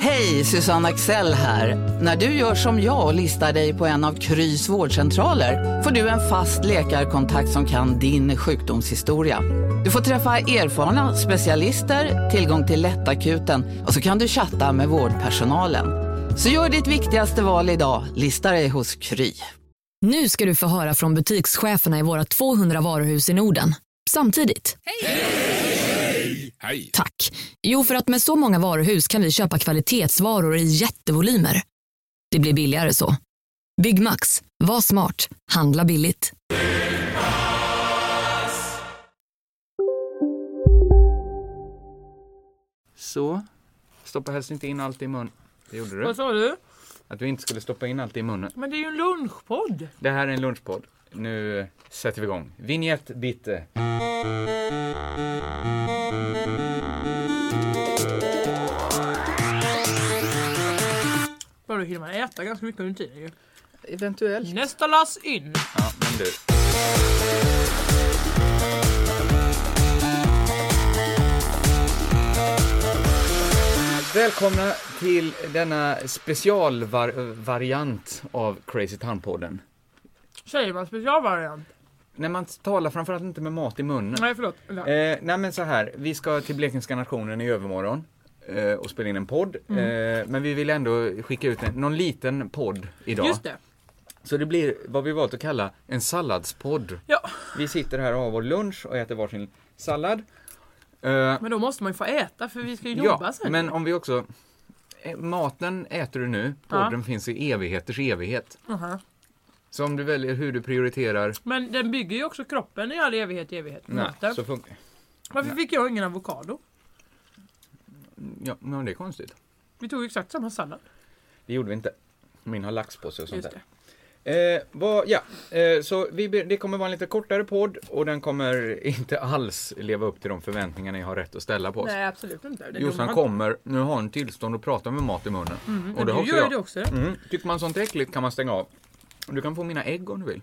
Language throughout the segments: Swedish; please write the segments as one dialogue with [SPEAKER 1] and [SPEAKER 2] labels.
[SPEAKER 1] Hej, Susanne Axel här. När du gör som jag och listar dig på en av Krys vårdcentraler får du en fast läkarkontakt som kan din sjukdomshistoria. Du får träffa erfarna specialister, tillgång till lättakuten och så kan du chatta med vårdpersonalen. Så gör ditt viktigaste val idag, listar dig hos Kry.
[SPEAKER 2] Nu ska du få höra från butikscheferna i våra 200 varuhus i Norden. Samtidigt.
[SPEAKER 3] Hej!
[SPEAKER 2] Tack. Jo, för att med så många varuhus kan vi köpa kvalitetsvaror i jättevolymer. Det blir billigare så. Byggmax. Var smart. Handla billigt.
[SPEAKER 4] Så. Stoppa helst inte in allt i munnen. Det gjorde du.
[SPEAKER 5] Vad sa du?
[SPEAKER 4] Att du inte skulle stoppa in allt i munnen.
[SPEAKER 5] Men det är ju en lunchpodd.
[SPEAKER 4] Det här är en lunchpodd. Nu eh, sätter vi igång. Vignett eh, bitte.
[SPEAKER 5] Bara då hinner man äta ganska mycket under tiden ju.
[SPEAKER 1] Eventuellt.
[SPEAKER 5] Nästa lass in.
[SPEAKER 4] Ja, men du. Välkomna till denna specialvariant av Crazy Town-podden.
[SPEAKER 5] Säger man specialvariant?
[SPEAKER 4] Mm. När man talar framförallt inte med mat i munnen.
[SPEAKER 5] Nej förlåt. Eller,
[SPEAKER 4] Eh, nej men så här, vi ska till Blekingska nationen i övermorgon eh, och spela in en podd.
[SPEAKER 5] Mm.
[SPEAKER 4] Eh, men vi vill ändå skicka ut en, någon liten podd idag.
[SPEAKER 5] Just det.
[SPEAKER 4] Så det blir vad vi valt att kalla en salladspodd.
[SPEAKER 5] Ja,
[SPEAKER 4] Vi sitter här och har vår lunch och äter varsin sallad. Eh,
[SPEAKER 5] men då måste man ju få äta för vi ska ju jobba
[SPEAKER 4] ja,
[SPEAKER 5] sen.
[SPEAKER 4] men om vi också... eh, Maten äter du nu, podden finns i evigheters evighet.
[SPEAKER 5] Mhm.
[SPEAKER 4] Så om du väljer hur du prioriterar...
[SPEAKER 5] Men den bygger ju också kroppen i all evighet i evighet.
[SPEAKER 4] Nej,
[SPEAKER 5] Maten.
[SPEAKER 4] så funkar
[SPEAKER 5] Varför fick jag ingen avokado?
[SPEAKER 4] ja, men det är konstigt.
[SPEAKER 5] Vi tog ju exakt samma sallad.
[SPEAKER 4] Det gjorde vi inte. Min har lax på sig och sånt
[SPEAKER 5] Just
[SPEAKER 4] där.
[SPEAKER 5] det.
[SPEAKER 4] Eh, vad, ja, eh, så vi, ber- det kommer vara en lite kortare podd och den kommer inte alls leva upp till de förväntningar ni har rätt att ställa på oss.
[SPEAKER 5] Nej absolut inte. Det är
[SPEAKER 4] Jossan
[SPEAKER 5] dumma- Mm,
[SPEAKER 4] kommer, nu har hon tillstånd att prata med mat i munnen. och
[SPEAKER 5] Men
[SPEAKER 4] det har
[SPEAKER 5] du
[SPEAKER 4] också
[SPEAKER 5] gör ju
[SPEAKER 4] jag.
[SPEAKER 5] det också.
[SPEAKER 4] Mm. Tycker man sånt är äckligt kan man stänga av. Du kan få mina ägg om du vill.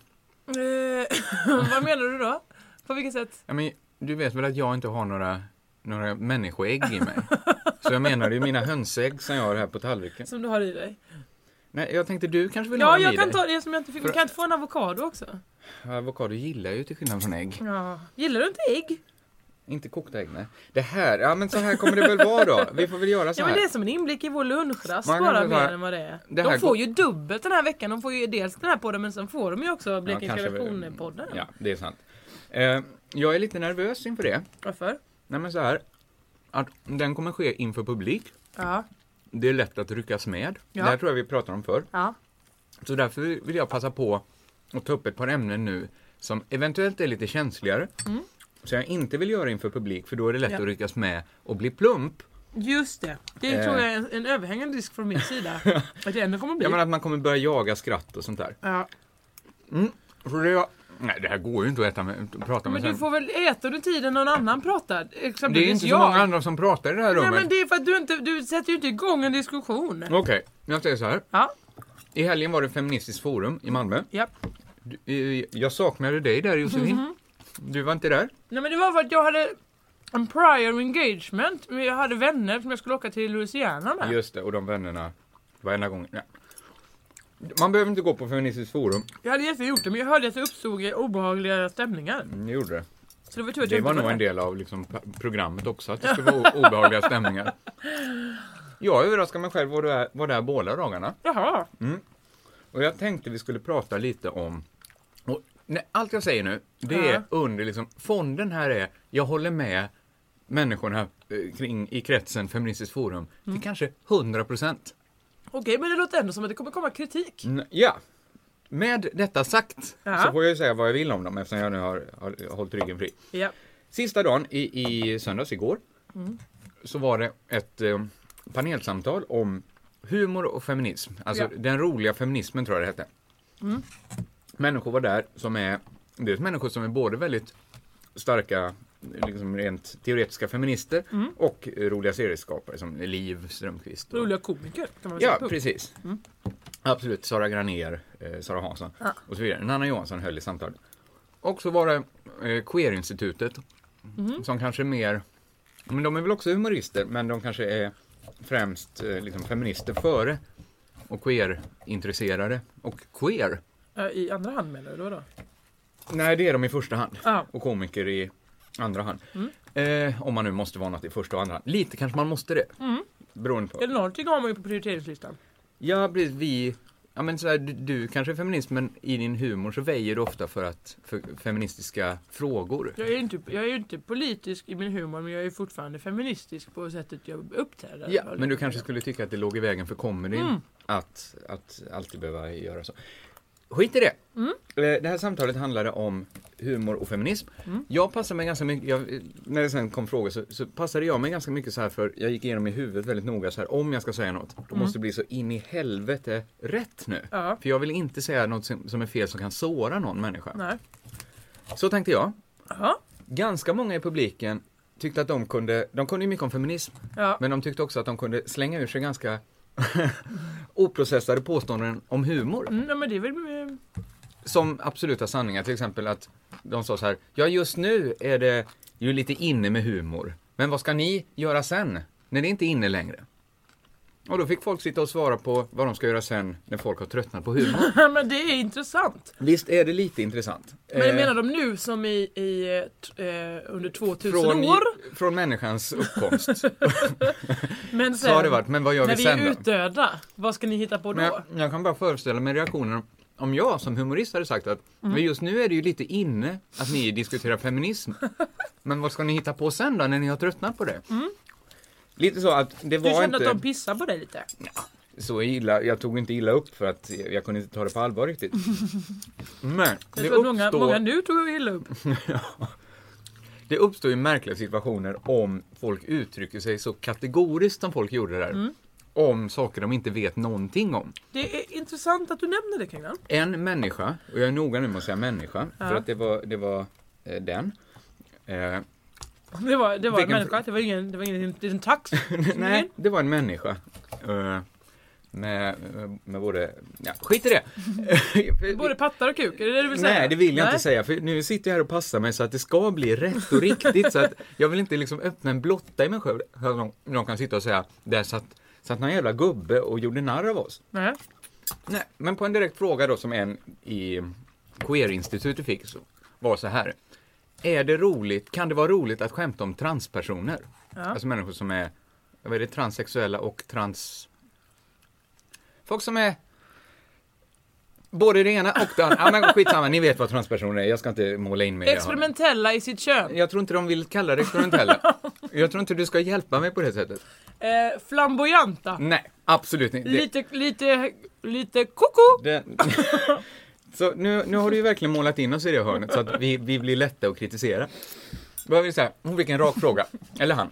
[SPEAKER 5] Eh, vad menar du då? På vilket sätt?
[SPEAKER 4] Ja, men, du vet väl att jag inte har några, några människoägg i mig? så jag menar det är mina hönsägg som jag har här på tallriken.
[SPEAKER 5] Som du har i dig?
[SPEAKER 4] Nej, jag tänkte du kanske vill ha
[SPEAKER 5] Ja
[SPEAKER 4] en i
[SPEAKER 5] jag kan
[SPEAKER 4] dig?
[SPEAKER 5] ta det som jag inte fick. Men kan jag inte få en avokado också?
[SPEAKER 4] Avokado gillar jag ju till skillnad från ägg.
[SPEAKER 5] Ja. Gillar du inte ägg?
[SPEAKER 4] Inte kokta ägg, nej. Det här, ja men så här kommer det väl vara då. Vi får väl göra så
[SPEAKER 5] Ja
[SPEAKER 4] här.
[SPEAKER 5] men det är som en inblick i vår lunchrast
[SPEAKER 4] Man kan
[SPEAKER 5] bara
[SPEAKER 4] väl
[SPEAKER 5] mer
[SPEAKER 4] bara-
[SPEAKER 5] än vad det är.
[SPEAKER 4] Det här
[SPEAKER 5] de får
[SPEAKER 4] går-
[SPEAKER 5] ju dubbelt den här veckan. De får ju dels den här podden men sen får de ju också Blekinge
[SPEAKER 4] kanske vi-
[SPEAKER 5] redaktionen-podden.
[SPEAKER 4] Ja, det är sant. Eh, jag är lite nervös inför det.
[SPEAKER 5] Varför?
[SPEAKER 4] Nej men så här. Att den kommer ske inför publik.
[SPEAKER 5] Ja.
[SPEAKER 4] Det är lätt att ryckas med.
[SPEAKER 5] Ja.
[SPEAKER 4] Det här tror jag vi pratade om förr.
[SPEAKER 5] ja.
[SPEAKER 4] Så därför vill jag passa på att ta upp ett par ämnen nu som eventuellt är lite känsligare. Så jag inte vill göra inför publik för då är det lätt
[SPEAKER 5] Mm. Ja.
[SPEAKER 4] att ryckas med och bli plump.
[SPEAKER 5] Just det. Det
[SPEAKER 4] Eh.
[SPEAKER 5] tror jag är en, en överhängande risk från min sida. att det ändå kommer bli.
[SPEAKER 4] Ja men att man kommer börja jaga skratt och sånt där.
[SPEAKER 5] Ja.
[SPEAKER 4] Så det, nej det här går ju inte att äta med, att prata med
[SPEAKER 5] Men du
[SPEAKER 4] sen.
[SPEAKER 5] får väl äta under tiden någon annan pratar.
[SPEAKER 4] Det är
[SPEAKER 5] Exempelvis
[SPEAKER 4] inte så
[SPEAKER 5] jag.
[SPEAKER 4] många andra som pratar i det här
[SPEAKER 5] Nej
[SPEAKER 4] rummet.
[SPEAKER 5] men det är för att du inte, du sätter ju inte igång en diskussion.
[SPEAKER 4] Okej, jag säger så här.
[SPEAKER 5] Ja.
[SPEAKER 4] I helgen var det Feministiskt forum i Malmö.
[SPEAKER 5] Ja.
[SPEAKER 4] Du, eh, Jag saknade dig där Josefin.
[SPEAKER 5] Mhm.
[SPEAKER 4] Du var inte där.
[SPEAKER 5] Nej men det var för att jag hade en prior engagement. Men jag hade vänner som jag skulle åka till Louisiana med.
[SPEAKER 4] Just det, och de vännerna. Det var enda gången. Ja. Man behöver inte gå på Feministiskt forum.
[SPEAKER 5] Jag hade gärna gjort det men jag hörde att det uppstod obehagliga stämningar.
[SPEAKER 4] Mm, Jag gjorde det.
[SPEAKER 5] Så det var tur att
[SPEAKER 4] Det
[SPEAKER 5] jag
[SPEAKER 4] var
[SPEAKER 5] inte
[SPEAKER 4] nog en
[SPEAKER 5] med.
[SPEAKER 4] del av liksom pa- programmet också, att det skulle vara o- obehagliga stämningar. Jag överraskade mig själv var där, var där båda dagarna.
[SPEAKER 5] Jaha.
[SPEAKER 4] Och jag tänkte vi skulle prata lite om... Och, nej, allt jag säger nu, det
[SPEAKER 5] Ja.
[SPEAKER 4] är under liksom... Fonden här är, jag håller med människorna eh, kring, i kretsen Feministiskt Forum till
[SPEAKER 5] Mm.
[SPEAKER 4] kanske 100 procent.
[SPEAKER 5] Okej men det låter ändå som att det kommer komma kritik.
[SPEAKER 4] Ja. Med detta sagt
[SPEAKER 5] Ja.
[SPEAKER 4] så får jag ju säga vad jag vill om dem eftersom jag nu har, har hållit ryggen fri.
[SPEAKER 5] Ja.
[SPEAKER 4] Sista dagen i, i söndags, igår,
[SPEAKER 5] Mm.
[SPEAKER 4] så var det ett eh, panelsamtal om humor och feminism. Alltså
[SPEAKER 5] Ja. Mm.
[SPEAKER 4] den roliga feminismen tror jag det hette. Människor var där som är, det är människor som är både väldigt starka liksom rent teoretiska feminister och eh, roliga serieskapare som Liv Strömquist. och-
[SPEAKER 5] Mm. Roliga komiker kan man väl
[SPEAKER 4] Ja,
[SPEAKER 5] säga.
[SPEAKER 4] precis. Absolut. Sara Granér, eh, Sara Hansson och så vidare. Nanna Johansson höll i samtal. Och så var det eh, Queerinstitutet som kanske mer... Men de är väl också humorister, men de kanske är främst eh, liksom feminister före och queer-intresserade. Och queer,
[SPEAKER 5] Eh, I andra hand menar du då? då?
[SPEAKER 4] nej det är de i första hand.
[SPEAKER 5] Ja.
[SPEAKER 4] Och komiker i andra hand. Eh, om man nu måste vara något i första och andra hand. Lite kanske man måste det. Beroende på.
[SPEAKER 5] Eller någonting har man ju på prioriteringslistan.
[SPEAKER 4] Ja, precis. Vi... Ja, men så här, du, du kanske är feminist, men i din humor så väjer du ofta för, att, för feministiska frågor.
[SPEAKER 5] Jag är ju inte, jag är ju inte politisk i min humor men jag är fortfarande feministisk på sättet jag uppträder.
[SPEAKER 4] Ja, men du kanske skulle tycka att det låg i vägen för comedy
[SPEAKER 5] Mm.
[SPEAKER 4] att, att alltid behöva göra så. Skit i det!
[SPEAKER 5] Mm.
[SPEAKER 4] Eh, Det här samtalet handlade om humor och feminism.
[SPEAKER 5] Mm.
[SPEAKER 4] Jag passade mig ganska mycket, jag, när det sen kom frågor så, så passade jag mig ganska mycket så här för jag gick igenom i huvudet väldigt noga så här om jag ska säga något, då måste det bli så in i helvete rätt nu.
[SPEAKER 5] Mm. Ja.
[SPEAKER 4] För jag vill inte säga något som, som är fel som kan såra någon människa.
[SPEAKER 5] Nej.
[SPEAKER 4] Så tänkte jag.
[SPEAKER 5] Jaha.
[SPEAKER 4] Ganska många i publiken tyckte att de kunde, de kunde ju mycket om feminism,
[SPEAKER 5] Ja.
[SPEAKER 4] men de tyckte också att de kunde slänga ur sig ganska oprocessade påståenden om humor.
[SPEAKER 5] Mm, ja men det är väl... eh,
[SPEAKER 4] Som absoluta sanningar, till exempel att de sa så här, ja just nu är det ju lite inne med humor, men vad ska ni göra sen, när det inte är inne längre? Och då fick folk sitta och svara på vad de ska göra sen när folk har tröttnat på humor.
[SPEAKER 5] Ja, eh, men det är intressant.
[SPEAKER 4] Visst är det lite intressant?
[SPEAKER 5] Men
[SPEAKER 4] Eh,
[SPEAKER 5] menar de nu som i, i eh, t- eh, under 2000
[SPEAKER 4] från,
[SPEAKER 5] år?
[SPEAKER 4] från människans uppkomst.
[SPEAKER 5] Men
[SPEAKER 4] Så har det varit, men vad gör vi
[SPEAKER 5] när vi
[SPEAKER 4] sen
[SPEAKER 5] är
[SPEAKER 4] då?
[SPEAKER 5] utdöda, vad ska ni hitta på då?
[SPEAKER 4] Men jag, jag kan bara föreställa mig reaktionen om jag som humorist hade sagt att
[SPEAKER 5] Mm.
[SPEAKER 4] men just nu är det ju lite inne att ni diskuterar feminism. men vad ska ni hitta på sen då när ni har tröttnat på det? Lite så att det
[SPEAKER 5] Mm. Du
[SPEAKER 4] var
[SPEAKER 5] kände
[SPEAKER 4] inte
[SPEAKER 5] att de pissar på dig lite?
[SPEAKER 4] så illa, jag tog inte illa upp för att jag, jag kunde inte ta det på allvar riktigt. Men
[SPEAKER 5] Jag
[SPEAKER 4] det
[SPEAKER 5] tror att många,
[SPEAKER 4] uppstår,
[SPEAKER 5] många nu tog illa upp.
[SPEAKER 4] det uppstår ju märkliga situationer om folk uttrycker sig så kategoriskt som folk gjorde där.
[SPEAKER 5] Mm.
[SPEAKER 4] Om saker de inte vet någonting om.
[SPEAKER 5] Det är intressant att du nämner det Kringlan.
[SPEAKER 4] en människa, och jag är noga nu med att säga människa, för att det var, det var eh, den. Eh,
[SPEAKER 5] Det var, det var en
[SPEAKER 4] Vilken-
[SPEAKER 5] människa, det var ingen, det var ingen, det är en tax.
[SPEAKER 4] nej, det var en människa. Eh, med, med både, ja, skit i det.
[SPEAKER 5] Både pattar och kuk, är det det du vill säga?
[SPEAKER 4] Nej, det vill jag
[SPEAKER 5] Nej.
[SPEAKER 4] inte säga, för nu sitter jag här och passar mig så att det ska bli rätt och riktigt. så att jag vill inte liksom öppna en blotta i mig själv, så att någon- någon kan sitta och säga, där satt, satt någon jävla gubbe och gjorde narr av oss.
[SPEAKER 5] Nej.
[SPEAKER 4] Nej, men på en direkt fråga då som en i Queerinstitutet fick så var så här. Är det roligt, kan det vara roligt att skämta om transpersoner? Alltså människor som är, vad är det, transsexuella och trans... Folk som är både det ena och det andra. Ja, men skitsamma, ni vet vad transpersoner är, jag ska inte måla in mig i det hörnet.
[SPEAKER 5] Experimentella i sitt kön.
[SPEAKER 4] Jag tror inte de vill kalla det experimentella. Jag tror inte du ska hjälpa mig på det sättet.
[SPEAKER 5] Eh, flamboyanta.
[SPEAKER 4] Nej, absolut inte. Mm, Det-
[SPEAKER 5] Lite, lite, lite koko.
[SPEAKER 4] Det... Så nu, nu har du ju verkligen målat in oss i det hörnet så att vi, vi blir lätta att kritisera. Vad vill säga? Hon fick en rak fråga. Eller han.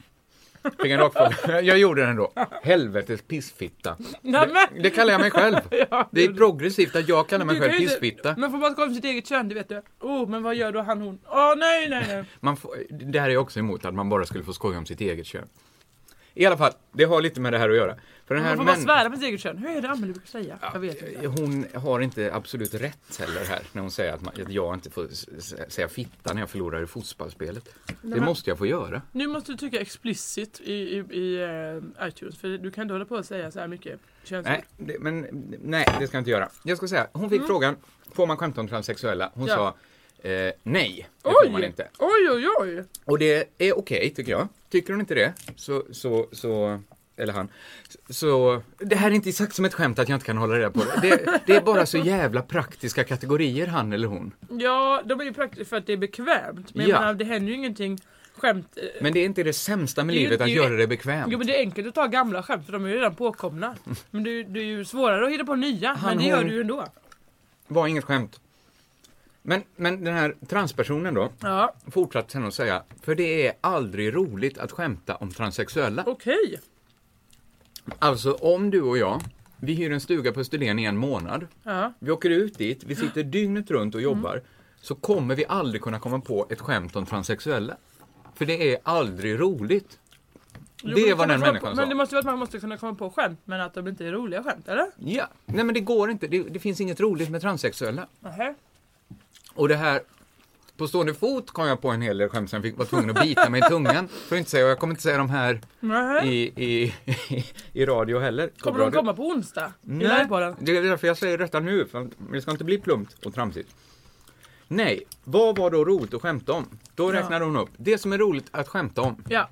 [SPEAKER 4] Fick en rak fråga. Jag gjorde den då. Helvetes pissfitta.
[SPEAKER 5] Nej, men,
[SPEAKER 4] Det kallar jag mig själv. Det är progressivt att jag kallar mig
[SPEAKER 5] du kan
[SPEAKER 4] själv
[SPEAKER 5] ju inte-
[SPEAKER 4] pissfitta.
[SPEAKER 5] Men får man komma till sitt eget kön, det vet du. Oh, men vad gör då han hon? Åh nej, nej, nej.
[SPEAKER 4] Man får, det här är jag också emot, att man bara skulle få skoja om sitt eget kön. I alla fall, det har lite med det här att göra. För den här
[SPEAKER 5] Man får bara
[SPEAKER 4] män-
[SPEAKER 5] svära på sitt eget kön. Hur är det Amelie brukar säga? Jag vet inte.
[SPEAKER 4] Hon har inte absolut rätt heller här när hon säger att, man, att jag inte får s- s- säga fitta när jag förlorar i fotbollsspelet. Det måste jag få göra.
[SPEAKER 5] Nu måste du tycka explicit i, i, i eh, iTunes, för du kan inte hålla på och säga så här mycket könsord.
[SPEAKER 4] Nej, det, men nej, det ska jag inte göra. Jag ska säga, hon fick frågan, får man skämta om transsexuella? Hon
[SPEAKER 5] Mm. Ja.
[SPEAKER 4] sa eh, nej, det får man
[SPEAKER 5] Oj!
[SPEAKER 4] inte.
[SPEAKER 5] Oj, oj, oj!
[SPEAKER 4] Och det är okej, tycker jag. Tycker hon inte det, så, så, så eller han, så, det här är inte sagt som ett skämt att jag inte kan hålla reda på det. Det, det är bara så jävla praktiska kategorier, han eller hon.
[SPEAKER 5] Ja, de är ju praktiskt för att det är bekvämt. Men
[SPEAKER 4] Ja.
[SPEAKER 5] jag menar, det händer ju ingenting skämt. eh,
[SPEAKER 4] Men det är inte det sämsta med
[SPEAKER 5] Det är ju-
[SPEAKER 4] livet,
[SPEAKER 5] det är
[SPEAKER 4] att
[SPEAKER 5] ju-
[SPEAKER 4] göra det bekvämt.
[SPEAKER 5] Jo men det är enkelt att ta gamla skämt för de är ju redan påkomna. Men det, är ju- det är ju svårare att hitta på nya.
[SPEAKER 4] Han,
[SPEAKER 5] men det gör
[SPEAKER 4] hon-
[SPEAKER 5] du ju ändå.
[SPEAKER 4] var inget skämt. Men, men den här transpersonen då,
[SPEAKER 5] Ja,
[SPEAKER 4] fortsatte sen att säga, för det är aldrig roligt att skämta om transsexuella.
[SPEAKER 5] okej.
[SPEAKER 4] Alltså om du och jag, vi hyr en stuga på Österlen i en månad,
[SPEAKER 5] Ja.
[SPEAKER 4] vi åker ut dit, vi sitter dygnet runt och jobbar, så kommer vi aldrig kunna komma på ett skämt om transsexuella. För det är aldrig roligt.
[SPEAKER 5] Jo,
[SPEAKER 4] det var
[SPEAKER 5] men kan man
[SPEAKER 4] den
[SPEAKER 5] komma
[SPEAKER 4] människan
[SPEAKER 5] på, Men
[SPEAKER 4] sa.
[SPEAKER 5] det måste ju vara att man måste kunna komma på skämt men att de inte är roliga skämt, eller?
[SPEAKER 4] Ja, nej men det går inte. Det, det finns inget roligt med transsexuella.
[SPEAKER 5] Nähä.
[SPEAKER 4] Och det här, på stående fot kom jag på en hel del skämt som jag fick, var tvungen att bita mig i tungan. För att inte säga, och jag kommer inte säga de här
[SPEAKER 5] Nähä.
[SPEAKER 4] i, i, i radio heller.
[SPEAKER 5] Kommer de komma på onsdag? I
[SPEAKER 4] Nej,
[SPEAKER 5] livepodden?
[SPEAKER 4] det är därför jag säger detta nu. För det ska inte bli plumpt och tramsigt. Nej, vad var då roligt att skämta om? Då räknar hon upp. Det som är roligt att skämta om.
[SPEAKER 5] Ja.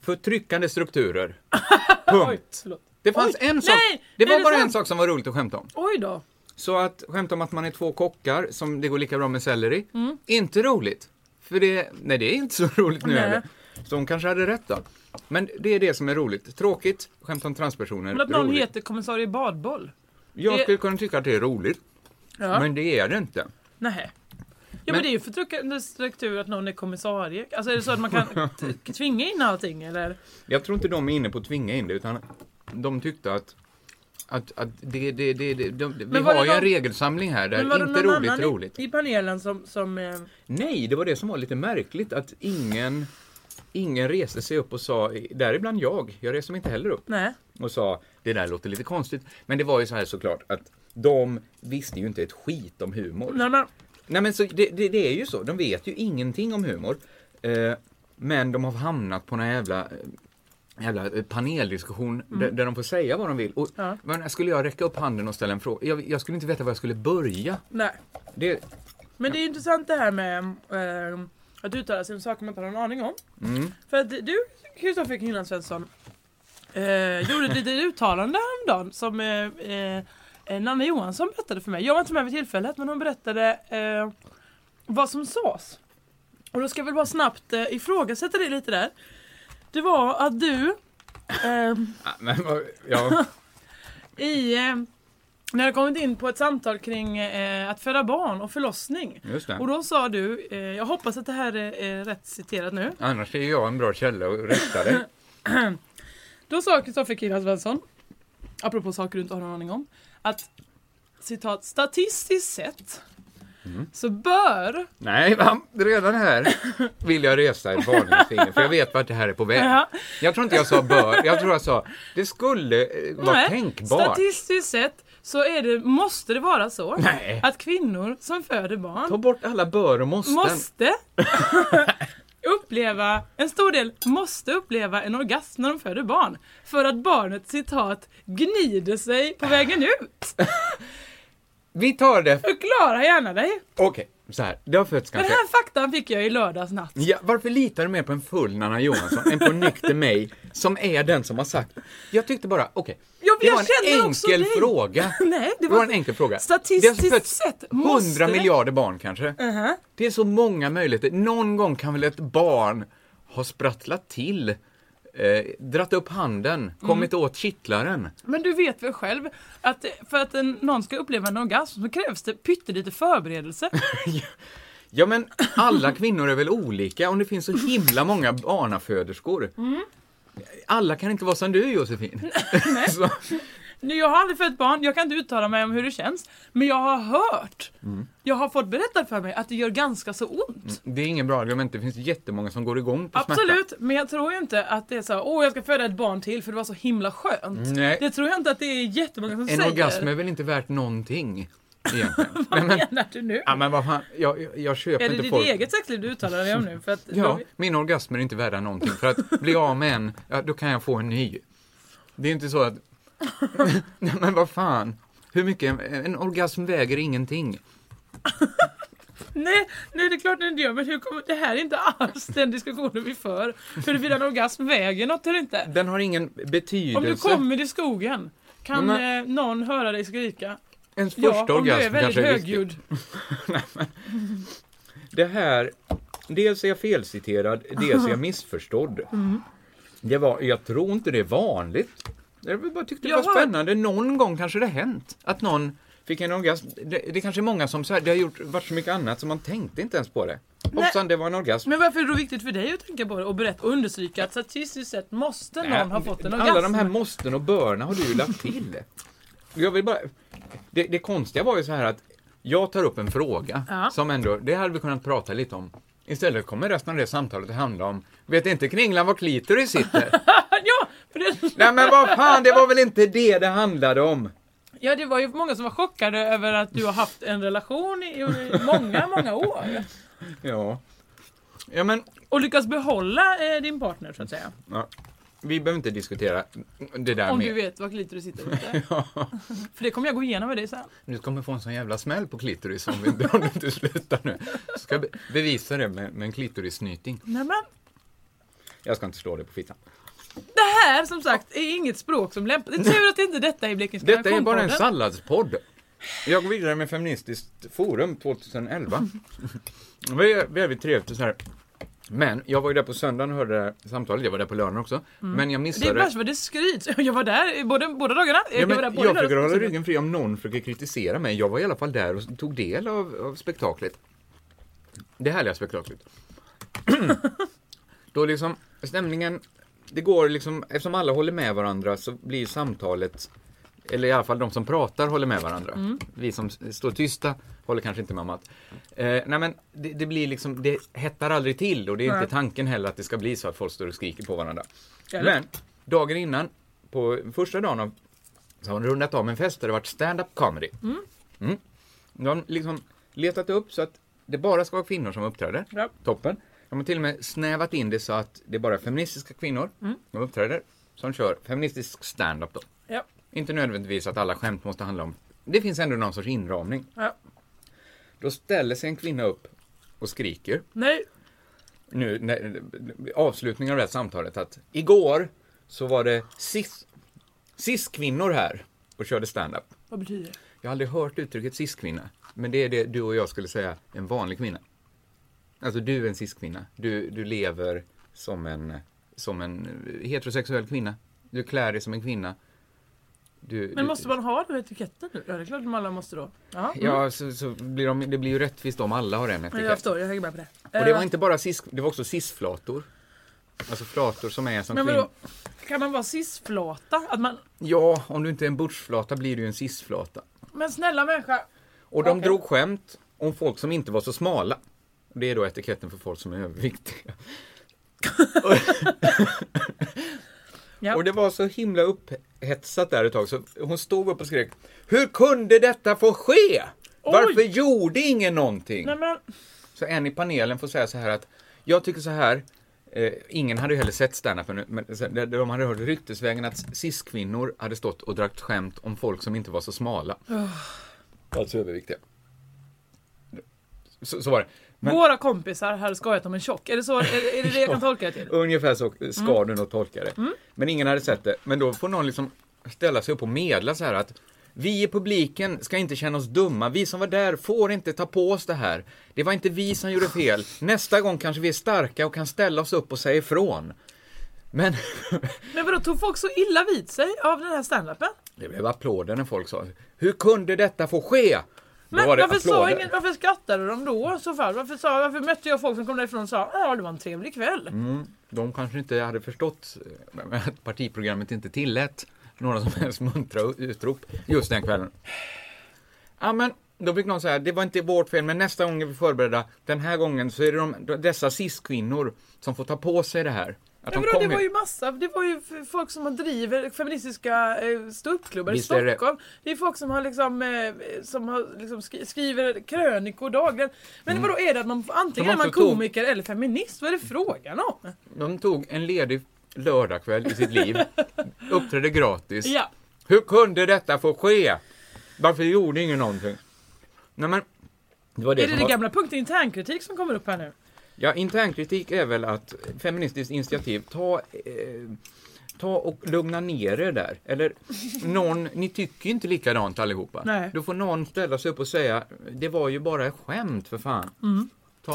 [SPEAKER 4] Förtryckande strukturer. Punkt.
[SPEAKER 5] Förlåt.
[SPEAKER 4] Det fanns
[SPEAKER 5] Oj,
[SPEAKER 4] en sak.
[SPEAKER 5] nej,
[SPEAKER 4] Det
[SPEAKER 5] är
[SPEAKER 4] var
[SPEAKER 5] det
[SPEAKER 4] bara en
[SPEAKER 5] sant?
[SPEAKER 4] sak som var roligt att skämta om.
[SPEAKER 5] Oj då.
[SPEAKER 4] Så att skämta om att man är två kockar, som det går lika bra med selleri,
[SPEAKER 5] Mm.
[SPEAKER 4] inte roligt. För det, nej det är inte så roligt nu
[SPEAKER 5] Nej.
[SPEAKER 4] heller. Så hon kanske hade rätt då. Men det är det som är roligt. Tråkigt, skämta om transpersoner,
[SPEAKER 5] Men att någon
[SPEAKER 4] roligt.
[SPEAKER 5] heter kommissarie badboll?
[SPEAKER 4] Jag
[SPEAKER 5] det-
[SPEAKER 4] skulle kunna tycka att det är roligt,
[SPEAKER 5] Ja.
[SPEAKER 4] men det är det inte.
[SPEAKER 5] Nähä. Ja men,
[SPEAKER 4] Men-
[SPEAKER 5] det är ju förtryckande struktur att någon är kommissarie. Alltså är det så att man kan t- tvinga in allting eller?
[SPEAKER 4] Jag tror inte de är inne på att tvinga in det, utan de tyckte att att, att det, det, det, det, de, vi
[SPEAKER 5] var det
[SPEAKER 4] har ju en
[SPEAKER 5] någon-
[SPEAKER 4] regelsamling här där
[SPEAKER 5] Men var det
[SPEAKER 4] inte
[SPEAKER 5] någon
[SPEAKER 4] roligt,
[SPEAKER 5] annan
[SPEAKER 4] roligt.
[SPEAKER 5] I, i panelen som... som eh,
[SPEAKER 4] Nej, det var det som var lite märkligt att ingen, ingen reste sig upp och sa, däribland jag, jag reste mig inte heller upp,
[SPEAKER 5] nej.
[SPEAKER 4] och sa det där låter lite konstigt. Men det var ju så här såklart att de visste ju inte ett skit om humor.
[SPEAKER 5] nej men,
[SPEAKER 4] Nej men så, det, det, det är ju så, de vet ju ingenting om humor. Eh, men de har hamnat på någon jävla, eh, jävla eh, paneldiskussion där, där de får säga vad de vill. Och,
[SPEAKER 5] Mm. Ja.
[SPEAKER 4] men, skulle jag räcka upp handen och ställa en fråga? Jag, jag skulle inte veta var jag skulle börja.
[SPEAKER 5] nej.
[SPEAKER 4] Det,
[SPEAKER 5] Men det är intressant det här med eh, att uttala sig om saker man inte har en aning om. För att du, Kristoffer Kringland Svensson, eh, gjorde ett litet uttalande häromdagen som eh, eh, Nanna Johansson berättade för mig. Jag var inte med vid tillfället men hon berättade eh, vad som sades. Och då ska jag väl bara snabbt eh, ifrågasätta dig lite där. Det var att du eh,
[SPEAKER 4] Ah, men, vad- ja.
[SPEAKER 5] i, eh, när jag kommit in på ett samtal kring eh, att föda barn och förlossning.
[SPEAKER 4] Just det.
[SPEAKER 5] Och då sa du, eh, jag hoppas att det här är, är rätt citerat nu.
[SPEAKER 4] Annars är jag en bra källa att rätta dig.
[SPEAKER 5] Då sa Kristoffer Kirjan Svensson, apropå saker du inte har någon aning om, att citat, statistiskt sett
[SPEAKER 4] Mm.
[SPEAKER 5] så bör,
[SPEAKER 4] Nej, va? redan här vill jag resa ett varningsfinger, för jag vet vart det här är på väg.
[SPEAKER 5] Ja.
[SPEAKER 4] Jag tror inte jag sa bör, jag tror jag sa det skulle eh, vara
[SPEAKER 5] Nej,
[SPEAKER 4] tänkbart.
[SPEAKER 5] statistiskt sett så är det, måste det vara så
[SPEAKER 4] Nej.
[SPEAKER 5] att kvinnor som föder barn
[SPEAKER 4] Ta bort alla bör och måsten.
[SPEAKER 5] måste uppleva, en stor del måste uppleva en orgasm när de föder barn. För att barnet, citat, gnider sig på vägen ut.
[SPEAKER 4] Vi tar det.
[SPEAKER 5] Förklara gärna dig.
[SPEAKER 4] Okej, så här. Det har fötts
[SPEAKER 5] Den
[SPEAKER 4] kanske.
[SPEAKER 5] här faktan fick jag i lördags natt.
[SPEAKER 4] Ja, varför litar du mer på en full Nanna Johansson än på en nykter mig som är den som har sagt? Jag tyckte bara, okej.
[SPEAKER 5] Ja, men
[SPEAKER 4] det
[SPEAKER 5] jag
[SPEAKER 4] var en
[SPEAKER 5] känner också
[SPEAKER 4] enkel
[SPEAKER 5] dig.
[SPEAKER 4] fråga.
[SPEAKER 5] Nej, det
[SPEAKER 4] det
[SPEAKER 5] var-
[SPEAKER 4] var en enkel fråga.
[SPEAKER 5] Statistiskt
[SPEAKER 4] Det har fötts
[SPEAKER 5] sett måste
[SPEAKER 4] 100
[SPEAKER 5] det.
[SPEAKER 4] miljarder barn kanske.
[SPEAKER 5] Mhm.
[SPEAKER 4] Det är så många möjligheter. Någon gång kan väl ett barn ha sprattlat till, eh, dratt upp handen, kommit
[SPEAKER 5] Mm.
[SPEAKER 4] åt kittlaren.
[SPEAKER 5] Men du vet väl själv att för att en, någon ska uppleva en orgasm så krävs det pyttelite förberedelse.
[SPEAKER 4] Ja men alla kvinnor är väl olika om det finns så himla många barnaföderskor.
[SPEAKER 5] Mm.
[SPEAKER 4] Alla kan inte vara som du Josefin. så,
[SPEAKER 5] Nu, jag har aldrig fött barn, jag kan inte uttala mig om hur det känns. Men jag har hört, jag har fått berättat för mig att det gör ganska så ont.
[SPEAKER 4] Mm. det är ingen bra argument, det finns jättemånga som går igång på
[SPEAKER 5] Absolut, men jag tror ju inte att det är så här, åh jag ska föda ett barn till för det var så himla skönt.
[SPEAKER 4] Nej.
[SPEAKER 5] Det tror jag inte att det är jättemånga som
[SPEAKER 4] smärta.
[SPEAKER 5] säger.
[SPEAKER 4] En orgasm är väl inte värt någonting egentligen. Nej, men,
[SPEAKER 5] menar du nu?
[SPEAKER 4] ja, men vad fan, jag, jag, jag köper
[SPEAKER 5] Är det
[SPEAKER 4] inte
[SPEAKER 5] ditt
[SPEAKER 4] folk.
[SPEAKER 5] eget sexliv du uttalar dig om nu? För att
[SPEAKER 4] Ja, min orgasm är inte värda någonting. För att bli av med en, ja, då kan jag få en ny. Det är inte så att... Nej, men vad fan. Hur mycket? En orgasm väger ingenting.
[SPEAKER 5] Nej, nej, det är klart den gör, men hur kommer, det här är inte alls den diskussionen vi för. Huruvida en orgasm väger något eller inte.
[SPEAKER 4] Den har ingen betydelse.
[SPEAKER 5] Om du kommer i skogen, kan
[SPEAKER 4] Men-
[SPEAKER 5] eh, någon höra dig skrika?
[SPEAKER 4] Ens första
[SPEAKER 5] Ja, om du är
[SPEAKER 4] orgasm
[SPEAKER 5] väldigt
[SPEAKER 4] kanske är viktig.
[SPEAKER 5] högljudd.
[SPEAKER 4] Det här, dels är jag felciterad, dels är jag missförstådd.
[SPEAKER 5] Mm.
[SPEAKER 4] Det var, jag tror inte det är vanligt. Jag bara tyckte det
[SPEAKER 5] Jag
[SPEAKER 4] var
[SPEAKER 5] har-
[SPEAKER 4] spännande. Någon gång kanske det har hänt att någon fick en orgasm. Det, det kanske är många som så här, det har gjort, varit så mycket annat som man tänkte inte ens på det. Hoppsan, det var en orgasm.
[SPEAKER 5] Men varför är det då viktigt för dig att tänka på det och berätta och understryka att statistiskt sett måste någon ha fått en orgasm?
[SPEAKER 4] Äh, Alla de här måsten och börna har du ju lagt till. Jag vill bara... Det, det konstiga var ju så här att jag tar upp en fråga
[SPEAKER 5] Ja.
[SPEAKER 4] som ändå, det hade vi kunnat prata lite om. Istället kommer resten av det samtalet att handla om, vet inte kringlan var klitoris sitter?
[SPEAKER 5] ja, för det,
[SPEAKER 4] Nej men vad fan, det var väl inte det det handlade om?
[SPEAKER 5] ja, det var ju många som var chockade över att du har haft en relation i i många, många år.
[SPEAKER 4] Ja. Ja men,
[SPEAKER 5] Och lyckats behålla eh, din partner så att säga.
[SPEAKER 4] ja. vi behöver inte diskutera det där
[SPEAKER 5] Om
[SPEAKER 4] mer.
[SPEAKER 5] du vet var klitoris sitter ute. För det kommer jag gå igenom med dig sen.
[SPEAKER 4] Du kommer få en sån jävla smäll på klitoris om, vi, om du inte slutar nu. Jag ska be- bevisa det med, med en klitorissnyting.
[SPEAKER 5] Nej, men
[SPEAKER 4] Jag ska inte slå dig på fittan.
[SPEAKER 5] det här som sagt är inget språk som lämpar Det är tur att inte detta är Blekinge
[SPEAKER 4] Detta är bara en
[SPEAKER 5] Kanalpodden.
[SPEAKER 4] salladspodd. Jag går vidare med Feministiskt forum 2011. Det var ju väldigt trevligt och så här. Men jag var ju där på söndagen och hörde det här samtalet. Jag var där på lördagen också. Men jag
[SPEAKER 5] Det är
[SPEAKER 4] missade...
[SPEAKER 5] värst vad det skryts. Jag var där i båda, båda dagarna. Jag,
[SPEAKER 4] Ja,
[SPEAKER 5] var där
[SPEAKER 4] men
[SPEAKER 5] båda
[SPEAKER 4] jag försöker
[SPEAKER 5] dagarna.
[SPEAKER 4] hålla ryggen fri om någon försöker kritisera mig. Jag var i alla fall där och tog del av, av spektaklet. Det härliga spektaklet. Då liksom stämningen, det går liksom, eftersom alla håller med varandra så blir samtalet, eller i alla fall de som pratar håller med varandra.
[SPEAKER 5] Mm.
[SPEAKER 4] Vi som s- står tysta håller kanske inte med om att. Eh, nej men det, det blir liksom, det hettar aldrig till och det är
[SPEAKER 5] Nej.
[SPEAKER 4] inte tanken heller att det ska bli så att folk står och skriker på varandra.
[SPEAKER 5] Eller?
[SPEAKER 4] Men dagen innan, på första dagen av, så har de rundat av med en fest där det varit stand-up comedy. Mm. De har liksom letat upp så att det bara ska vara kvinnor som uppträder.
[SPEAKER 5] Ja.
[SPEAKER 4] Toppen. De har till och med snävat in det så att det är bara feministiska kvinnor som uppträder, som kör feministisk stand-up då.
[SPEAKER 5] Ja,
[SPEAKER 4] Inte nödvändigtvis att alla skämt måste handla om, det finns ändå någon sorts inramning.
[SPEAKER 5] ja.
[SPEAKER 4] Då ställer sig en kvinna upp och skriker
[SPEAKER 5] Nej,
[SPEAKER 4] nu, när, avslutningen av det här samtalet att igår så var det cis, cis-kvinnor här och körde stand-up.
[SPEAKER 5] vad betyder det?
[SPEAKER 4] Jag har aldrig hört uttrycket cis-kvinna, men det är det du och jag skulle säga, en vanlig kvinna. Alltså du är en cis-kvinna, du, du lever som en, som en eh, heterosexuell kvinna, du klär dig som en kvinna. Du,
[SPEAKER 5] Men
[SPEAKER 4] du,
[SPEAKER 5] måste man ha den här etiketten nu? Ja, det är klart att de alla måste då. Ja, Mm.
[SPEAKER 4] Ja, så, så blir de, det blir ju rättvist om alla har en
[SPEAKER 5] jag förstår. Jag hänger med på det.
[SPEAKER 4] Och det var
[SPEAKER 5] Eh,
[SPEAKER 4] inte bara cis, det var också cis-flator. Alltså flator som är som
[SPEAKER 5] Men
[SPEAKER 4] kvinnor.
[SPEAKER 5] vadå? Kan man vara cisflata? Att man...
[SPEAKER 4] Ja, om du inte är en butchflata blir du ju en cisflata.
[SPEAKER 5] Men snälla människa.
[SPEAKER 4] Och de
[SPEAKER 5] Okej.
[SPEAKER 4] drog skämt om folk som inte var så smala. Och Det är då etiketten för folk som är överviktiga.
[SPEAKER 5] Ja.
[SPEAKER 4] Och det var så himla upphetsat där ett tag så hon stod upp och skrek Hur kunde detta få ske? Varför gjorde ingen någonting?
[SPEAKER 5] Nej men,
[SPEAKER 4] Så en i panelen får säga så här att jag tycker så här, eh, ingen hade ju heller sett standup nu, men så- de- de hade hört ryktesvägen att cis-kvinnor hade stått och dragit skämt om folk som inte var så smala. Alltså överviktiga. Så, så var det. Men
[SPEAKER 5] våra kompisar hade skojat om en tjock. Är det, så, är, det- är det det jag kan tolka det till?
[SPEAKER 4] ungefär så ska
[SPEAKER 5] Mm.
[SPEAKER 4] du nog tolka det. Men ingen hade sett det. Men då får någon liksom ställa sig upp och medla så här att vi i publiken ska inte känna oss dumma. Vi som var där får inte ta på oss det här. Det var inte vi som gjorde fel. Nästa gång kanske vi är starka och kan ställa oss upp och säga ifrån. Men
[SPEAKER 5] Men vadå, tog folk så illa vid sig av den här standupen?
[SPEAKER 4] det blev applåder när folk sa Hur kunde detta få ske? Då
[SPEAKER 5] Men
[SPEAKER 4] var det
[SPEAKER 5] varför, sa
[SPEAKER 4] applåder.
[SPEAKER 5] ingen, varför skrattade de då i så fall? Varför, sa, varför mötte jag folk som kom därifrån och sa ja det var en trevlig kväll?
[SPEAKER 4] Mm, De kanske inte hade förstått eh, att partiprogrammet inte tillät några som helst muntra utrop just den kvällen. Ja, men då fick någon säga, det var inte vårt fel, men nästa gång är vi förberedda. Den här gången så är det de, dessa cis-kvinnor som får ta på sig det här. Att
[SPEAKER 5] Ja,
[SPEAKER 4] de
[SPEAKER 5] men då,
[SPEAKER 4] kom
[SPEAKER 5] det var
[SPEAKER 4] hit.
[SPEAKER 5] ju massa, det var ju f- folk som har driver feministiska eh, ståuppklubbar i
[SPEAKER 4] Visst är det-
[SPEAKER 5] Stockholm. Det är folk som har liksom, eh, som har liksom skri- skriver krönikor dagligen. Men vadå är det att man antingen
[SPEAKER 4] Mm. De
[SPEAKER 5] är man
[SPEAKER 4] också tog-
[SPEAKER 5] komiker eller feminist? Vad är det frågan om?
[SPEAKER 4] De tog en ledig lördagkväll i sitt liv, uppträdde gratis.
[SPEAKER 5] Ja.
[SPEAKER 4] Hur kunde detta få ske? Varför gjorde ingen någonting? Nej, men, det var det
[SPEAKER 5] Är det
[SPEAKER 4] som
[SPEAKER 5] det
[SPEAKER 4] var...
[SPEAKER 5] gamla punkten internkritik som kommer upp här nu?
[SPEAKER 4] Ja, internkritik är väl att Feministiskt initiativ, ta, eh, ta och lugna ner er där. Eller någon, ni tycker ju inte likadant allihopa.
[SPEAKER 5] Nej.
[SPEAKER 4] Då får någon ställa sig upp och säga, det var ju bara ett skämt för fan. Ta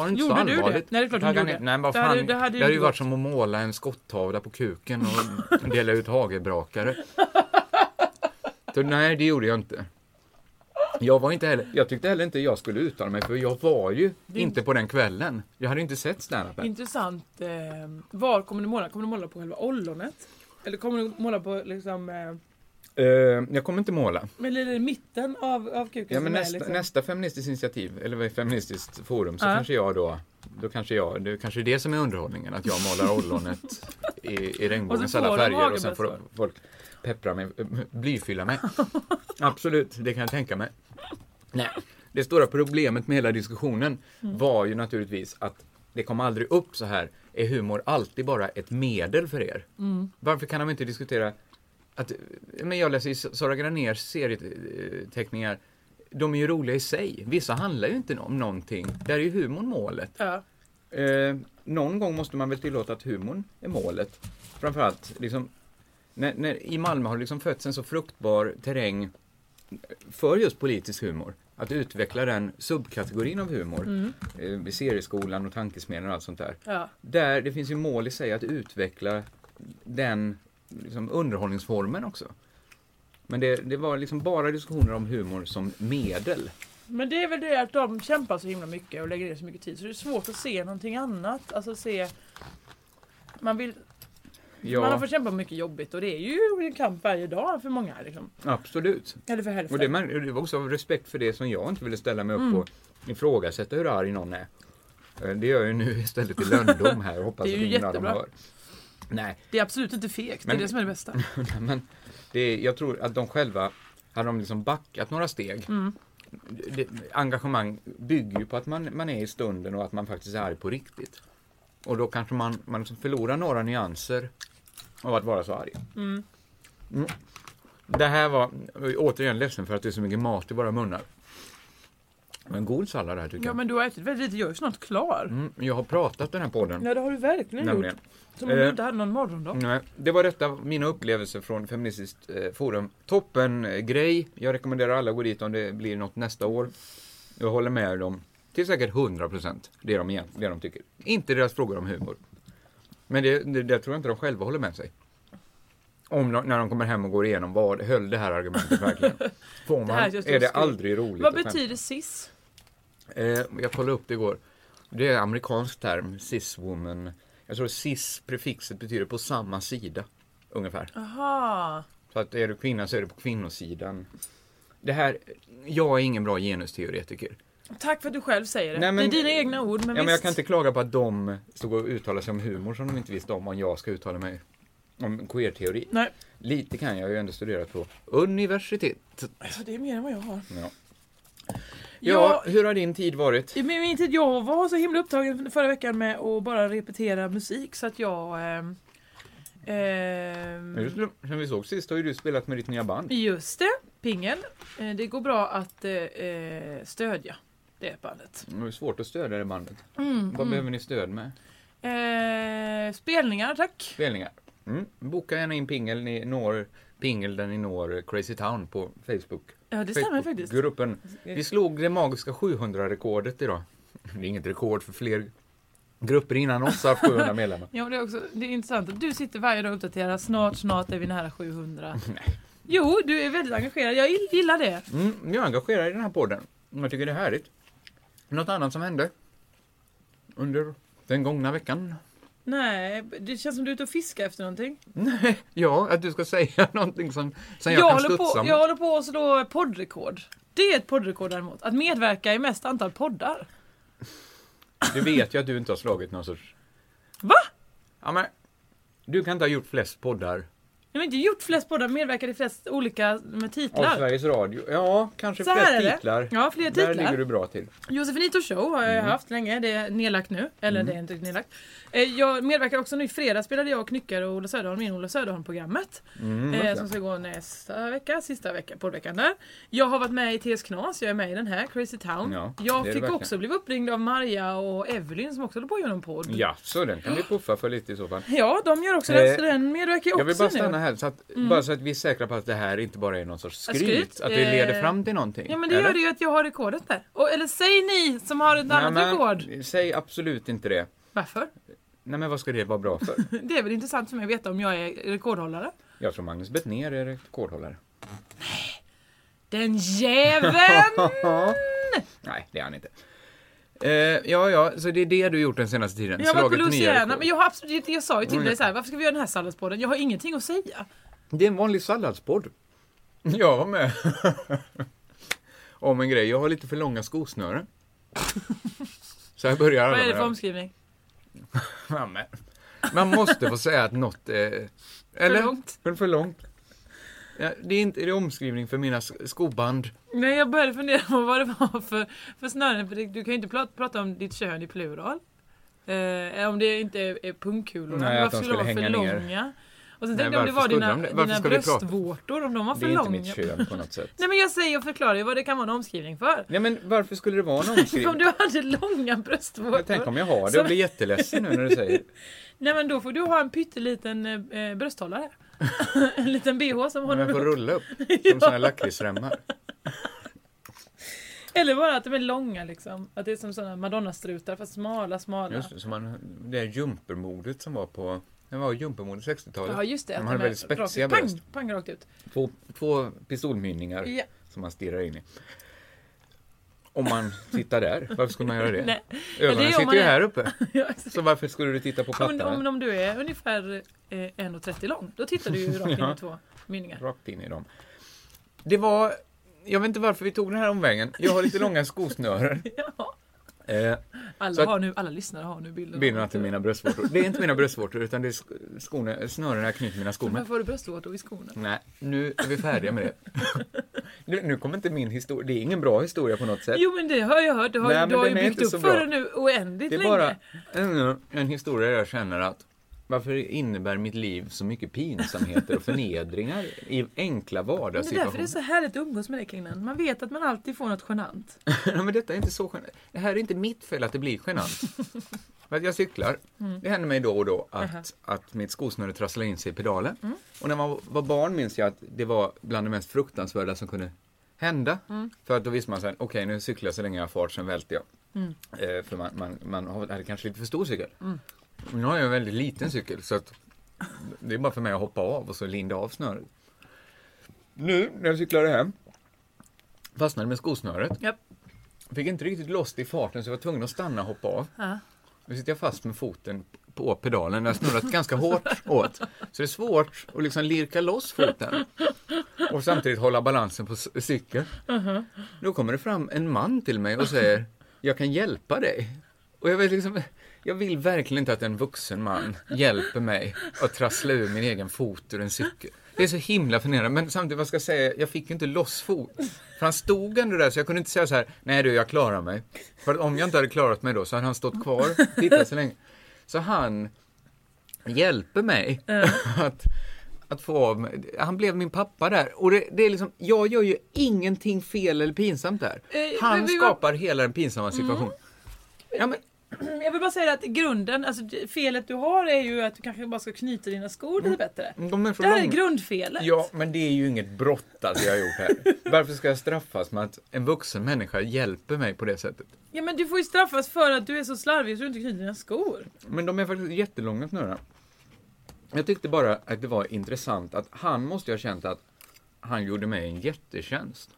[SPEAKER 4] det inte
[SPEAKER 5] Mm. Gjorde
[SPEAKER 4] så
[SPEAKER 5] du det?
[SPEAKER 4] allvarligt.
[SPEAKER 5] Nej, det är klart du
[SPEAKER 4] Tagga
[SPEAKER 5] gjorde.
[SPEAKER 4] ner- Nej, men vad
[SPEAKER 5] Det
[SPEAKER 4] fan.
[SPEAKER 5] hade-
[SPEAKER 4] Det hade,
[SPEAKER 5] det hade ju
[SPEAKER 4] ju
[SPEAKER 5] inte
[SPEAKER 4] varit
[SPEAKER 5] gått.
[SPEAKER 4] som att måla en skottavla på kuken och dela ut hagelbrakare. Så nej, det gjorde jag inte. Jag var inte heller, jag tyckte heller inte jag skulle uttala mig för jag var ju inte på den kvällen. Jag hade ju inte sett standupen.
[SPEAKER 5] Intressant. Eh, var kommer du måla? Kommer du måla på själva ollonet? Eller kommer du måla på liksom, eh,
[SPEAKER 4] Eh, jag kommer inte måla.
[SPEAKER 5] med lite i mitten av, av kuken?
[SPEAKER 4] Ja, men
[SPEAKER 5] som är
[SPEAKER 4] nästa,
[SPEAKER 5] liksom-
[SPEAKER 4] nästa feministiskt initiativ, eller vad är feministiskt forum, så
[SPEAKER 5] Ja.
[SPEAKER 4] kanske jag då Då kanske jag, det är kanske är det som är underhållningen, att jag målar ollonet i, i regnbågens
[SPEAKER 5] Och så får
[SPEAKER 4] alla
[SPEAKER 5] de
[SPEAKER 4] färger och sen får
[SPEAKER 5] hagelbössor.
[SPEAKER 4] folk peppra mig, eh, blyfylla mig. Absolut, det kan jag tänka mig. Nej, det stora problemet med hela diskussionen var ju naturligtvis att det kom aldrig upp så här, är humor alltid bara ett medel för er? Varför kan de inte diskutera att, men jag läser ju Sara Graners serieteckningar, de är ju roliga i sig. Vissa handlar ju inte om någonting. Där är ju humorn målet.
[SPEAKER 5] Ja.
[SPEAKER 4] Eh, någon gång måste man väl tillåta att humorn är målet. Framförallt liksom, när, när, i Malmö har det liksom fötts en så fruktbar terräng för just politisk humor. Att utveckla den subkategorin av humor. Eh, vid serieskolan och tankesmedjan och allt sånt där.
[SPEAKER 5] Mm. Ja.
[SPEAKER 4] Där det finns ju mål i sig att utveckla den liksom, underhållningsformen också. Men det, det var liksom bara diskussioner om humor som medel.
[SPEAKER 5] Men det är väl det att de kämpar så himla mycket och lägger ner så mycket tid så det är svårt att se någonting annat. Alltså se... Man, vill,
[SPEAKER 4] Ja,
[SPEAKER 5] man har fått kämpa mycket jobbigt och det är ju en kamp varje dag för många. Liksom.
[SPEAKER 4] absolut.
[SPEAKER 5] Eller för hälften.
[SPEAKER 4] Och det, mär- det var också av respekt för det som jag inte ville ställa mig upp
[SPEAKER 5] Mm.
[SPEAKER 4] och ifrågasätta hur arg någon är. Eh, Det gör jag ju nu istället i lönndom här och hoppas
[SPEAKER 5] Det är ju
[SPEAKER 4] att ingen av dem
[SPEAKER 5] jättebra.
[SPEAKER 4] hör. Nej,
[SPEAKER 5] Det är absolut inte fegt,
[SPEAKER 4] Men-
[SPEAKER 5] det är det som är det bästa.
[SPEAKER 4] men det, jag tror att de själva, hade de liksom backat några steg.
[SPEAKER 5] Mm.
[SPEAKER 4] Det, engagemang bygger ju på att man, man är i stunden och att man faktiskt är arg på riktigt. Och då kanske man, man liksom förlorar några nyanser av att vara så arg. Mm. Det här var, jag är återigen ledsen för att det är så mycket mat i våra munnar. Men god sallad det här tycker
[SPEAKER 5] Ja men du har ätit väldigt lite, jag är snart klar.
[SPEAKER 4] jag. Mm, jag har pratat den här podden.
[SPEAKER 5] Ja det har du verkligen
[SPEAKER 4] Nämligen.
[SPEAKER 5] gjort. Som om du
[SPEAKER 4] Eh.
[SPEAKER 5] inte hade någon morgon då.
[SPEAKER 4] Nej, det var detta, mina upplevelser från Feministiskt eh, forum. Toppen eh, grej. Jag rekommenderar alla att gå dit om det blir något nästa år. Jag håller med dem till säkert 100% det de, egent- det de tycker. Inte deras frågor om humor. Men det, det, det tror jag inte de själva håller med sig. Om de, när de kommer hem och går igenom, vad höll det här argumentet verkligen? Får man,
[SPEAKER 5] Det här känns
[SPEAKER 4] är det
[SPEAKER 5] oskuld.
[SPEAKER 4] aldrig roligt
[SPEAKER 5] Vad
[SPEAKER 4] att skämta?
[SPEAKER 5] betyder cis?
[SPEAKER 4] Eh, jag kollade upp det igår. Det är en amerikansk term, cis-woman. Jag tror cis, prefixet betyder på samma sida, ungefär.
[SPEAKER 5] Aha.
[SPEAKER 4] Så att är du kvinna så är du på kvinnosidan. Det här, jag är ingen bra genusteoretiker.
[SPEAKER 5] Tack för att du själv säger det.
[SPEAKER 4] Nej, men-
[SPEAKER 5] det är dina egna ord men
[SPEAKER 4] ja,
[SPEAKER 5] visst.
[SPEAKER 4] men jag kan inte klaga på att de stod och uttalade sig om humor som de inte visste om, om jag ska uttala mig om queer-teori.
[SPEAKER 5] Nej,
[SPEAKER 4] Lite kan jag, jag har ju ändå studerat på universitet.
[SPEAKER 5] alltså, det är mer än vad jag har.
[SPEAKER 4] Ja. ja,
[SPEAKER 5] Ja.
[SPEAKER 4] hur har din tid varit?
[SPEAKER 5] Men min tid, jag var så himla upptagen förra veckan med att bara repetera musik så att jag... ehm, ehm,
[SPEAKER 4] Just det, Sen vi såg sist har ju du spelat med ditt nya band.
[SPEAKER 5] Just det, pingen. Eh, Det går bra att eh, eh, stödja det bandet.
[SPEAKER 4] Det är svårt att stödja det bandet.
[SPEAKER 5] Mm,
[SPEAKER 4] Vad behöver ni stöd med?
[SPEAKER 5] Eh, spelningar, tack.
[SPEAKER 4] Spelningar. Mm. Boka gärna in pingel, ni når pingel där ni når Crazy Town på Facebook.
[SPEAKER 5] Ja, det stämmer faktiskt.
[SPEAKER 4] Gruppen. Vi slog det magiska 700-rekordet idag. Det är inget rekord för fler grupper innan oss har haft 700 medlemmar.
[SPEAKER 5] Ja, men det, är också, det är intressant att du sitter varje dag och uppdaterar. Snart, snart är vi nära 700. Jo, du är väldigt engagerad. Jag gill- gillar det.
[SPEAKER 4] Mm, jag är engagerad i den här podden. Jag tycker det är härligt. Något annat som hände under den gångna veckan?
[SPEAKER 5] Nej, det känns som du är ute och fiskar efter någonting.
[SPEAKER 4] Nej, ja, att du ska säga någonting som, som jag,
[SPEAKER 5] Jag,
[SPEAKER 4] kan
[SPEAKER 5] håller
[SPEAKER 4] studsa
[SPEAKER 5] på,
[SPEAKER 4] mot.
[SPEAKER 5] jag håller på att slå poddrekord. Det är ett poddrekord däremot. Att medverka i mest antal poddar.
[SPEAKER 4] Du vet ju att du inte har slagit någon sorts...
[SPEAKER 5] Va?
[SPEAKER 4] Ja, men du kan inte ha gjort flest poddar
[SPEAKER 5] Jag har inte gjort flest poddar, medverkat i flest olika med
[SPEAKER 4] av
[SPEAKER 5] titlar.
[SPEAKER 4] Sveriges Radio. Ja, kanske
[SPEAKER 5] Så här är
[SPEAKER 4] flest
[SPEAKER 5] det.
[SPEAKER 4] titlar.
[SPEAKER 5] Ja, fler
[SPEAKER 4] Där
[SPEAKER 5] titlar.
[SPEAKER 4] ligger du bra till.
[SPEAKER 5] Josefinito show har jag
[SPEAKER 4] Mm.
[SPEAKER 5] haft länge, det är nedlagt nu. Eller det är inte nedlagt. Eh, Jag medverkar också nu, i fredag spelade jag Knyckare och Ola Söderholm in Ola Söderholm-programmet.
[SPEAKER 4] Mm,
[SPEAKER 5] eh, som ska gå nästa vecka, sista vecka, poddveckan där. Jag har varit med i TS Knas, jag är med i den här, Crazy Town.
[SPEAKER 4] Ja, det är
[SPEAKER 5] jag
[SPEAKER 4] det
[SPEAKER 5] fick
[SPEAKER 4] verkligen.
[SPEAKER 5] också bli uppringd av Marja och Evelyn som också håller på att göra en podd.
[SPEAKER 4] Ja, så den kan vi puffa för lite i så fall.
[SPEAKER 5] Ja, de gör också den,
[SPEAKER 4] Eh,
[SPEAKER 5] så den medverkar jag också
[SPEAKER 4] Jag vill bara stanna
[SPEAKER 5] nu. Mm.
[SPEAKER 4] här, så att, bara så att vi är säkra på att det här inte bara är någon sorts skryt.
[SPEAKER 5] Skryt,
[SPEAKER 4] Att det leder
[SPEAKER 5] eh,
[SPEAKER 4] fram till någonting.
[SPEAKER 5] Ja men det gör
[SPEAKER 4] eller?
[SPEAKER 5] det ju att jag har rekordet där. Och, eller säg ni som har ett
[SPEAKER 4] Nej,
[SPEAKER 5] annat rekord.
[SPEAKER 4] men, Säg absolut inte det.
[SPEAKER 5] Varför?
[SPEAKER 4] Nej men vad ska det vara bra för?
[SPEAKER 5] Det är väl intressant för mig att veta om jag är rekordhållare.
[SPEAKER 4] Jag tror Magnus Bettner är rekordhållare.
[SPEAKER 5] Den jäveln!
[SPEAKER 4] Nej, det är han inte. Eh, ja, ja, så det är det du gjort den senaste tiden?
[SPEAKER 5] Jag var på
[SPEAKER 4] Slagit nya
[SPEAKER 5] Louisiana,
[SPEAKER 4] rekord.
[SPEAKER 5] men jag, har absolut, jag sa ju till dig så här, varför ska vi göra den här salladspodden? Jag har ingenting att säga.
[SPEAKER 4] Det är en vanlig salladspodd. Jag var med. Om en grej, jag har lite för långa skosnören. Så här börjar alla
[SPEAKER 5] Vad är det
[SPEAKER 4] med
[SPEAKER 5] för omskrivning?
[SPEAKER 4] Ja, men. Man måste få säga att något är... Eller?
[SPEAKER 5] långt.
[SPEAKER 4] Men för långt. Ja, det är inte det är omskrivning för mina sk- skoband.
[SPEAKER 5] Nej jag började fundera på vad det var för, för snören för det, du kan ju inte pra- prata om ditt kön i plural. Eh, om det inte är, är pungkulorna.
[SPEAKER 4] Nej,
[SPEAKER 5] Men
[SPEAKER 4] att de
[SPEAKER 5] varför skulle
[SPEAKER 4] skulle
[SPEAKER 5] de vara
[SPEAKER 4] hänga
[SPEAKER 5] för
[SPEAKER 4] ner.
[SPEAKER 5] långa? Och sen
[SPEAKER 4] Nej,
[SPEAKER 5] tänkte jag om
[SPEAKER 4] varför
[SPEAKER 5] det var
[SPEAKER 4] skulle
[SPEAKER 5] dina,
[SPEAKER 4] de det? Varför
[SPEAKER 5] dina
[SPEAKER 4] ska vi prata?
[SPEAKER 5] bröstvårtor, om de var för
[SPEAKER 4] Det är
[SPEAKER 5] långa.
[SPEAKER 4] inte mitt kön på något sätt.
[SPEAKER 5] Nej men jag säger, jag förklarar ju vad det kan vara en omskrivning för.
[SPEAKER 4] Nej men varför skulle det vara en
[SPEAKER 5] Om
[SPEAKER 4] omskrivning?
[SPEAKER 5] du hade långa bröstvårtor.
[SPEAKER 4] Jag tänker om jag har det,
[SPEAKER 5] Som-
[SPEAKER 4] jag blir jätteledsen nu när du säger
[SPEAKER 5] Nej men då får du ha en pytteliten eh, eh, brösthållare. en liten bh som
[SPEAKER 4] Men
[SPEAKER 5] håller
[SPEAKER 4] jag får
[SPEAKER 5] upp.
[SPEAKER 4] rulla upp, som såna här lakritsremmar.
[SPEAKER 5] Eller bara att de är långa liksom. Att det är som sådana madonnastrutar fast smala, smala.
[SPEAKER 4] Just det, så man, det här jumpermodet som var på, det var jumpermodet 60-talet.
[SPEAKER 5] Ja just det.
[SPEAKER 4] De
[SPEAKER 5] att
[SPEAKER 4] hade
[SPEAKER 5] är
[SPEAKER 4] väldigt spetsiga
[SPEAKER 5] rakt,
[SPEAKER 4] bröst.
[SPEAKER 5] pang, pang rakt ut.
[SPEAKER 4] Två, två pistolmynningar
[SPEAKER 5] Ja.
[SPEAKER 4] som man stirrar in i. Om man tittar där, varför skulle man göra det?
[SPEAKER 5] Nej.
[SPEAKER 4] Ögonen
[SPEAKER 5] Eller om
[SPEAKER 4] sitter
[SPEAKER 5] man
[SPEAKER 4] ju
[SPEAKER 5] är-
[SPEAKER 4] här uppe.
[SPEAKER 5] Ja, exakt.
[SPEAKER 4] Så varför skulle du titta på
[SPEAKER 5] om,
[SPEAKER 4] plattan?
[SPEAKER 5] om, om du är ungefär eh, 1,30 lång då tittar du ju rakt in i två mynningar.
[SPEAKER 4] Rakt in i dem. Det var, jag vet inte varför vi tog den här omvägen. Jag har lite långa skosnören.
[SPEAKER 5] Ja.
[SPEAKER 4] Eh, Så
[SPEAKER 5] Alla,
[SPEAKER 4] att-
[SPEAKER 5] har nu, alla lyssnare har nu bilden. av
[SPEAKER 4] Bilden
[SPEAKER 5] att
[SPEAKER 4] att det är
[SPEAKER 5] du-
[SPEAKER 4] mina bröstvårtor. Det är inte mina bröstvårtor utan det är sk- skorna, snören jag knyter mina skor med.
[SPEAKER 5] Varför har du bröstvårtor i skorna?
[SPEAKER 4] Nej, nu är vi färdiga med det. nu, nu kommer inte min historia, det är ingen bra historia på något sätt.
[SPEAKER 5] Jo men det har jag hört. Du har,
[SPEAKER 4] Nej, men
[SPEAKER 5] du har ju
[SPEAKER 4] den är
[SPEAKER 5] byggt
[SPEAKER 4] inte så
[SPEAKER 5] upp för
[SPEAKER 4] bra.
[SPEAKER 5] det nu oändligt
[SPEAKER 4] det är
[SPEAKER 5] länge.
[SPEAKER 4] bara en, en historia jag känner att varför innebär mitt liv så mycket pinsamheter och förnedringar i enkla
[SPEAKER 5] Men det är därför det är
[SPEAKER 4] vardagssituationer?
[SPEAKER 5] så härligt att umgås med dig Kringlan. Man vet att man alltid får något genant.
[SPEAKER 4] Nej, men detta är inte så genant. Det här är inte mitt fel att det blir genant. För att jag cyklar. Det händer mig då och då att, att mitt skosnöre trasslar in sig i pedalen. Och när man var barn minns jag att det var bland det mest fruktansvärda som kunde hända. För att då visste man sen, okej nu cyklar jag så länge jag har fart, sen välter jag. Eh, för man, man, man har- hade kanske lite för stor cykel. Nu har jag en väldigt liten cykel så att det är bara för mig att hoppa av och så linda av snöret. Nu när jag cyklade hem fastnade med skosnöret.
[SPEAKER 5] Japp.
[SPEAKER 4] Fick inte riktigt loss det i farten så jag var tvungen att stanna och hoppa av.
[SPEAKER 5] Ja.
[SPEAKER 4] Nu sitter jag fast med foten på pedalen. Den har snurrat ganska hårt åt. Så det är svårt att liksom lirka loss foten. Och samtidigt hålla balansen på c- cykeln. Då kommer det fram en man till mig och säger Jag kan hjälpa dig. Och jag, vet liksom, jag vill verkligen inte att en vuxen man hjälper mig att trassla ur min egen fot ur en cykel. Det är så himla förnedrande. Men samtidigt, vad ska jag säga? Jag fick ju inte loss fot. För han stod ändå där, så jag kunde inte säga så här, nej du, jag klarar mig. För att om jag inte hade klarat mig då, så hade han stått kvar, tittat så länge. Så han hjälper mig att, att få av mig. Han blev min pappa där. Och det, det är liksom, jag gör ju ingenting fel eller pinsamt där.
[SPEAKER 5] Eh, men
[SPEAKER 4] Han
[SPEAKER 5] vi var- Mm.
[SPEAKER 4] skapar hela den pinsamma situationen. Ja, men,
[SPEAKER 5] Jag vill bara säga att grunden, alltså det- felet du har är ju att du kanske bara ska knyta dina skor lite bättre.
[SPEAKER 4] Mm. de är
[SPEAKER 5] Det
[SPEAKER 4] för
[SPEAKER 5] här är
[SPEAKER 4] långa.
[SPEAKER 5] grundfelet.
[SPEAKER 4] Ja, men det är ju inget brott alltså jag har gjort här. Varför ska jag straffas med att en vuxen människa hjälper mig på det sättet?
[SPEAKER 5] Ja men du får ju straffas för att du är så slarvig så du inte knyter dina skor.
[SPEAKER 4] Men de är faktiskt jättelånga snurrar. Jag tyckte bara att det var intressant att han måste ju ha känt att han gjorde mig en jättetjänst.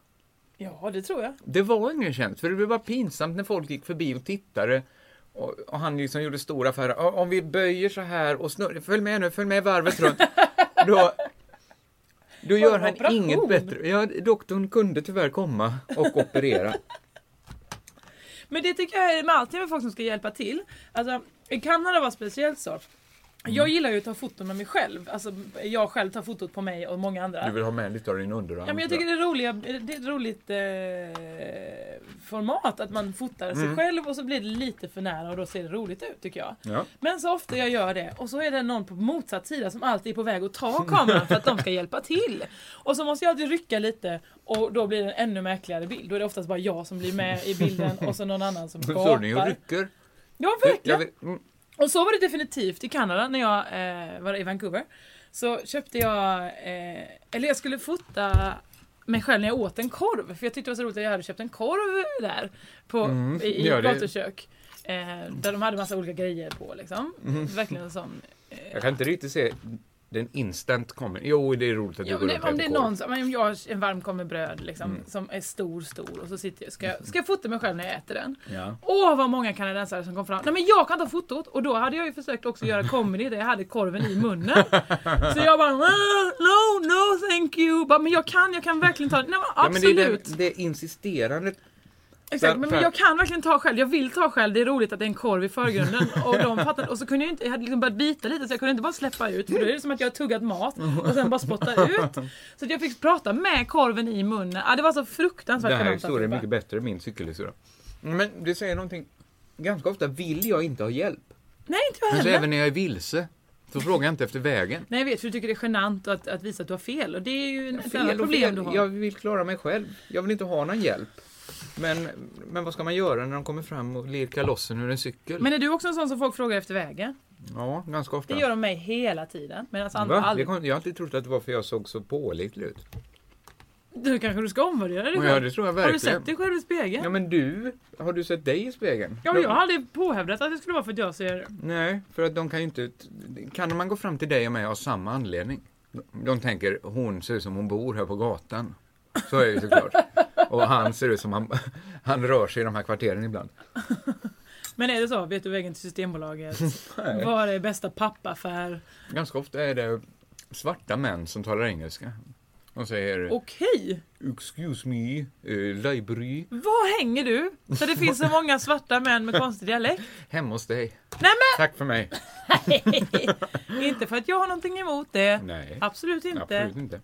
[SPEAKER 5] Ja det tror jag.
[SPEAKER 4] Det var ingen tjänst, för det blev bara pinsamt när folk gick förbi och tittade. Och, och han liksom gjorde stora affärer. "Ja, Om vi böjer så här och snurrar, följ med nu, följ med varvet runt. Då, då gör han
[SPEAKER 5] operation.
[SPEAKER 4] inget bättre. Ja, doktorn kunde tyvärr komma och operera.
[SPEAKER 5] Men det tycker jag är med allting med folk som ska hjälpa till. Alltså i Kanada var speciellt
[SPEAKER 4] Mm.
[SPEAKER 5] så. Jag gillar ju att ta foton med mig själv. Alltså jag själv tar fotot på mig och många andra.
[SPEAKER 4] Du vill ha med lite av din underarm?
[SPEAKER 5] Ja, men jag tycker det är, roliga, det är ett roligt eh, format att man fotar
[SPEAKER 4] Mm.
[SPEAKER 5] sig själv och så blir det lite för nära och då ser det roligt ut tycker jag.
[SPEAKER 4] Ja.
[SPEAKER 5] Men så ofta jag gör det och så är det någon på motsatt sida som alltid är på väg att ta kameran för att de ska hjälpa till. Och så måste jag alltid rycka lite och då blir det en ännu märkligare bild. Då är det oftast bara jag som blir med i bilden och så någon annan som
[SPEAKER 4] Står ni och
[SPEAKER 5] gapar.
[SPEAKER 4] rycker?
[SPEAKER 5] Ja
[SPEAKER 4] Jag
[SPEAKER 5] verkligen!
[SPEAKER 4] vet- mm.
[SPEAKER 5] Och så var det definitivt i Kanada när jag eh, var i Vancouver. Så köpte jag, eh, eller jag skulle fota mig själv när jag åt en korv. För jag tyckte det var så roligt att jag hade köpt en korv där. På, I i
[SPEAKER 4] ja, det-
[SPEAKER 5] gatukök. Eh, där de hade massa olika grejer på liksom. Verkligen en sån.
[SPEAKER 4] Jag kan inte riktigt se den instant kommer. Jo, det är roligt att du
[SPEAKER 5] Ja,
[SPEAKER 4] går
[SPEAKER 5] men
[SPEAKER 4] runt och
[SPEAKER 5] om det är
[SPEAKER 4] äter korv. Mm.
[SPEAKER 5] någon som, men om jag har en varm korv med bröd liksom, som är stor, stor och så sitter jag, ska, jag, ska jag fota mig själv när jag äter den?
[SPEAKER 4] Ja.
[SPEAKER 5] Åh vad många kanadensare som kom fram. Nej men jag kan ta fotot! Och då hade jag ju försökt också göra comedy där jag hade korven i munnen. Så jag bara "Ah, no, no thank you. Bara, men jag kan, jag kan verkligen ta den. Nej men
[SPEAKER 4] Ja, men det,
[SPEAKER 5] absolut.
[SPEAKER 4] är det, det insisterandet.
[SPEAKER 5] Exakt,
[SPEAKER 4] Där-
[SPEAKER 5] men
[SPEAKER 4] för-
[SPEAKER 5] jag kan verkligen ta själv. Jag vill ta själv. Det är roligt att det är en korv i förgrunden. Och, de fattade, och så kunde jag inte, jag hade liksom börjat bita lite så jag kunde inte bara släppa ut. För då är det som att jag har tuggat mat och sen bara spottar ut. Så att jag fick prata med korven i munnen. Ah, det var så fruktansvärt
[SPEAKER 4] Den här
[SPEAKER 5] genant
[SPEAKER 4] historien är
[SPEAKER 5] alltihopa.
[SPEAKER 4] mycket bättre än min cykelhistoria. Mm, Men det säger någonting. Ganska ofta vill jag inte ha hjälp.
[SPEAKER 5] Nej, inte jag
[SPEAKER 4] Men så
[SPEAKER 5] heller.
[SPEAKER 4] även när jag är vilse, så frågar jag inte efter vägen.
[SPEAKER 5] Nej jag vet, för du tycker det är genant att, att visa att du har fel. Och det är ju ett annat
[SPEAKER 4] Fel och
[SPEAKER 5] problem
[SPEAKER 4] fel.
[SPEAKER 5] du har.
[SPEAKER 4] Jag vill klara mig själv. Jag vill inte ha någon hjälp. Men, men vad ska man göra när de kommer fram och lirkar lossen ur en cykel?
[SPEAKER 5] Men är du också en sån som folk frågar efter vägen?
[SPEAKER 4] ja, ganska ofta.
[SPEAKER 5] Det gör de mig hela tiden. alltså, Medan andra
[SPEAKER 4] Va? Det
[SPEAKER 5] aldrig...
[SPEAKER 4] kom, jag har alltid trott att det var för jag såg så pålitlig ut.
[SPEAKER 5] Du kanske du ska omvärdera dig
[SPEAKER 4] Ja,
[SPEAKER 5] själv.
[SPEAKER 4] det tror jag
[SPEAKER 5] Har du
[SPEAKER 4] verkligen.
[SPEAKER 5] sett dig själv i spegeln?
[SPEAKER 4] Ja men du, har du sett dig i spegeln?
[SPEAKER 5] Ja,
[SPEAKER 4] De-
[SPEAKER 5] men jag har aldrig påhävdat att det skulle vara för att jag ser...
[SPEAKER 4] Nej, för att de kan ju inte... Kan man gå fram till dig och mig av samma anledning? De tänker, hon ser ut som hon bor här på gatan. Så är det ju såklart. Och han ser ut som han, han rör sig i de här kvarteren ibland.
[SPEAKER 5] Men är det så? Vet du vägen till Systembolaget? Var är bästa pappaffär?
[SPEAKER 4] Ganska ofta är det svarta män som talar engelska. De säger
[SPEAKER 5] Okej!
[SPEAKER 4] ”excuse me, eh, library,
[SPEAKER 5] Var hänger du? Så det finns så många svarta män med konstig dialekt.
[SPEAKER 4] hemma hos dig,
[SPEAKER 5] Nej
[SPEAKER 4] tack för mig”.
[SPEAKER 5] men! Inte för att jag har någonting emot det.
[SPEAKER 4] Nej,
[SPEAKER 5] Absolut inte.
[SPEAKER 4] absolut inte.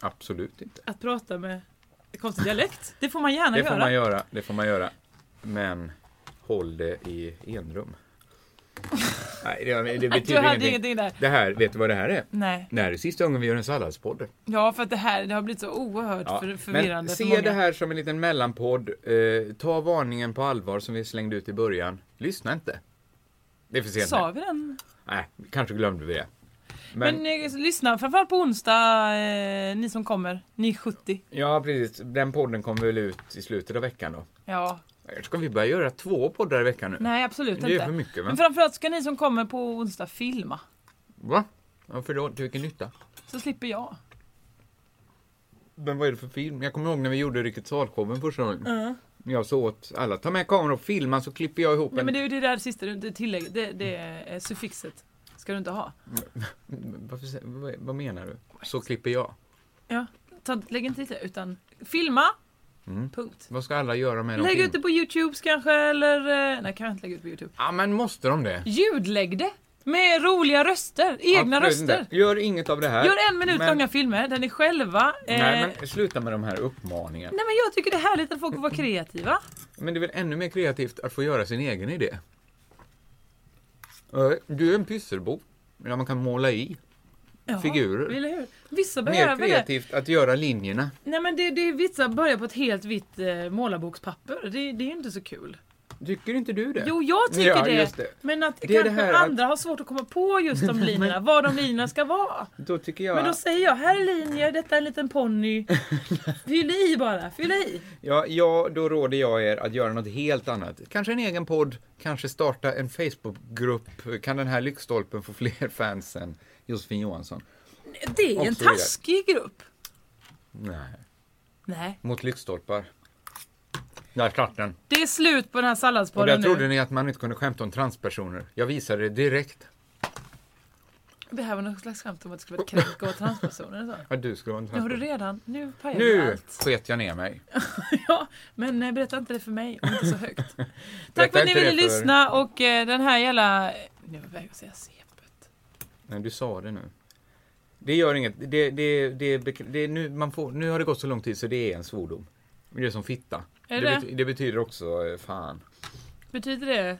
[SPEAKER 4] Absolut inte.
[SPEAKER 5] Att prata med konstig dialekt. Det får man gärna
[SPEAKER 4] Det
[SPEAKER 5] göra.
[SPEAKER 4] får man göra, det får man göra. Men håll det i enrum. Nej, det, det
[SPEAKER 5] Du
[SPEAKER 4] betyder
[SPEAKER 5] hade
[SPEAKER 4] ingenting.
[SPEAKER 5] ingenting där.
[SPEAKER 4] Det här, vet du vad det här är?
[SPEAKER 5] Nej.
[SPEAKER 4] Det här är sista gången vi gör en salladspodd.
[SPEAKER 5] Ja, för att det här det har blivit så oerhört
[SPEAKER 4] Ja,
[SPEAKER 5] för,
[SPEAKER 4] Men
[SPEAKER 5] förvirrande
[SPEAKER 4] se
[SPEAKER 5] för många.
[SPEAKER 4] det här som en liten mellanpodd. Eh, ta varningen på allvar som vi slängde ut i början. Lyssna inte. Det är för sent.
[SPEAKER 5] Sa vi den?
[SPEAKER 4] Nej, kanske glömde vi det. Men,
[SPEAKER 5] Men, eh, lyssna framförallt på onsdag, eh, ni som kommer. Ni 70.
[SPEAKER 4] ja, precis. Den podden kommer väl ut i slutet av veckan då.
[SPEAKER 5] Ja.
[SPEAKER 4] Ska vi börja göra två poddar i veckan nu?
[SPEAKER 5] Nej, absolut
[SPEAKER 4] Det är
[SPEAKER 5] inte.
[SPEAKER 4] för mycket, va?
[SPEAKER 5] Men framförallt ska ni som kommer på onsdag filma.
[SPEAKER 4] Va? Ja, för då, till vilken nytta?
[SPEAKER 5] Så slipper jag.
[SPEAKER 4] Men vad är det för film? Jag kommer ihåg när vi gjorde Rikets Salkoven första gången. Jag sa åt alla, ta med kameran och filma så klipper jag ihop
[SPEAKER 5] Nej,
[SPEAKER 4] en...
[SPEAKER 5] men det är ju det där sista, du- det tillägget, det, det är suffixet. Ska du inte ha.
[SPEAKER 4] Varför, sä- vad, vad menar du? Så klipper jag.
[SPEAKER 5] Ja. Ta, lägg inte till det, utan filma.
[SPEAKER 4] Mm.
[SPEAKER 5] Punkt.
[SPEAKER 4] Vad ska alla göra med de
[SPEAKER 5] Lägg
[SPEAKER 4] film?
[SPEAKER 5] ut det på Youtube kanske eller... eh, Nej, kan jag inte lägga ut på Youtube.
[SPEAKER 4] Ja men måste de det?
[SPEAKER 5] Ljudlägg det! Med roliga röster, egna
[SPEAKER 4] Absolut
[SPEAKER 5] röster.
[SPEAKER 4] inte. Gör inget av det här.
[SPEAKER 5] Gör en minut
[SPEAKER 4] men,
[SPEAKER 5] långa filmer där ni själva... Eh,
[SPEAKER 4] Nej men sluta med de här uppmaningarna.
[SPEAKER 5] Nej men jag tycker det är härligt att folk får vara kreativa.
[SPEAKER 4] Men det är väl ännu mer kreativt att få göra sin egen idé? Eh, Du är en pysselbo. Där man kan måla i.
[SPEAKER 5] Ja,
[SPEAKER 4] Figurer.
[SPEAKER 5] Eller hur? Vissa
[SPEAKER 4] Mer
[SPEAKER 5] behöver det.
[SPEAKER 4] kreativt att göra linjerna.
[SPEAKER 5] Nej men det, det är vissa börjar på ett helt vitt eh, målarbokspapper. Det, det är ju inte så kul.
[SPEAKER 4] Tycker inte du det?
[SPEAKER 5] Jo jag tycker
[SPEAKER 4] ja,
[SPEAKER 5] det.
[SPEAKER 4] Just det.
[SPEAKER 5] Men att
[SPEAKER 4] är det
[SPEAKER 5] kanske
[SPEAKER 4] här att-
[SPEAKER 5] andra har svårt att komma på just de linjerna. Var de linjerna ska vara.
[SPEAKER 4] Då tycker jag...
[SPEAKER 5] Men då säger jag, här är linjer, detta är en liten ponny. Fyll i bara, fyll i.
[SPEAKER 4] Ja, ja, då råder jag er att göra något helt annat. Kanske en egen podd, kanske starta en Facebookgrupp. Kan den här lyktstolpen få fler fans än Josefin Johansson?
[SPEAKER 5] Det är
[SPEAKER 4] Och
[SPEAKER 5] en
[SPEAKER 4] så vidare.
[SPEAKER 5] taskig grupp.
[SPEAKER 4] Nej.
[SPEAKER 5] Nej.
[SPEAKER 4] Mot lyktstolpar. Där satt den.
[SPEAKER 5] Det är slut på den här
[SPEAKER 4] Och där
[SPEAKER 5] salladspodden nu.
[SPEAKER 4] trodde ni att man inte kunde skämta om transpersoner. Jag visade det direkt.
[SPEAKER 5] Det här var något slags skämt om att det skulle vara ett kränk och transpersoner och så.
[SPEAKER 4] Att du skulle vara en
[SPEAKER 5] Nu har du
[SPEAKER 4] transperson.
[SPEAKER 5] redan, nu pajar du
[SPEAKER 4] Nu
[SPEAKER 5] allt.
[SPEAKER 4] sket jag ner mig.
[SPEAKER 5] Ja, men eh, berätta inte det för mig och inte så högt. Tack för
[SPEAKER 4] Berätta
[SPEAKER 5] att ni
[SPEAKER 4] inte det
[SPEAKER 5] ville
[SPEAKER 4] för-
[SPEAKER 5] lyssna och eh, den här jävla... Nu var jag på väg att säga sepet.
[SPEAKER 4] Nej, du sa det nu. Det gör inget. Det, det, det, det, det, nu, man får, nu har det gått så lång tid så det är en svordom. Det är som fitta.
[SPEAKER 5] Är
[SPEAKER 4] det,
[SPEAKER 5] det?
[SPEAKER 4] bety- det betyder också eh, fan.
[SPEAKER 5] Betyder det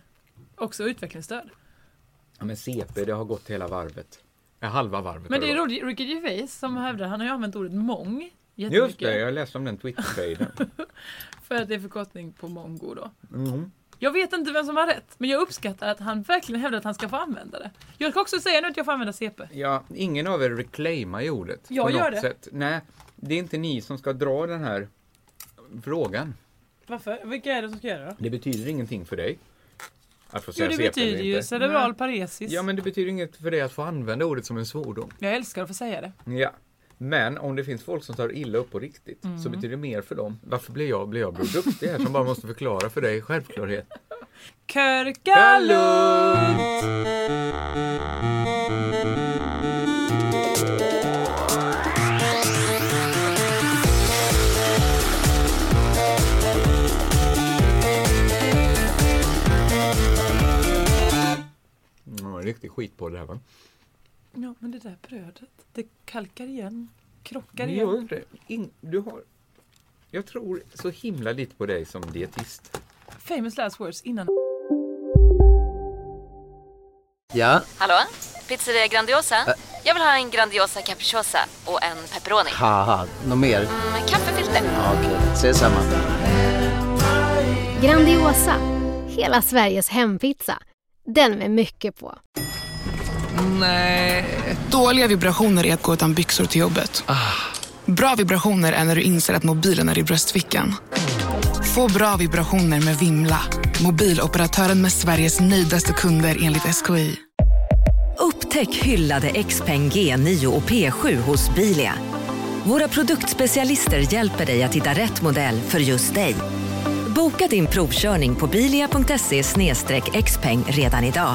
[SPEAKER 5] också utvecklingsstöd?
[SPEAKER 4] Ja, men CP, det har gått hela varvet. Ja, halva varvet
[SPEAKER 5] Men det är
[SPEAKER 4] har gått.
[SPEAKER 5] roligt, Ricky Gervais som hävdar, han har ju använt ordet mång
[SPEAKER 4] Mm. Just
[SPEAKER 5] jättemycket.
[SPEAKER 4] det, jag läste om den Twitter-fejden.
[SPEAKER 5] För att det är förkortning på mongo då.
[SPEAKER 4] Mm.
[SPEAKER 5] Jag vet inte vem som har rätt, men jag uppskattar att han verkligen hävdar att han ska få använda det. Jag ska också säga nu att jag får använda CP.
[SPEAKER 4] Ja, ingen av er reclaimar ju ordet.
[SPEAKER 5] Jag
[SPEAKER 4] på
[SPEAKER 5] gör
[SPEAKER 4] något
[SPEAKER 5] det.
[SPEAKER 4] Sätt. Nej, det är inte ni som ska dra den här frågan.
[SPEAKER 5] Varför? Vilka är det som ska göra det
[SPEAKER 4] Det betyder ingenting för dig. Att få
[SPEAKER 5] Jo
[SPEAKER 4] säga
[SPEAKER 5] det
[SPEAKER 4] CP
[SPEAKER 5] betyder
[SPEAKER 4] eller
[SPEAKER 5] ju
[SPEAKER 4] inte.
[SPEAKER 5] cerebral paresis.
[SPEAKER 4] Ja, men det betyder inget för dig att få använda ordet som en svordom.
[SPEAKER 5] Jag älskar att få säga det.
[SPEAKER 4] Ja. Men om det finns folk som tar illa upp på riktigt
[SPEAKER 5] Mm.
[SPEAKER 4] så betyder det mer för dem. Varför blir jag, blir jag Bror Duktig här som bara måste förklara för dig självklarhet?
[SPEAKER 5] Körkalund!
[SPEAKER 4] Hej Mm, skit på det här va?
[SPEAKER 5] Ja, men det där brödet, det kalkar igen. Krockar
[SPEAKER 4] Men
[SPEAKER 5] igen.
[SPEAKER 4] gör inte det. In, du har... Jag tror så himla lite på dig som dietist.
[SPEAKER 5] Famous last words innan.
[SPEAKER 3] Ja,
[SPEAKER 6] Hallå? Pizzeria Grandiosa? Jag vill ha en Grandiosa capriciosa och en pepperoni.
[SPEAKER 3] haha, något mer?
[SPEAKER 6] Med kaffefilter.
[SPEAKER 3] Ja, Okej, ses samma.
[SPEAKER 7] Grandiosa, hela Sveriges hempizza. Den med mycket på.
[SPEAKER 8] Dåliga vibrationer är att gå utan byxor till jobbet. Bra vibrationer är när du inser att mobilen är i bröstfickan. Få bra vibrationer med Vimla. Mobiloperatören med Sveriges nöjdaste kunder enligt SKI.
[SPEAKER 9] Upptäck hyllade XPeng G9 och P7 hos Bilia. Våra produktspecialister hjälper dig att hitta rätt modell för just dig. Boka din provkörning på bilia.se xpeng redan idag.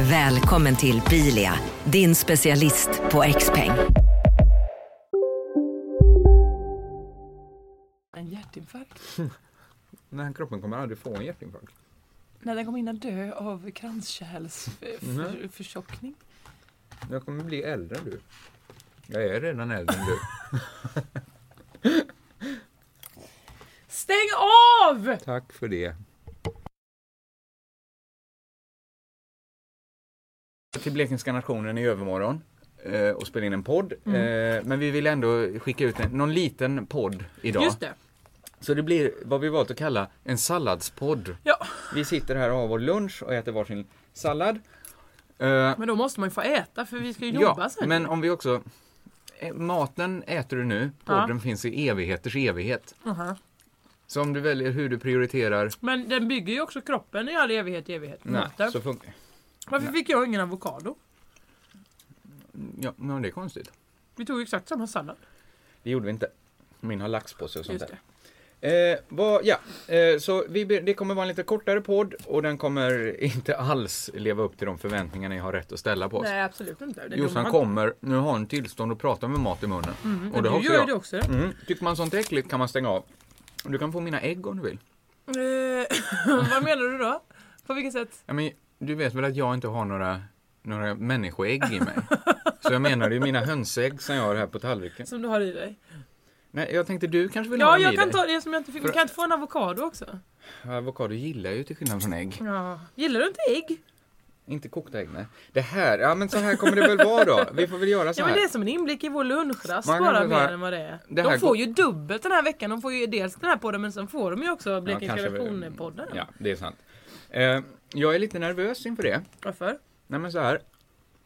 [SPEAKER 9] Välkommen till Bilia, din specialist på XPeng.
[SPEAKER 5] En hjärtinfarkt.
[SPEAKER 4] Den här kroppen kommer aldrig få en hjärtinfarkt.
[SPEAKER 5] När den kommer innan dö av
[SPEAKER 4] Mm.
[SPEAKER 5] kranskärlsförtjockning.
[SPEAKER 4] Jag kommer bli äldre än du. Jag är redan äldre än du.
[SPEAKER 5] Stäng av!
[SPEAKER 4] Tack för det. Till Blekingska nationen i övermorgon eh, och spela in en podd. Eh, men vi vill ändå skicka ut en, någon liten podd idag.
[SPEAKER 5] Just det.
[SPEAKER 4] Så det blir vad vi valt att kalla en salladspodd.
[SPEAKER 5] Ja,
[SPEAKER 4] Vi sitter här och har vår lunch och äter varsin sallad. Eh,
[SPEAKER 5] men då måste man ju få äta för vi ska ju jobba
[SPEAKER 4] ja,
[SPEAKER 5] sen.
[SPEAKER 4] men om vi också... eh, Maten äter du nu, podden finns i evigheters evighet.
[SPEAKER 5] Aha.
[SPEAKER 4] Så om du väljer hur du prioriterar...
[SPEAKER 5] Men den bygger ju också kroppen i all evighet i evighet. Maten.
[SPEAKER 4] Nej, så funkar
[SPEAKER 5] Varför fick jag ingen avokado?
[SPEAKER 4] Ja, men det är konstigt.
[SPEAKER 5] Vi tog ju exakt samma sallad.
[SPEAKER 4] Det gjorde vi inte. Min har lax på sig och sånt
[SPEAKER 5] Just
[SPEAKER 4] där.
[SPEAKER 5] det.
[SPEAKER 4] Eh, vad, ja, eh, så vi, ber- det kommer vara en lite kortare podd och den kommer inte alls leva upp till de förväntningar ni har rätt att ställa på oss.
[SPEAKER 5] Nej, absolut inte. Det är
[SPEAKER 4] Jossan
[SPEAKER 5] dumma-
[SPEAKER 4] kommer, nu har hon tillstånd att prata med mat i munnen. och
[SPEAKER 5] Du
[SPEAKER 4] har
[SPEAKER 5] gör ju det också. Eh,
[SPEAKER 4] Mm. Tycker man sånt är äckligt kan man stänga av. Du kan få mina ägg om du vill.
[SPEAKER 5] Eh, vad menar du då? På vilket sätt?
[SPEAKER 4] Ja, men, du vet väl att jag inte har några, några människoägg i mig? så jag menar det är mina hönsägg som jag har här på tallriken.
[SPEAKER 5] Som du har i dig?
[SPEAKER 4] Nej, jag tänkte du kanske vill ha
[SPEAKER 5] Ja,
[SPEAKER 4] dem i
[SPEAKER 5] jag kan
[SPEAKER 4] dig?
[SPEAKER 5] ta det som jag inte fick. Men kan jag inte få en avokado också?
[SPEAKER 4] Avokado gillar ju till skillnad från ägg.
[SPEAKER 5] Ja. Gillar du inte ägg?
[SPEAKER 4] Inte kokta ägg, nej. Det här, ja men så här kommer det väl vara då. Vi får väl göra så
[SPEAKER 5] Ja,
[SPEAKER 4] här.
[SPEAKER 5] men det är som en inblick i vår lunchrast
[SPEAKER 4] Man kan
[SPEAKER 5] bara
[SPEAKER 4] väl säga-
[SPEAKER 5] mer än vad det är.
[SPEAKER 4] Det här
[SPEAKER 5] de får
[SPEAKER 4] går-
[SPEAKER 5] ju dubbelt den här veckan. De får ju dels den här podden men sen får de ju också Blekinge
[SPEAKER 4] kanske vi-
[SPEAKER 5] Revolution-podden.
[SPEAKER 4] Ja, det är sant. Eh, jag är lite nervös inför det.
[SPEAKER 5] Varför?
[SPEAKER 4] Nej men så här.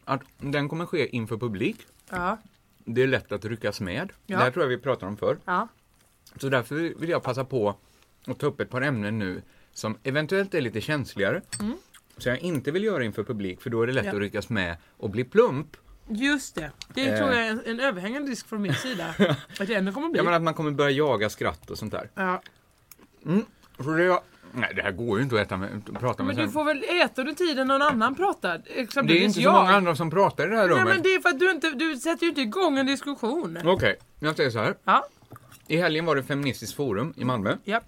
[SPEAKER 4] Att den kommer ske inför publik.
[SPEAKER 5] Ja.
[SPEAKER 4] Det är lätt att ryckas med.
[SPEAKER 5] Ja.
[SPEAKER 4] Det här tror jag vi pratade om förr.
[SPEAKER 5] ja.
[SPEAKER 4] Så därför vill jag passa på att ta upp ett par ämnen nu som eventuellt är lite känsligare. Så jag inte vill göra inför publik för då är det lätt
[SPEAKER 5] Mm. Ja.
[SPEAKER 4] att ryckas med och bli plump.
[SPEAKER 5] Just det. Det
[SPEAKER 4] Eh.
[SPEAKER 5] tror jag är en, en överhängande risk från min sida. att det ändå kommer bli.
[SPEAKER 4] Jag menar att man kommer börja jaga skratt och sånt där.
[SPEAKER 5] ja.
[SPEAKER 4] Så det, är- nej, det här går ju inte att äta med, prata med
[SPEAKER 5] Men du
[SPEAKER 4] sen.
[SPEAKER 5] får väl äta under tiden någon annan pratar.
[SPEAKER 4] Det är inte
[SPEAKER 5] Exempelvis
[SPEAKER 4] så
[SPEAKER 5] jag.
[SPEAKER 4] många andra som pratar i det här
[SPEAKER 5] Nej
[SPEAKER 4] rummet.
[SPEAKER 5] men det är för att du inte, du sätter ju inte igång en diskussion.
[SPEAKER 4] Okej, jag säger så här.
[SPEAKER 5] Ja.
[SPEAKER 4] I helgen var det Feministiskt forum i Malmö.
[SPEAKER 5] Ja.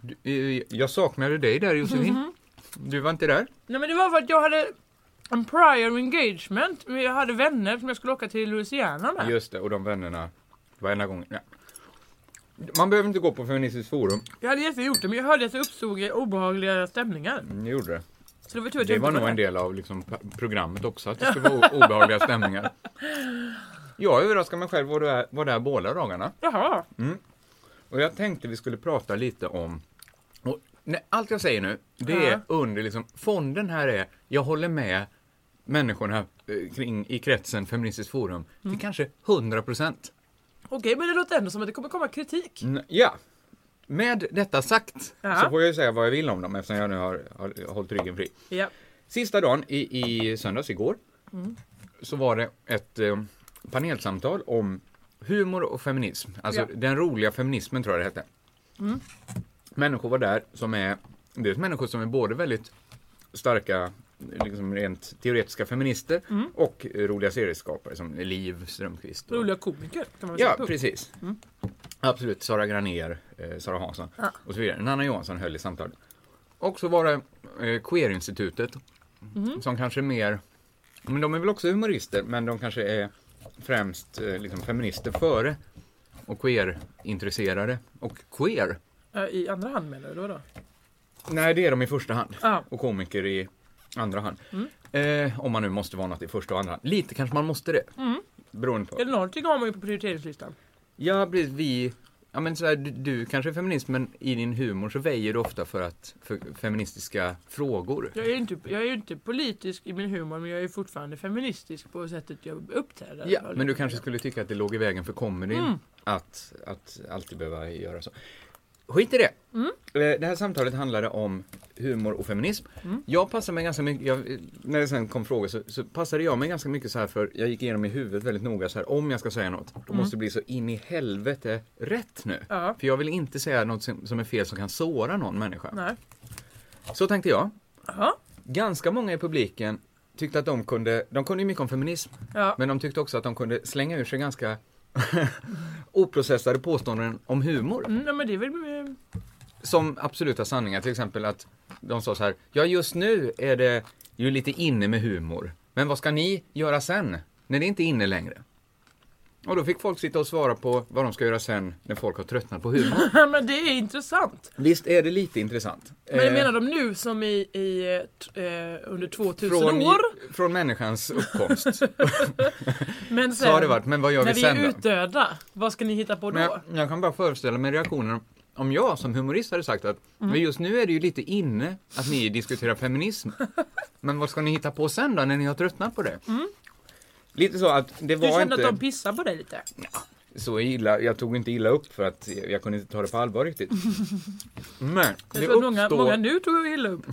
[SPEAKER 4] Du- eh, Jag saknade dig där Josefin.
[SPEAKER 5] Mhm.
[SPEAKER 4] Du var inte där.
[SPEAKER 5] Nej men det var för att jag hade en prior engagement. Men Jag hade vänner som jag skulle åka till Louisiana med.
[SPEAKER 4] Just det, och de vännerna. Det var enda gången. Ja. Man behöver inte gå på Feministiskt forum.
[SPEAKER 5] Jag hade jättegärna gjort det men jag hörde att det uppstod obehagliga stämningar.
[SPEAKER 4] Ni gjorde det.
[SPEAKER 5] Så det var tur att jag
[SPEAKER 4] Det
[SPEAKER 5] inte
[SPEAKER 4] var nog
[SPEAKER 5] där.
[SPEAKER 4] en del av liksom pa- programmet också, att det skulle vara o- obehagliga stämningar. Jag överraskade mig själv var där, var där båda dagarna.
[SPEAKER 5] Jaha.
[SPEAKER 4] Och jag tänkte vi skulle prata lite om... Och, nej, allt jag säger nu, det är
[SPEAKER 5] Ja.
[SPEAKER 4] under liksom... Fonden här är, jag håller med människorna eh, kring, i kretsen Feministiskt forum till
[SPEAKER 5] Mm.
[SPEAKER 4] kanske 100 procent.
[SPEAKER 5] Okej men det låter ändå som att det kommer komma kritik.
[SPEAKER 4] Ja. Med detta sagt
[SPEAKER 5] Mm. Ja.
[SPEAKER 4] så får jag ju säga vad jag vill om dem eftersom jag nu har, har hållit ryggen fri.
[SPEAKER 5] Ja.
[SPEAKER 4] Sista dagen i, i söndags igår så var det ett eh, panelsamtal om humor och feminism. Alltså
[SPEAKER 5] Ja. Mm.
[SPEAKER 4] den roliga feminismen tror jag det hette. Människor var där som är, det är människor som är både väldigt starka liksom rent teoretiska feminister och eh, roliga serieskapare som Liv Strömquist. och-
[SPEAKER 5] Mm. Roliga komiker kan man väl
[SPEAKER 4] Ja,
[SPEAKER 5] säga.
[SPEAKER 4] precis.
[SPEAKER 5] Mm.
[SPEAKER 4] Absolut. Sara Granér, eh, Sara Hansson och så vidare. Nanna Johansson höll i
[SPEAKER 5] Mm.
[SPEAKER 4] samtalet. Och så var det eh, Queerinstitutet som kanske mer Men de är väl också humorister, men de kanske är främst eh, liksom feminister före och queer-intresserade. Och queer,
[SPEAKER 5] Eh, I andra hand menar du då? då?
[SPEAKER 4] nej det är de i första hand.
[SPEAKER 5] Ja.
[SPEAKER 4] Och komiker i andra hand.
[SPEAKER 5] Mm.
[SPEAKER 4] Eh, om man nu måste vara något i första och andra hand. Lite kanske man måste det.
[SPEAKER 5] Mm.
[SPEAKER 4] Beroende på.
[SPEAKER 5] Eller någonting har man ju på prioriteringslistan.
[SPEAKER 4] Ja, precis. Vi... Ja, men så här, du, du kanske är feminist, men i din humor så väjer du ofta för, att, för feministiska frågor.
[SPEAKER 5] Jag är ju inte, jag är ju inte politisk i min humor men jag är ju fortfarande feministisk på sättet jag uppträder.
[SPEAKER 4] Ja, men du kanske skulle tycka att det låg i vägen för comedyn
[SPEAKER 5] Mm.
[SPEAKER 4] att, att alltid behöva göra så. Skit i det!
[SPEAKER 5] Mm.
[SPEAKER 4] Eh, Det här samtalet handlade om humor och feminism.
[SPEAKER 5] Mm.
[SPEAKER 4] Jag passade mig ganska mycket, jag, eh, när det sen kom frågor så, så passade jag mig ganska mycket så här för jag gick igenom i huvudet väldigt noga så här om jag ska säga något, då
[SPEAKER 5] Mm.
[SPEAKER 4] måste det bli så in i helvete rätt nu.
[SPEAKER 5] Ja.
[SPEAKER 4] För jag vill inte säga något som, som är fel som kan såra någon människa.
[SPEAKER 5] Nej.
[SPEAKER 4] Så tänkte jag.
[SPEAKER 5] Aha.
[SPEAKER 4] Ganska många i publiken tyckte att de kunde, de kunde ju mycket om feminism,
[SPEAKER 5] Ja.
[SPEAKER 4] men de tyckte också att de kunde slänga ur sig ganska oprocessade påståenden om humor.
[SPEAKER 5] Mm, ja, men det är väl... eh,
[SPEAKER 4] Som absoluta sanningar, till exempel att de sa så här, ja just nu är det ju lite inne med humor, men vad ska ni göra sen, när det inte är inne längre? Och då fick folk sitta och svara på vad de ska göra sen när folk har tröttnat på humor.
[SPEAKER 5] men det är intressant.
[SPEAKER 4] Visst är det lite intressant?
[SPEAKER 5] Men
[SPEAKER 4] Eh,
[SPEAKER 5] menar de nu som i, i eh, t- eh, under 2000
[SPEAKER 4] från,
[SPEAKER 5] år?
[SPEAKER 4] från människans uppkomst.
[SPEAKER 5] Men
[SPEAKER 4] så har det varit, men vad gör vi
[SPEAKER 5] när
[SPEAKER 4] sen
[SPEAKER 5] vi
[SPEAKER 4] då?
[SPEAKER 5] är utdöda, vad ska ni hitta på då?
[SPEAKER 4] Men jag, jag kan bara föreställa mig reaktionen om jag som humorist hade sagt att
[SPEAKER 5] Mm.
[SPEAKER 4] men just nu är det ju lite inne att ni diskuterar feminism. men vad ska ni hitta på sen då när ni har tröttnat på det?
[SPEAKER 5] Mm.
[SPEAKER 4] Lite så att det
[SPEAKER 5] Du
[SPEAKER 4] var
[SPEAKER 5] kände
[SPEAKER 4] inte
[SPEAKER 5] att de pissar på dig lite?
[SPEAKER 4] så illa, jag tog inte illa upp för att jag, jag kunde inte ta det på allvar riktigt. Men
[SPEAKER 5] Jag
[SPEAKER 4] det
[SPEAKER 5] tror att många,
[SPEAKER 4] uppstår,
[SPEAKER 5] många nu tog illa upp.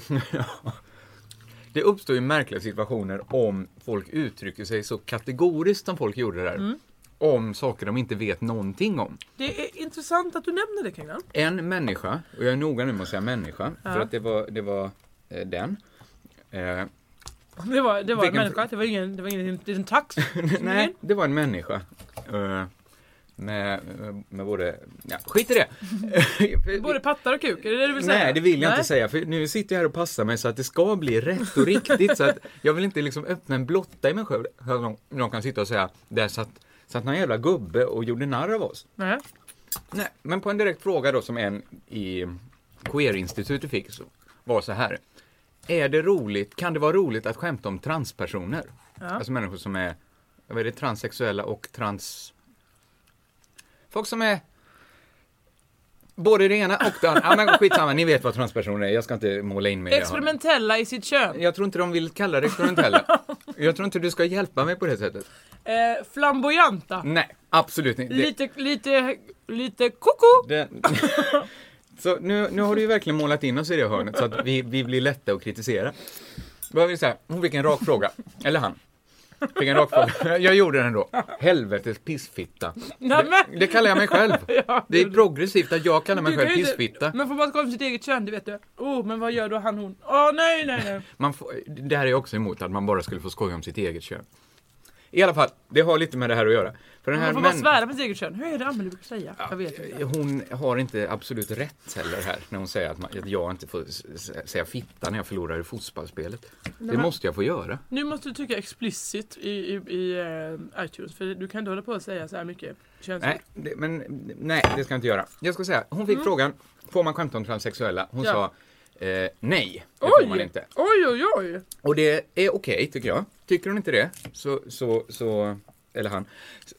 [SPEAKER 4] det uppstår ju märkliga situationer om folk uttrycker sig så kategoriskt som folk gjorde där.
[SPEAKER 5] Mm.
[SPEAKER 4] Om saker de inte vet någonting om.
[SPEAKER 5] Det är intressant att du nämner det Kringlan.
[SPEAKER 4] En människa, och jag är noga nu med att säga människa,
[SPEAKER 5] Ja. Mm.
[SPEAKER 4] för att det var, det var eh, den. Eh,
[SPEAKER 5] Det var, det var en
[SPEAKER 4] Vilken-
[SPEAKER 5] människa, det var ingen, det var ingen, det är en tax.
[SPEAKER 4] nej, det var en människa. Eh, med, med både, ja, skit i det.
[SPEAKER 5] Både pattar och kuk, är det det du vill säga?
[SPEAKER 4] Nej, det vill jag
[SPEAKER 5] Nej.
[SPEAKER 4] inte säga, för nu sitter jag här och passar mig så att det ska bli rätt och riktigt. så att jag vill inte liksom öppna en blotta i mig själv, så att någon, någon kan sitta och säga, där satt, satt någon jävla gubbe och gjorde narr av oss.
[SPEAKER 5] Nej.
[SPEAKER 4] Nej, men på en direkt fråga då som en i Queerinstitutet fick så var så här. Är det roligt, kan det vara roligt att skämta om transpersoner?
[SPEAKER 5] Ja.
[SPEAKER 4] Alltså människor som är, vad är det, transsexuella och trans... Folk som är både det ena och det andra. Ja, men skitsamma, ni vet vad transpersoner är. Jag ska inte måla in mig i det hörnet.
[SPEAKER 5] Experimentella i sitt kön.
[SPEAKER 4] Jag tror inte de vill kalla det experimentella. Jag tror inte du ska hjälpa mig på det sättet.
[SPEAKER 5] Eh, flamboyanta.
[SPEAKER 4] Nej, absolut inte. Mm, Det-
[SPEAKER 5] Lite, lite, lite koko.
[SPEAKER 4] Det... Så nu, nu har du ju verkligen målat in oss i det hörnet så att vi, vi blir lätta att kritisera. Vad vill säga? Hon fick en oh, rak fråga. Eller han. Fick en rak fråga. Jag gjorde den då. Helvetes pissfitta.
[SPEAKER 5] Nej, men,
[SPEAKER 4] Det kallar jag mig själv. Det är progressivt att jag kallar mig
[SPEAKER 5] Du kan
[SPEAKER 4] själv
[SPEAKER 5] ju inte-
[SPEAKER 4] pissfitta.
[SPEAKER 5] Man får bara kolla om sitt eget kön, det vet du. Oh, men vad gör då han hon? Åh nej, nej, nej.
[SPEAKER 4] Man får, det här är jag också emot, att man bara skulle få skoja om sitt eget kön. I alla fall, det har lite med det här att göra. För den här
[SPEAKER 5] Man får bara
[SPEAKER 4] män-
[SPEAKER 5] svära på sitt eget kön. Hur är det Amelie brukar säga? Jag vet inte.
[SPEAKER 4] Eh, Hon har inte absolut rätt heller här när hon säger att, man, att jag inte får s- s- säga fitta när jag förlorar i fotbollsspelet. Det
[SPEAKER 5] men-
[SPEAKER 4] måste jag få göra.
[SPEAKER 5] Nu måste du trycka explicit i, i, i eh, iTunes för du kan inte hålla på att säga så här mycket könsord.
[SPEAKER 4] Nej, det, men nej, det ska jag inte göra. Jag ska säga, hon fick
[SPEAKER 5] Mm.
[SPEAKER 4] frågan, får man skämta om transsexuella? Hon
[SPEAKER 5] Ja.
[SPEAKER 4] sa eh, nej, det får man
[SPEAKER 5] Oj!
[SPEAKER 4] inte.
[SPEAKER 5] Oj, oj, oj!
[SPEAKER 4] Och det är okej, tycker jag. Tycker hon inte det, så, så, så, eller han,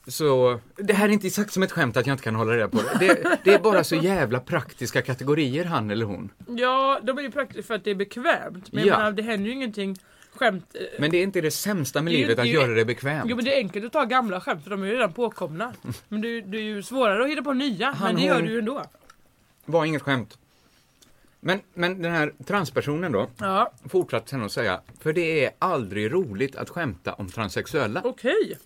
[SPEAKER 4] så, det här är inte sagt som ett skämt att jag inte kan hålla reda på det. Det, det är bara så jävla praktiska kategorier, han eller hon.
[SPEAKER 5] Ja, de är ju praktiska för att det är bekvämt. Men
[SPEAKER 4] Ja.
[SPEAKER 5] jag menar, det händer ju ingenting skämt. eh,
[SPEAKER 4] Men det är inte det sämsta med
[SPEAKER 5] Det är ju-
[SPEAKER 4] livet att
[SPEAKER 5] det är ju-
[SPEAKER 4] göra det bekvämt.
[SPEAKER 5] Jo men det är enkelt att ta gamla skämt för de är ju redan påkomna. Men det, är ju- det är ju svårare att hitta på nya.
[SPEAKER 4] Han,
[SPEAKER 5] men det gör
[SPEAKER 4] hon.
[SPEAKER 5] du ju ändå.
[SPEAKER 4] var inget skämt. Men, men den här transpersonen då,
[SPEAKER 5] Ja,
[SPEAKER 4] fortsatte sen att säga, för det är aldrig roligt att skämta om transsexuella.
[SPEAKER 5] okej.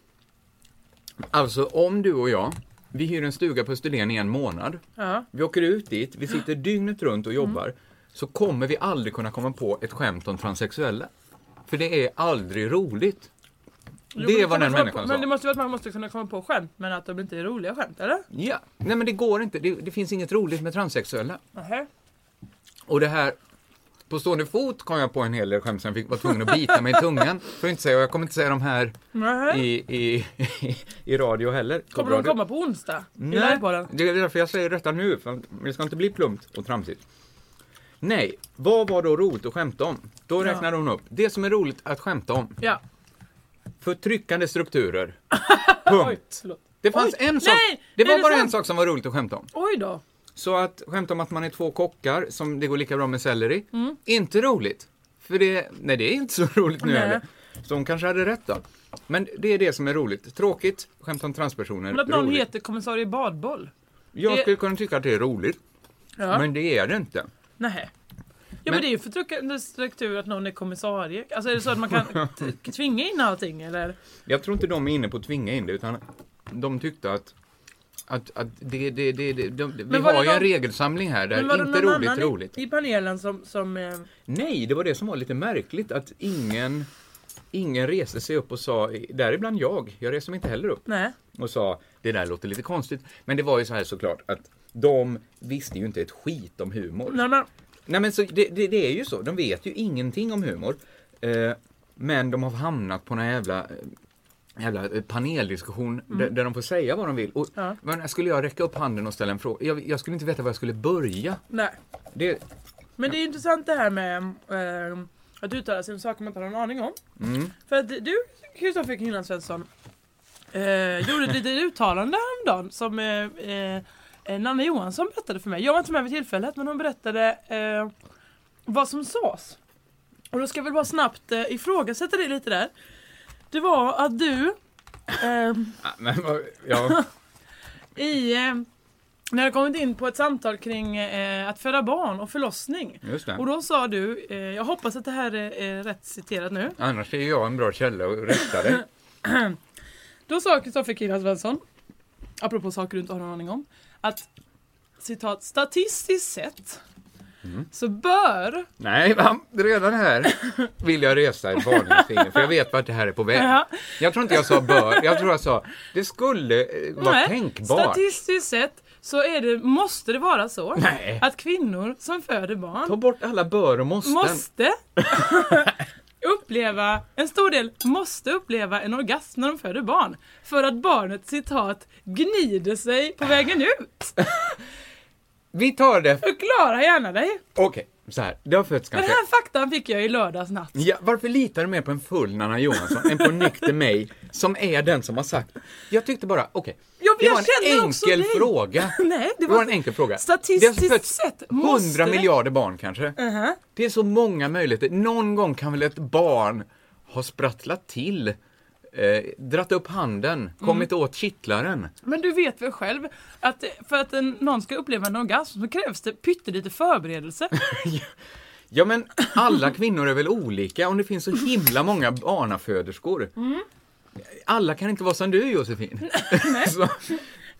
[SPEAKER 4] Alltså om du och jag, vi hyr en stuga på Österlen i en månad,
[SPEAKER 5] Ja.
[SPEAKER 4] vi åker ut dit, vi sitter dygnet runt och jobbar, så kommer vi aldrig kunna komma på ett skämt om transsexuella. För det är aldrig roligt.
[SPEAKER 5] Jo, men
[SPEAKER 4] det
[SPEAKER 5] kan
[SPEAKER 4] var den
[SPEAKER 5] man komma
[SPEAKER 4] människan
[SPEAKER 5] på,
[SPEAKER 4] sa.
[SPEAKER 5] Men det måste ju vara att man måste kunna komma på skämt men att de inte är roliga skämt, eller?
[SPEAKER 4] Ja, nej men det går inte, det, det finns inget roligt med transsexuella.
[SPEAKER 5] Nähä.
[SPEAKER 4] Och det här, På stående fot kom jag på en hel del skämt som jag fick vara tvungen att bita mig i tungan. För att inte säga, och jag kommer inte säga dem här
[SPEAKER 5] Nej.
[SPEAKER 4] i, i, i, i radio heller. På
[SPEAKER 5] Mm. Kommer de
[SPEAKER 4] radio.
[SPEAKER 5] komma på onsdag? I
[SPEAKER 4] Nej,
[SPEAKER 5] livepodden?
[SPEAKER 4] det är därför jag säger detta nu, för det ska inte bli plumpt och tramsigt. Nej, vad var då roligt att skämta om? Då
[SPEAKER 5] Ja.
[SPEAKER 4] räknar hon upp, det som är roligt att skämta om,
[SPEAKER 5] Ja.
[SPEAKER 4] förtryckande strukturer. Punkt. Det fanns
[SPEAKER 5] Oj.
[SPEAKER 4] en sak,
[SPEAKER 5] Nej,
[SPEAKER 4] det
[SPEAKER 5] är
[SPEAKER 4] var
[SPEAKER 5] det
[SPEAKER 4] bara en
[SPEAKER 5] sant?
[SPEAKER 4] sak som var roligt att skämta om.
[SPEAKER 5] Oj då.
[SPEAKER 4] Så att skämta om att man är två kockar, som det går lika bra med selleri,
[SPEAKER 5] Mm.
[SPEAKER 4] inte roligt. För det, nej det är inte så roligt nu
[SPEAKER 5] Nej.
[SPEAKER 4] heller. Så hon kanske hade rätt då. Men det är det som är roligt. Tråkigt, skämt om transpersoner,
[SPEAKER 5] Men att någon
[SPEAKER 4] roligt.
[SPEAKER 5] heter kommissarie badboll?
[SPEAKER 4] Jag
[SPEAKER 5] det-
[SPEAKER 4] skulle kunna tycka att det är roligt.
[SPEAKER 5] Ja.
[SPEAKER 4] Men det är det inte.
[SPEAKER 5] Nej. Ja men, det är ju förtryckande struktur att någon är kommissarie. Alltså är det så att man kan t- tvinga in allting eller?
[SPEAKER 4] Jag tror inte de är inne på att tvinga in det, utan de tyckte att, att, att det, det, det, det, de, vi
[SPEAKER 5] var det
[SPEAKER 4] har ju en
[SPEAKER 5] någon-
[SPEAKER 4] regelsamling här
[SPEAKER 5] Men var
[SPEAKER 4] där
[SPEAKER 5] det
[SPEAKER 4] inte
[SPEAKER 5] någon
[SPEAKER 4] roligt,
[SPEAKER 5] annan i-
[SPEAKER 4] roligt.
[SPEAKER 5] I panelen som... som eh,
[SPEAKER 4] Nej, det var det som var lite märkligt att ingen, ingen reste sig upp och sa, däribland jag, jag reser mig inte heller upp,
[SPEAKER 5] nej.
[SPEAKER 4] och sa det där låter lite konstigt. Men det var ju så här såklart att de visste ju inte ett skit om humor.
[SPEAKER 5] Nej men,
[SPEAKER 4] Nej men så, det, det, det är ju så, de vet ju ingenting om humor. Eh, men de har hamnat på en jävla, eh, jävla eh, paneldiskussion där, där de får säga vad de vill. Och,
[SPEAKER 5] Mm. Ja.
[SPEAKER 4] men, skulle jag räcka upp handen och ställa en fråga? Jag, jag skulle inte veta var jag skulle börja.
[SPEAKER 5] nej.
[SPEAKER 4] Det,
[SPEAKER 5] Men det är ju intressant det här med eh, att uttala sig om saker man inte har en aning om.
[SPEAKER 4] mm.
[SPEAKER 5] För att du, Kristoffer Kringland Svensson, eh, gjorde ett litet uttalande häromdagen som eh, eh, Nanna Johansson berättade för mig. Jag var inte med vid tillfället men hon berättade eh, vad som sades. Och då ska jag väl bara snabbt eh, ifrågasätta dig lite där. Det var att du eh,
[SPEAKER 4] Ah, men, vad- ja.
[SPEAKER 5] i, eh, när du kommit in på ett samtal kring eh, att föda barn och förlossning.
[SPEAKER 4] Just det.
[SPEAKER 5] Och då sa du, eh, jag hoppas att det här är, är rätt citerat nu.
[SPEAKER 4] Annars är jag en bra källa att rätta dig.
[SPEAKER 5] Då sa Kristoffer Kirjan Svensson, apropå saker du inte har någon aning om, att citat statistiskt sett
[SPEAKER 4] Mm.
[SPEAKER 5] så bör
[SPEAKER 4] Nej, va? redan här vill jag resa ett varningsfinger för jag vet vart det här är på väg.
[SPEAKER 5] Ja.
[SPEAKER 4] Jag tror inte jag sa bör, jag tror jag sa det skulle eh, vara
[SPEAKER 5] Nej,
[SPEAKER 4] tänkbart.
[SPEAKER 5] statistiskt sett så är det, måste det vara så
[SPEAKER 4] Nej.
[SPEAKER 5] att kvinnor som föder barn
[SPEAKER 4] Ta bort alla bör och måsten.
[SPEAKER 5] måste uppleva, en stor del måste uppleva en orgasm när de föder barn. För att barnet citat gnider sig på vägen ut.
[SPEAKER 4] Vi tar det.
[SPEAKER 5] Förklara gärna dig.
[SPEAKER 4] Okej, så här. Det har fötts
[SPEAKER 5] Den
[SPEAKER 4] kanske.
[SPEAKER 5] här faktan fick jag i lördags natt.
[SPEAKER 4] Ja, varför litar du mer på en full Nanna Johansson än på en nykter mig som är den som har sagt? Jag tyckte bara, okej.
[SPEAKER 5] Ja, men
[SPEAKER 4] det
[SPEAKER 5] jag
[SPEAKER 4] var en
[SPEAKER 5] känner också
[SPEAKER 4] enkel
[SPEAKER 5] dig.
[SPEAKER 4] fråga.
[SPEAKER 5] Nej, det
[SPEAKER 4] Det var
[SPEAKER 5] var
[SPEAKER 4] en enkel fråga.
[SPEAKER 5] Statistiskt
[SPEAKER 4] det har fötts
[SPEAKER 5] sett måste
[SPEAKER 4] 100
[SPEAKER 5] det-
[SPEAKER 4] miljarder barn kanske.
[SPEAKER 5] Mhm.
[SPEAKER 4] Det är så många möjligheter. Någon gång kan väl ett barn ha sprattlat till, eh, dratt upp
[SPEAKER 5] Mm.
[SPEAKER 4] handen, kommit åt kittlaren.
[SPEAKER 5] Men du vet väl själv att för att en, någon ska uppleva en orgasm så krävs det pyttelite förberedelse.
[SPEAKER 4] Ja men alla kvinnor är väl olika om det finns så himla många barnaföderskor.
[SPEAKER 5] Mm.
[SPEAKER 4] Alla kan inte vara som du Josefin. Så-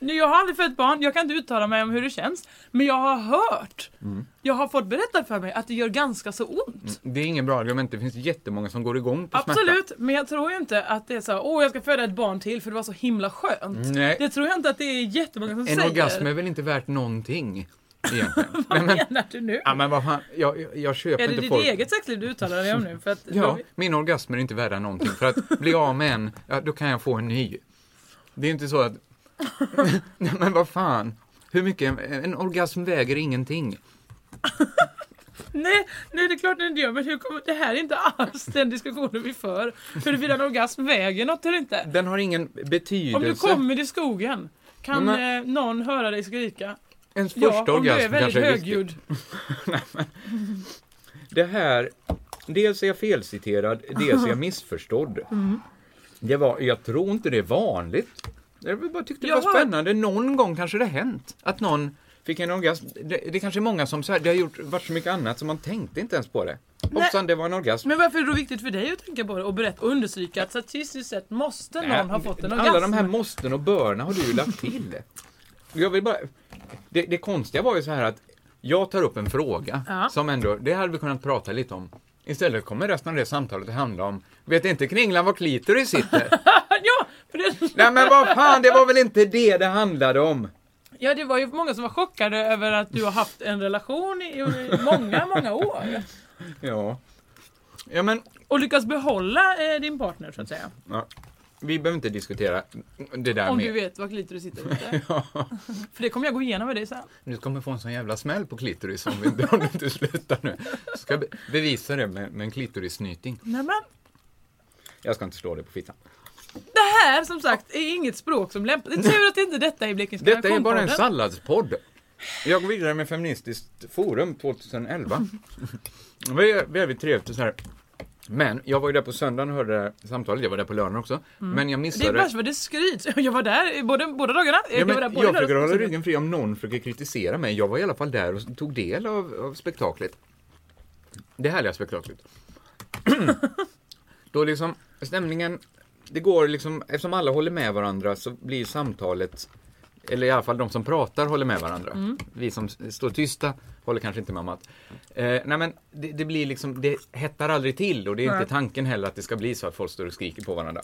[SPEAKER 5] Nu, jag har aldrig fött barn, jag kan inte uttala mig om hur det känns. Men jag har hört, Mm. jag har fått berättat för mig att det gör ganska så ont.
[SPEAKER 4] Mm, Det är ingen bra argument, det finns jättemånga som går igång på smärta.
[SPEAKER 5] Absolut, men jag tror ju inte att det är så här, åh jag ska föda ett barn till för det var så himla skönt.
[SPEAKER 4] Nej.
[SPEAKER 5] Det tror jag inte att det är jättemånga som
[SPEAKER 4] En
[SPEAKER 5] säger.
[SPEAKER 4] orgasm är väl inte värt någonting egentligen.
[SPEAKER 5] Vad menar du nu?
[SPEAKER 4] ja, men vad fan, jag, jag, jag köper
[SPEAKER 5] Är det
[SPEAKER 4] inte
[SPEAKER 5] ditt
[SPEAKER 4] folk.
[SPEAKER 5] eget sexliv du uttalar dig om nu? För att
[SPEAKER 4] Ja, min orgasm är inte värda någonting. För att bli av med en, ja, då kan jag få en ny. Det är inte så att... Nej, men vad fan. Hur mycket? En orgasm väger ingenting.
[SPEAKER 5] Nej, nej det är klart den inte gör men hur kommer, det här är inte alls den diskussionen vi för. Huruvida en orgasm väger något eller inte.
[SPEAKER 4] Den har ingen betydelse.
[SPEAKER 5] Om du kommer i skogen kan
[SPEAKER 4] Men-
[SPEAKER 5] eh, någon höra dig skrika?
[SPEAKER 4] Ens första
[SPEAKER 5] ja, om du är
[SPEAKER 4] orgasm
[SPEAKER 5] väldigt
[SPEAKER 4] kanske är viktig.
[SPEAKER 5] högljudd.
[SPEAKER 4] Det här, dels är jag felciterad, dels är jag missförstådd.
[SPEAKER 5] Mm.
[SPEAKER 4] Det var, jag tror inte det är vanligt. Jag bara tyckte det
[SPEAKER 5] Jag
[SPEAKER 4] var
[SPEAKER 5] har-
[SPEAKER 4] spännande. Någon gång kanske det har hänt att någon fick en orgasm. Det, det kanske är många som så här, det har gjort, varit så mycket annat så man tänkte inte ens på det.
[SPEAKER 5] Nej.
[SPEAKER 4] Hoppsan, det var en orgasm.
[SPEAKER 5] Men varför är det då viktigt för dig att tänka på det och berätta och understryka att statistiskt sett måste någon
[SPEAKER 4] Nej,
[SPEAKER 5] ha fått en orgasm?
[SPEAKER 4] Alla de här måsten och börna har du ju lagt till. Jag vill bara, det, det konstiga var ju så här att jag tar upp en fråga
[SPEAKER 5] Ja.
[SPEAKER 4] som ändå, det hade vi kunnat prata lite om. Istället kommer resten av det samtalet att handla om, vet inte Kringlan var klitoris sitter? Nej men vad fan, det var väl inte det det handlade om?
[SPEAKER 5] Ja det var ju många som var chockade över att du har haft en relation i, i många, många år.
[SPEAKER 4] Ja. Ja men,
[SPEAKER 5] Och lyckas behålla eh, din partner så att säga.
[SPEAKER 4] ja. vi behöver inte diskutera det där
[SPEAKER 5] Om
[SPEAKER 4] mer.
[SPEAKER 5] du vet var klitoris sitter eller inte. För det kommer jag gå igenom med dig sen.
[SPEAKER 4] Du kommer få en sån jävla smäll på klitoris om, vi, om du inte slutar nu. Jag ska be- bevisa det med, med en klitorissnyting.
[SPEAKER 5] Nej, men
[SPEAKER 4] Jag ska inte slå dig på fittan.
[SPEAKER 5] det här som sagt är inget språk som lämpar Det är tur att inte detta är Blekinge
[SPEAKER 4] Detta är
[SPEAKER 5] Kanal
[SPEAKER 4] bara en
[SPEAKER 5] Kompodden.
[SPEAKER 4] salladspodd. Jag går vidare med Feministiskt forum 2011. Det var ju väldigt trevligt och så här. Men jag var ju där på söndagen och hörde samtalet. Jag var där på lördagen också.
[SPEAKER 5] Mm.
[SPEAKER 4] Men jag
[SPEAKER 5] Det är
[SPEAKER 4] missade.
[SPEAKER 5] värst vad det skryts. Jag var där i båda, båda dagarna.
[SPEAKER 4] Ja, men
[SPEAKER 5] var där
[SPEAKER 4] jag
[SPEAKER 5] både lördag
[SPEAKER 4] försöker
[SPEAKER 5] och
[SPEAKER 4] hålla
[SPEAKER 5] söndag.
[SPEAKER 4] ryggen fri om någon försöker kritisera mig. Jag var i alla fall där och tog del av, av spektaklet. Det härliga spektaklet. Då liksom stämningen, det går liksom, eftersom alla håller med varandra så blir samtalet, eller i alla fall de som pratar håller med varandra.
[SPEAKER 10] Mm.
[SPEAKER 4] Vi som s- står tysta håller kanske inte med om att. Eh, nej men det, det blir liksom, det hettar aldrig till och det är
[SPEAKER 10] Nej.
[SPEAKER 4] inte tanken heller att det ska bli så att folk står och skriker på varandra.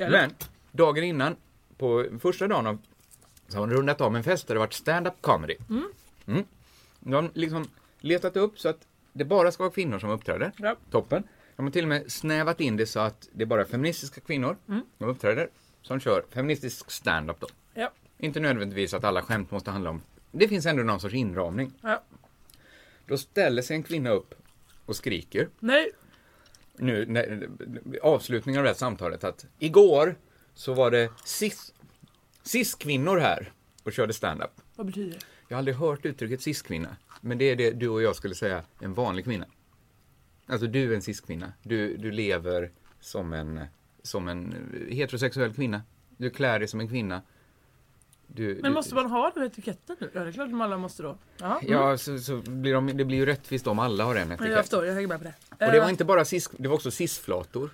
[SPEAKER 10] Eller?
[SPEAKER 4] Men dagen innan, på första dagen av, så har de rundat av med en fest där det varit stand-up comedy.
[SPEAKER 10] Mm.
[SPEAKER 4] Mm. De har liksom letat upp så att det bara ska vara kvinnor som uppträder.
[SPEAKER 5] Ja.
[SPEAKER 4] Toppen. De har till och med snävat in det så att det är bara feministiska kvinnor
[SPEAKER 5] Mm.
[SPEAKER 4] som uppträder som kör feministisk stand-up då.
[SPEAKER 5] Ja.
[SPEAKER 4] Inte nödvändigtvis att alla skämt måste handla om... Det finns ändå någon sorts inramning.
[SPEAKER 5] Ja.
[SPEAKER 4] Då ställer sig en kvinna upp och skriker
[SPEAKER 5] Nej,
[SPEAKER 4] nu, när, avslutningen av det här samtalet att igår så var det cis, cis-kvinnor här och körde stand-up.
[SPEAKER 5] vad betyder det?
[SPEAKER 4] Jag har aldrig hört uttrycket cis-kvinna, men det är det du och jag skulle säga, en vanlig kvinna. Alltså du är en cis-kvinna, du, du lever som en, som en eh, heterosexuell kvinna, du klär dig som en kvinna. Du,
[SPEAKER 5] Men
[SPEAKER 4] du,
[SPEAKER 5] måste man ha den etiketten nu? Ja, det är klart att de alla måste då. Ja, mm.
[SPEAKER 4] Ja, så, så blir de, det blir ju rättvist om alla har en
[SPEAKER 5] Men jag förstår, jag hänger med på det.
[SPEAKER 4] Och det var
[SPEAKER 5] Eh,
[SPEAKER 4] inte bara cis, det var också cis-flator.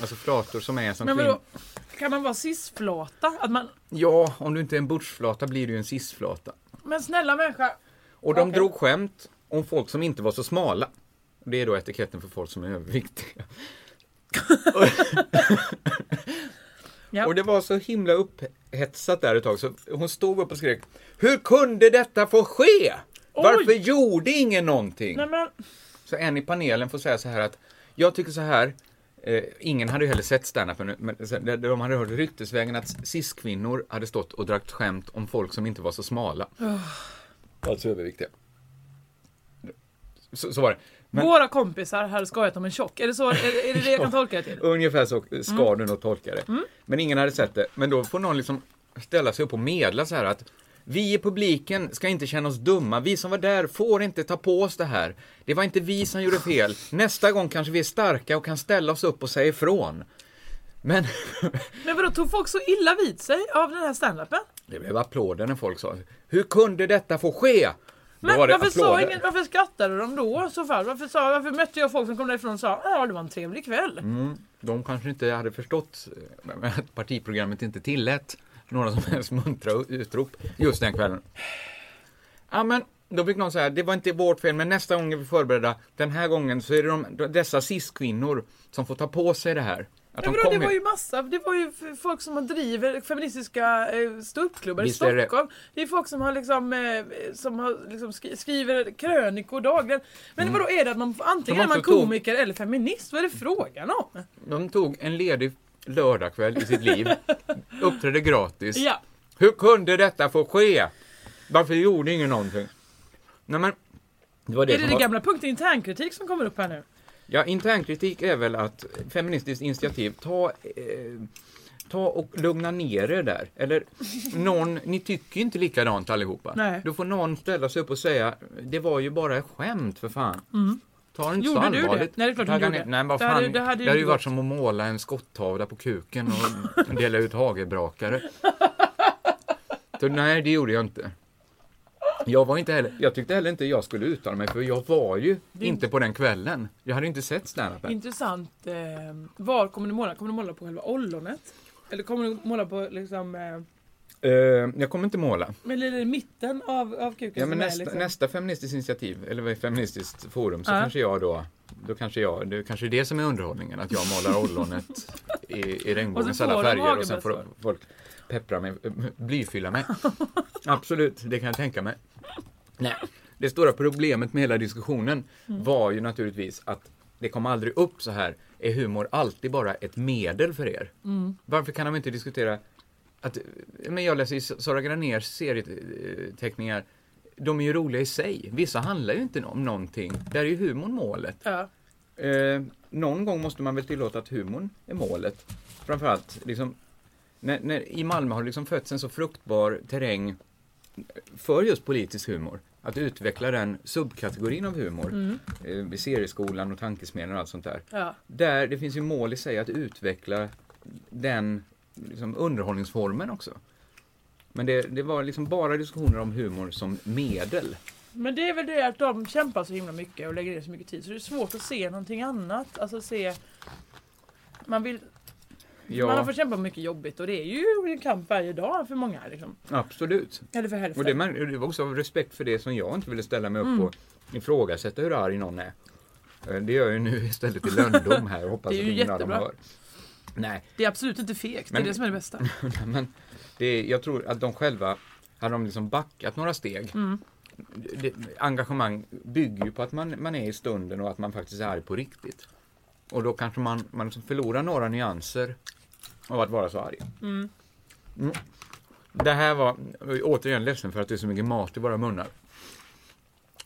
[SPEAKER 4] Alltså flator som är som
[SPEAKER 5] men
[SPEAKER 4] kvinnor.
[SPEAKER 5] vadå, kan man vara cisflata? Att man,
[SPEAKER 4] Ja, om du inte är en butchflata blir du ju en cisflata.
[SPEAKER 5] men snälla människa,
[SPEAKER 4] Och de
[SPEAKER 5] Okej.
[SPEAKER 4] drog skämt om folk som inte var så smala. Det är då etiketten för folk som är överviktiga.
[SPEAKER 5] Ja.
[SPEAKER 4] Och det var så himla upphetsat där ett tag så hon stod upp och skrek Hur kunde detta få ske? Varför gjorde ingen någonting?
[SPEAKER 5] nej men,
[SPEAKER 4] Så en i panelen får säga så här att jag tycker så här, eh, ingen hade ju heller sett standupen, men sen- de- de hade hört ryktesvägen att cis-kvinnor hade stått och dragit skämt om folk som inte var så smala. Alltså överviktiga. Så, så var det. Men
[SPEAKER 5] våra kompisar hade skojat om en tjock. Är det så, är, är det det jag kan tolka det till?
[SPEAKER 4] ungefär så ska
[SPEAKER 5] Mm.
[SPEAKER 4] du nog tolka det.
[SPEAKER 5] Mm.
[SPEAKER 4] Men ingen hade sett det. Men då får någon liksom ställa sig upp och medla så här att vi i publiken ska inte känna oss dumma. Vi som var där får inte ta på oss det här. Det var inte vi som gjorde fel. Nästa gång kanske vi är starka och kan ställa oss upp och säga ifrån. Men
[SPEAKER 5] Men vadå, tog folk så illa vid sig av den här standupen?
[SPEAKER 4] det blev applåder när folk sa Hur kunde detta få ske? Då
[SPEAKER 5] Men
[SPEAKER 4] var det
[SPEAKER 5] varför, sa
[SPEAKER 4] applåder.
[SPEAKER 5] ingen, varför skrattade de då i så fall? Varför, sa, varför mötte jag folk som kom därifrån och sa ja det var en trevlig kväll?
[SPEAKER 4] Mm, de kanske inte hade förstått eh, att partiprogrammet inte tillät några som helst muntra utrop just den kvällen. Ja, men då fick någon säga, det var inte vårt fel, men nästa gång är vi förberedda. Den här gången så är det de, dessa cis-kvinnor som får ta på sig det här. Att
[SPEAKER 5] Ja,
[SPEAKER 4] de
[SPEAKER 5] vadå, det
[SPEAKER 4] kom
[SPEAKER 5] var
[SPEAKER 4] hit.
[SPEAKER 5] ju massa, det var ju f- folk som har driver feministiska eh, ståuppklubbar i
[SPEAKER 4] Visst är det.
[SPEAKER 5] Stockholm. Det är folk som har liksom, eh, som har liksom skri- skriver krönikor dagligen. Men
[SPEAKER 4] Mm.
[SPEAKER 5] vadå är det att man, antingen är
[SPEAKER 4] De
[SPEAKER 5] man
[SPEAKER 4] också tog-
[SPEAKER 5] komiker eller feminist? Vad är det frågan om?
[SPEAKER 4] De tog en ledig lördagkväll i sitt liv, uppträdde gratis.
[SPEAKER 5] Ja.
[SPEAKER 4] Hur kunde detta få ske? Varför gjorde ingen någonting? Nej, men, det var det
[SPEAKER 5] är det
[SPEAKER 4] som
[SPEAKER 5] det
[SPEAKER 4] var...
[SPEAKER 5] gamla punkten internkritik som kommer upp här nu?
[SPEAKER 4] Ja, internkritik är väl att Feministiskt initiativ, ta, eh, ta och lugna ner er där. Eller någon, ni tycker ju inte likadant allihopa.
[SPEAKER 5] Nej.
[SPEAKER 4] Då får någon ställa sig upp och säga, det var ju bara ett skämt för fan.
[SPEAKER 5] Mm.
[SPEAKER 4] Ta det inte
[SPEAKER 5] Gjorde
[SPEAKER 4] så
[SPEAKER 5] du det?
[SPEAKER 4] allvarligt.
[SPEAKER 5] Nej, det är klart du
[SPEAKER 4] Tagga
[SPEAKER 5] gjorde.
[SPEAKER 4] ner- Nej, men vad
[SPEAKER 5] Det hade-
[SPEAKER 4] fan.
[SPEAKER 5] det
[SPEAKER 4] Det
[SPEAKER 5] hade du
[SPEAKER 4] hade ju
[SPEAKER 5] inte
[SPEAKER 4] varit
[SPEAKER 5] gjort.
[SPEAKER 4] som att måla en skottavla på kuken och dela ut hagelbrakare. Så nej, det gjorde jag inte. Jag var inte heller, jag tyckte heller inte jag skulle uttala mig för jag var ju
[SPEAKER 5] Det-
[SPEAKER 4] inte på den kvällen. Jag hade inte sett standupen.
[SPEAKER 5] Intressant. Eh, var kommer du måla? Kommer du måla på själva ollonet? Eller kommer du måla på liksom, eh,
[SPEAKER 4] Eh, jag kommer inte måla.
[SPEAKER 5] men är det mitten av, av kuken?
[SPEAKER 4] Ja, men
[SPEAKER 5] som är
[SPEAKER 4] nästa,
[SPEAKER 5] liksom?
[SPEAKER 4] nästa feministiskt initiativ, eller vad är feministiskt forum, så
[SPEAKER 5] Ja.
[SPEAKER 4] kanske jag då, då kanske jag, det är kanske det som är underhållningen, att jag målar ollonet i, i
[SPEAKER 10] Och
[SPEAKER 4] regnbågens
[SPEAKER 10] så får
[SPEAKER 4] alla
[SPEAKER 10] de
[SPEAKER 4] färger och sen
[SPEAKER 10] Hagenbäck
[SPEAKER 4] får folk peppra mig, eh, blyfylla mig. Absolut, det kan jag tänka mig. Nej, det stora problemet med hela diskussionen
[SPEAKER 10] Mm.
[SPEAKER 4] var ju naturligtvis att det kom aldrig upp så här, är humor alltid bara ett medel för er?
[SPEAKER 10] Mm.
[SPEAKER 4] Varför kan de inte diskutera att, men jag läser ju Sara Graners serieteckningar, de är ju roliga i sig. Vissa handlar ju inte om någonting. Där är ju humorn målet.
[SPEAKER 5] Ja.
[SPEAKER 4] Eh, någon gång måste man väl tillåta att humorn är målet. Framförallt liksom, när, när, i Malmö har det liksom fötts en så fruktbar terräng för just politisk humor. Att utveckla den subkategorin av humor.
[SPEAKER 5] Mm.
[SPEAKER 4] Eh, i serieskolan och tankesmedjan och allt sånt där.
[SPEAKER 5] Ja.
[SPEAKER 4] Där det finns ju mål i sig att utveckla den liksom, underhållningsformen också. Men det, det var liksom bara diskussioner om humor som medel.
[SPEAKER 5] Men det är väl det att de kämpar så himla mycket och lägger ner så mycket tid så det är svårt att se någonting annat. Alltså se... Man vill...
[SPEAKER 4] Ja.
[SPEAKER 5] Man har fått kämpa mycket jobbigt och det är ju en kamp varje dag för många liksom.
[SPEAKER 4] Absolut.
[SPEAKER 5] Eller för hälften.
[SPEAKER 4] Och det, mär- det var också av respekt för det som jag inte ville ställa mig upp
[SPEAKER 5] Mm.
[SPEAKER 4] och ifrågasätta hur arg någon är. Eh, Det gör jag ju nu istället i lönndom här och hoppas
[SPEAKER 5] Det är
[SPEAKER 4] att
[SPEAKER 5] ju
[SPEAKER 4] ingen av dem
[SPEAKER 5] jättebra.
[SPEAKER 4] hör. Nej,
[SPEAKER 5] Det är absolut inte fegt, det
[SPEAKER 4] Men-
[SPEAKER 5] är det som är det bästa.
[SPEAKER 4] men det, är- jag tror att de själva, hade de liksom backat några steg.
[SPEAKER 5] Mm.
[SPEAKER 4] Det, engagemang bygger ju på att man, man är i stunden och att man faktiskt är arg på riktigt. Och då kanske man, man liksom förlorar några nyanser av att vara så arg.
[SPEAKER 5] Mm.
[SPEAKER 4] Mm. Det här var, jag är återigen ledsen för att det är så mycket mat i våra munnar.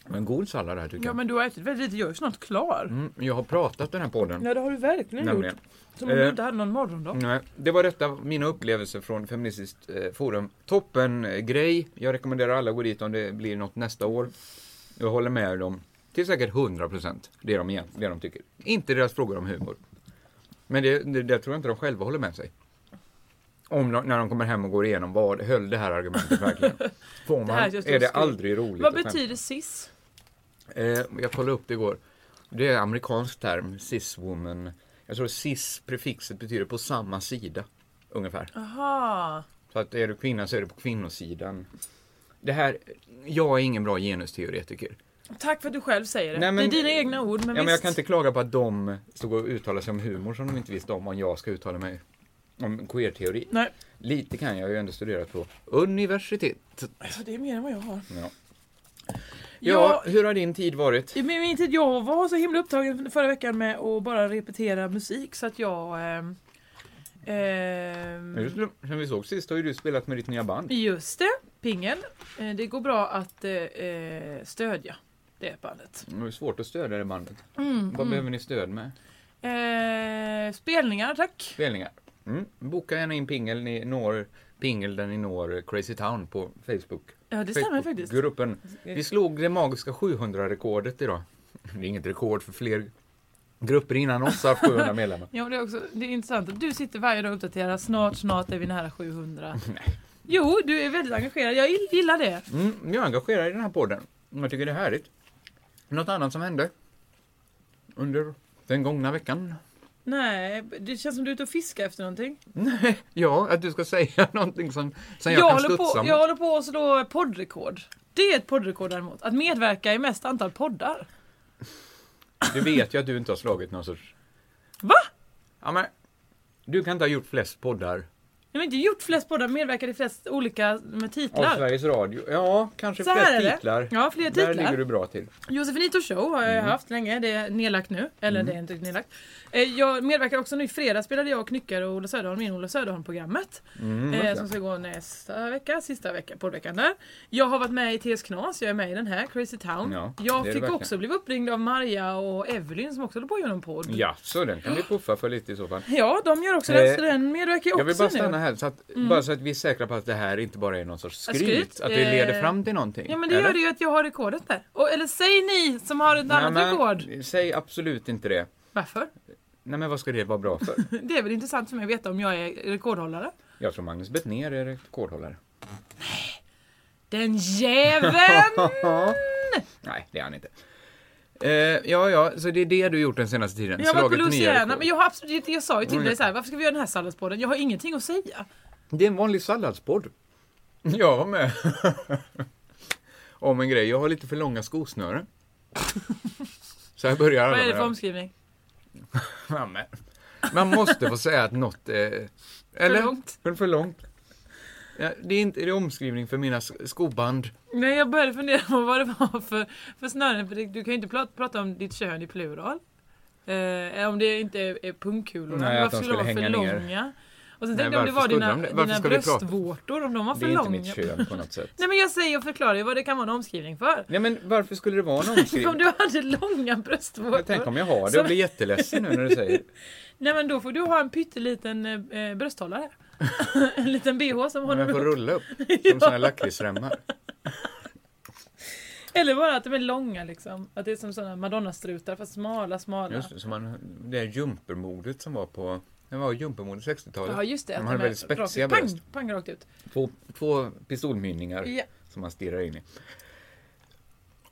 [SPEAKER 4] Men god sallad det här tycker
[SPEAKER 5] Ja men du har ätit väldigt lite, jag är snart klar.
[SPEAKER 4] jag. Mm, jag har pratat den här podden.
[SPEAKER 5] Ja det har du verkligen
[SPEAKER 4] Nämligen.
[SPEAKER 5] gjort. Som om du
[SPEAKER 4] Eh,
[SPEAKER 5] inte hade någon morgondag.
[SPEAKER 4] Nej, det var detta, mina upplevelser från Feministiskt eh, forum. Toppen eh, grej. Jag rekommenderar alla att gå dit om det blir något nästa år. Jag håller med dem till säkert 100% det de, egent- det de tycker. Inte deras frågor om humor. Men det, det, det tror jag inte de själva håller med sig. Om de, när de kommer hem och går igenom, vad höll det här argumentet verkligen? Får man,
[SPEAKER 5] Det här
[SPEAKER 4] är,
[SPEAKER 5] just nu
[SPEAKER 4] det
[SPEAKER 5] skoj.
[SPEAKER 4] aldrig roligt
[SPEAKER 5] Vad
[SPEAKER 4] att skämta?
[SPEAKER 5] betyder cis?
[SPEAKER 4] Eh, jag kollade upp det igår. Det är en amerikansk term, cis-woman. Jag tror cis-prefixet betyder på samma sida, ungefär.
[SPEAKER 5] Aha.
[SPEAKER 4] Så att är du kvinna så är du på kvinnosidan. Det här, jag är ingen bra genusteoretiker.
[SPEAKER 5] Tack för att du själv säger det.
[SPEAKER 4] Nej, men-
[SPEAKER 5] det är dina egna ord men
[SPEAKER 4] ja,
[SPEAKER 5] visst.
[SPEAKER 4] men jag kan inte klaga på att de stod och uttalade sig om humor som de inte visste om, om jag ska uttala mig om queer-teori.
[SPEAKER 5] Nej.
[SPEAKER 4] Lite kan jag, jag har ju ändå studerat på universitetet.
[SPEAKER 5] Alltså, det är mer än vad jag har.
[SPEAKER 4] Ja.
[SPEAKER 5] Ja.
[SPEAKER 4] ja, hur har din tid varit?
[SPEAKER 5] I min min tid, jag var så himla upptagen förra veckan med att bara repetera musik så att jag... ehm, ehm,
[SPEAKER 4] Men Just, det, sen vi såg sist har ju du spelat med ditt nya band.
[SPEAKER 5] just det, pingen. Eh, det går bra att eh, eh, stödja det bandet.
[SPEAKER 4] Det var ju svårt att stödja det bandet.
[SPEAKER 5] Mm,
[SPEAKER 4] Vad
[SPEAKER 5] mm.
[SPEAKER 4] behöver ni stöd med?
[SPEAKER 5] Eh, spelningar tack.
[SPEAKER 4] Spelningar? Mm. Boka gärna in pingel, ni når pingel där ni når Crazy Town på Facebook.
[SPEAKER 5] Ja, det stämmer faktiskt.
[SPEAKER 4] Gruppen. Vi slog det magiska 700-rekordet idag. Det är inget rekord för fler grupper innan oss har haft 700 medlemmar.
[SPEAKER 5] Ja, det är också det är intressant att du sitter varje dag och uppdaterar snart, snart är vi nära 700. Jo, du är väldigt engagerad. Jag gillar det.
[SPEAKER 4] Mm, jag är engagerad i den här podden. Jag tycker det är härligt. Något annat som hände under den gångna veckan?
[SPEAKER 5] Nej, det känns som du är ute och fiskar efter någonting.
[SPEAKER 4] Nej, ja, att du ska säga någonting som, som jag, kan
[SPEAKER 5] håller
[SPEAKER 4] studsa
[SPEAKER 5] på,
[SPEAKER 4] mot.
[SPEAKER 5] jag håller på att slå poddrekord. Det är ett poddrekord däremot. Att medverka i mest antal poddar.
[SPEAKER 4] Du vet ju att du inte har slagit någon sorts...
[SPEAKER 5] Va?
[SPEAKER 4] Ja, men du kan inte ha gjort flest poddar
[SPEAKER 5] Jag har inte gjort flest poddar, medverkar i flest olika med
[SPEAKER 4] av
[SPEAKER 5] titlar.
[SPEAKER 4] Sveriges Radio. Ja, kanske
[SPEAKER 5] Så här
[SPEAKER 4] fler
[SPEAKER 5] är det.
[SPEAKER 4] titlar.
[SPEAKER 5] Ja, fler
[SPEAKER 4] Där
[SPEAKER 5] titlar.
[SPEAKER 4] ligger du bra till.
[SPEAKER 5] Josefinito show har jag
[SPEAKER 4] Mm.
[SPEAKER 5] haft länge, det är nedlagt nu. Eller
[SPEAKER 4] Mm.
[SPEAKER 5] det är inte nedlagt. Eh, Jag medverkar också nu i fredags spelade jag Knyckare och Ola Söderholm in Ola Söderholm-programmet.
[SPEAKER 10] Mm,
[SPEAKER 5] eh,
[SPEAKER 10] just det.
[SPEAKER 5] som ska gå nästa vecka, sista vecka, poddveckan där. Jag har varit med i TS Knas, jag är med i den här, Crazy Town.
[SPEAKER 4] Ja, det är
[SPEAKER 5] jag
[SPEAKER 4] det
[SPEAKER 5] fick
[SPEAKER 4] verkligen.
[SPEAKER 5] också bli uppringd av Marja och Evelyn som också håller på att göra en podd.
[SPEAKER 4] Ja, så den kan vi puffa för lite i så fall.
[SPEAKER 5] Ja, de gör också det,
[SPEAKER 4] Eh,
[SPEAKER 5] så den medverkar jag också
[SPEAKER 4] Jag vill bara stanna
[SPEAKER 5] nu.
[SPEAKER 4] här, så att,
[SPEAKER 5] Mm.
[SPEAKER 4] bara så att vi är säkra på att det här inte bara är någon sorts skryt.
[SPEAKER 5] Skryt,
[SPEAKER 4] Att det
[SPEAKER 5] eh,
[SPEAKER 4] leder fram till någonting.
[SPEAKER 5] Ja men det gör det ju att jag har rekordet där. Och, eller säg ni som har ett annat rekord.
[SPEAKER 4] Säg absolut inte det.
[SPEAKER 5] Varför?
[SPEAKER 4] Nej men vad ska det vara bra för?
[SPEAKER 5] Det är väl intressant för mig att veta om jag är rekordhållare.
[SPEAKER 4] Jag tror Magnus Bettner är rekordhållare.
[SPEAKER 5] Den jäveln!
[SPEAKER 4] Alltså, Nej, det är han inte. Eh, ja, ja, så det är det du gjort den senaste tiden?
[SPEAKER 5] Jag har varit på
[SPEAKER 4] Slagit nya
[SPEAKER 5] Louisiana,
[SPEAKER 4] rekord.
[SPEAKER 5] men jag, har absolut, jag sa ju till
[SPEAKER 4] Mm.
[SPEAKER 5] dig så här, varför ska vi göra den här salladspodden? Jag har ingenting att säga.
[SPEAKER 4] Det är en vanlig salladspodd. Jag var med. Om en grej, jag har lite för långa skosnören. Så här börjar alla
[SPEAKER 5] Vad är det
[SPEAKER 4] med
[SPEAKER 5] för omskrivning?
[SPEAKER 4] Ja, men Man måste få säga att något är... Eller?
[SPEAKER 5] långt.
[SPEAKER 4] För, för långt. Ja, det är inte är det omskrivning för mina sk- skoband.
[SPEAKER 5] Nej, jag började fundera på vad det var för, för snören. För det- du kan ju inte pla- prata om ditt kön i plural. Eh, om det inte är, är pungkulorna.
[SPEAKER 4] Nej,
[SPEAKER 5] Men
[SPEAKER 4] att
[SPEAKER 5] varför
[SPEAKER 4] de
[SPEAKER 5] skulle de vara
[SPEAKER 4] skulle
[SPEAKER 5] för
[SPEAKER 4] hänga ner.
[SPEAKER 5] långa? Och sen
[SPEAKER 4] Nej,
[SPEAKER 5] tänkte jag om
[SPEAKER 4] varför
[SPEAKER 5] det var
[SPEAKER 4] skulle
[SPEAKER 5] dina,
[SPEAKER 4] de det? Varför
[SPEAKER 5] dina
[SPEAKER 4] ska vi prata?
[SPEAKER 5] bröstvårtor, om de var
[SPEAKER 4] Det
[SPEAKER 5] för
[SPEAKER 4] är inte
[SPEAKER 5] långa.
[SPEAKER 4] mitt kön på något sätt.
[SPEAKER 5] Nej men jag säger och förklarar ju vad det kan vara en omskrivning för.
[SPEAKER 4] Nej men varför skulle det vara en
[SPEAKER 5] om
[SPEAKER 4] omskrivning?
[SPEAKER 5] du hade långa bröstvårtor.
[SPEAKER 4] Tänk om jag har det
[SPEAKER 5] Så-
[SPEAKER 4] och blir jätteledsen nu när du säger
[SPEAKER 5] Nej men då får du ha en pytteliten eh, eh, brösthållare. en liten bh som håller
[SPEAKER 4] Men jag får
[SPEAKER 5] upp.
[SPEAKER 4] rulla upp som såna här lakritsremmar.
[SPEAKER 5] Eller bara att de är långa liksom. Att det är som sådana madonnastrutar fast smala, smala.
[SPEAKER 4] Just det, så man, det är jumpermodet som var på, det var jumpermodet 60-talet.
[SPEAKER 5] Ja just det. att
[SPEAKER 4] De hade
[SPEAKER 5] är
[SPEAKER 4] väldigt
[SPEAKER 5] rakt ut.
[SPEAKER 4] spexiga
[SPEAKER 5] pang,
[SPEAKER 4] bröst.
[SPEAKER 5] pang rakt ut.
[SPEAKER 4] Två, två pistolmynningar
[SPEAKER 5] Ja.
[SPEAKER 4] som man stirrar in i.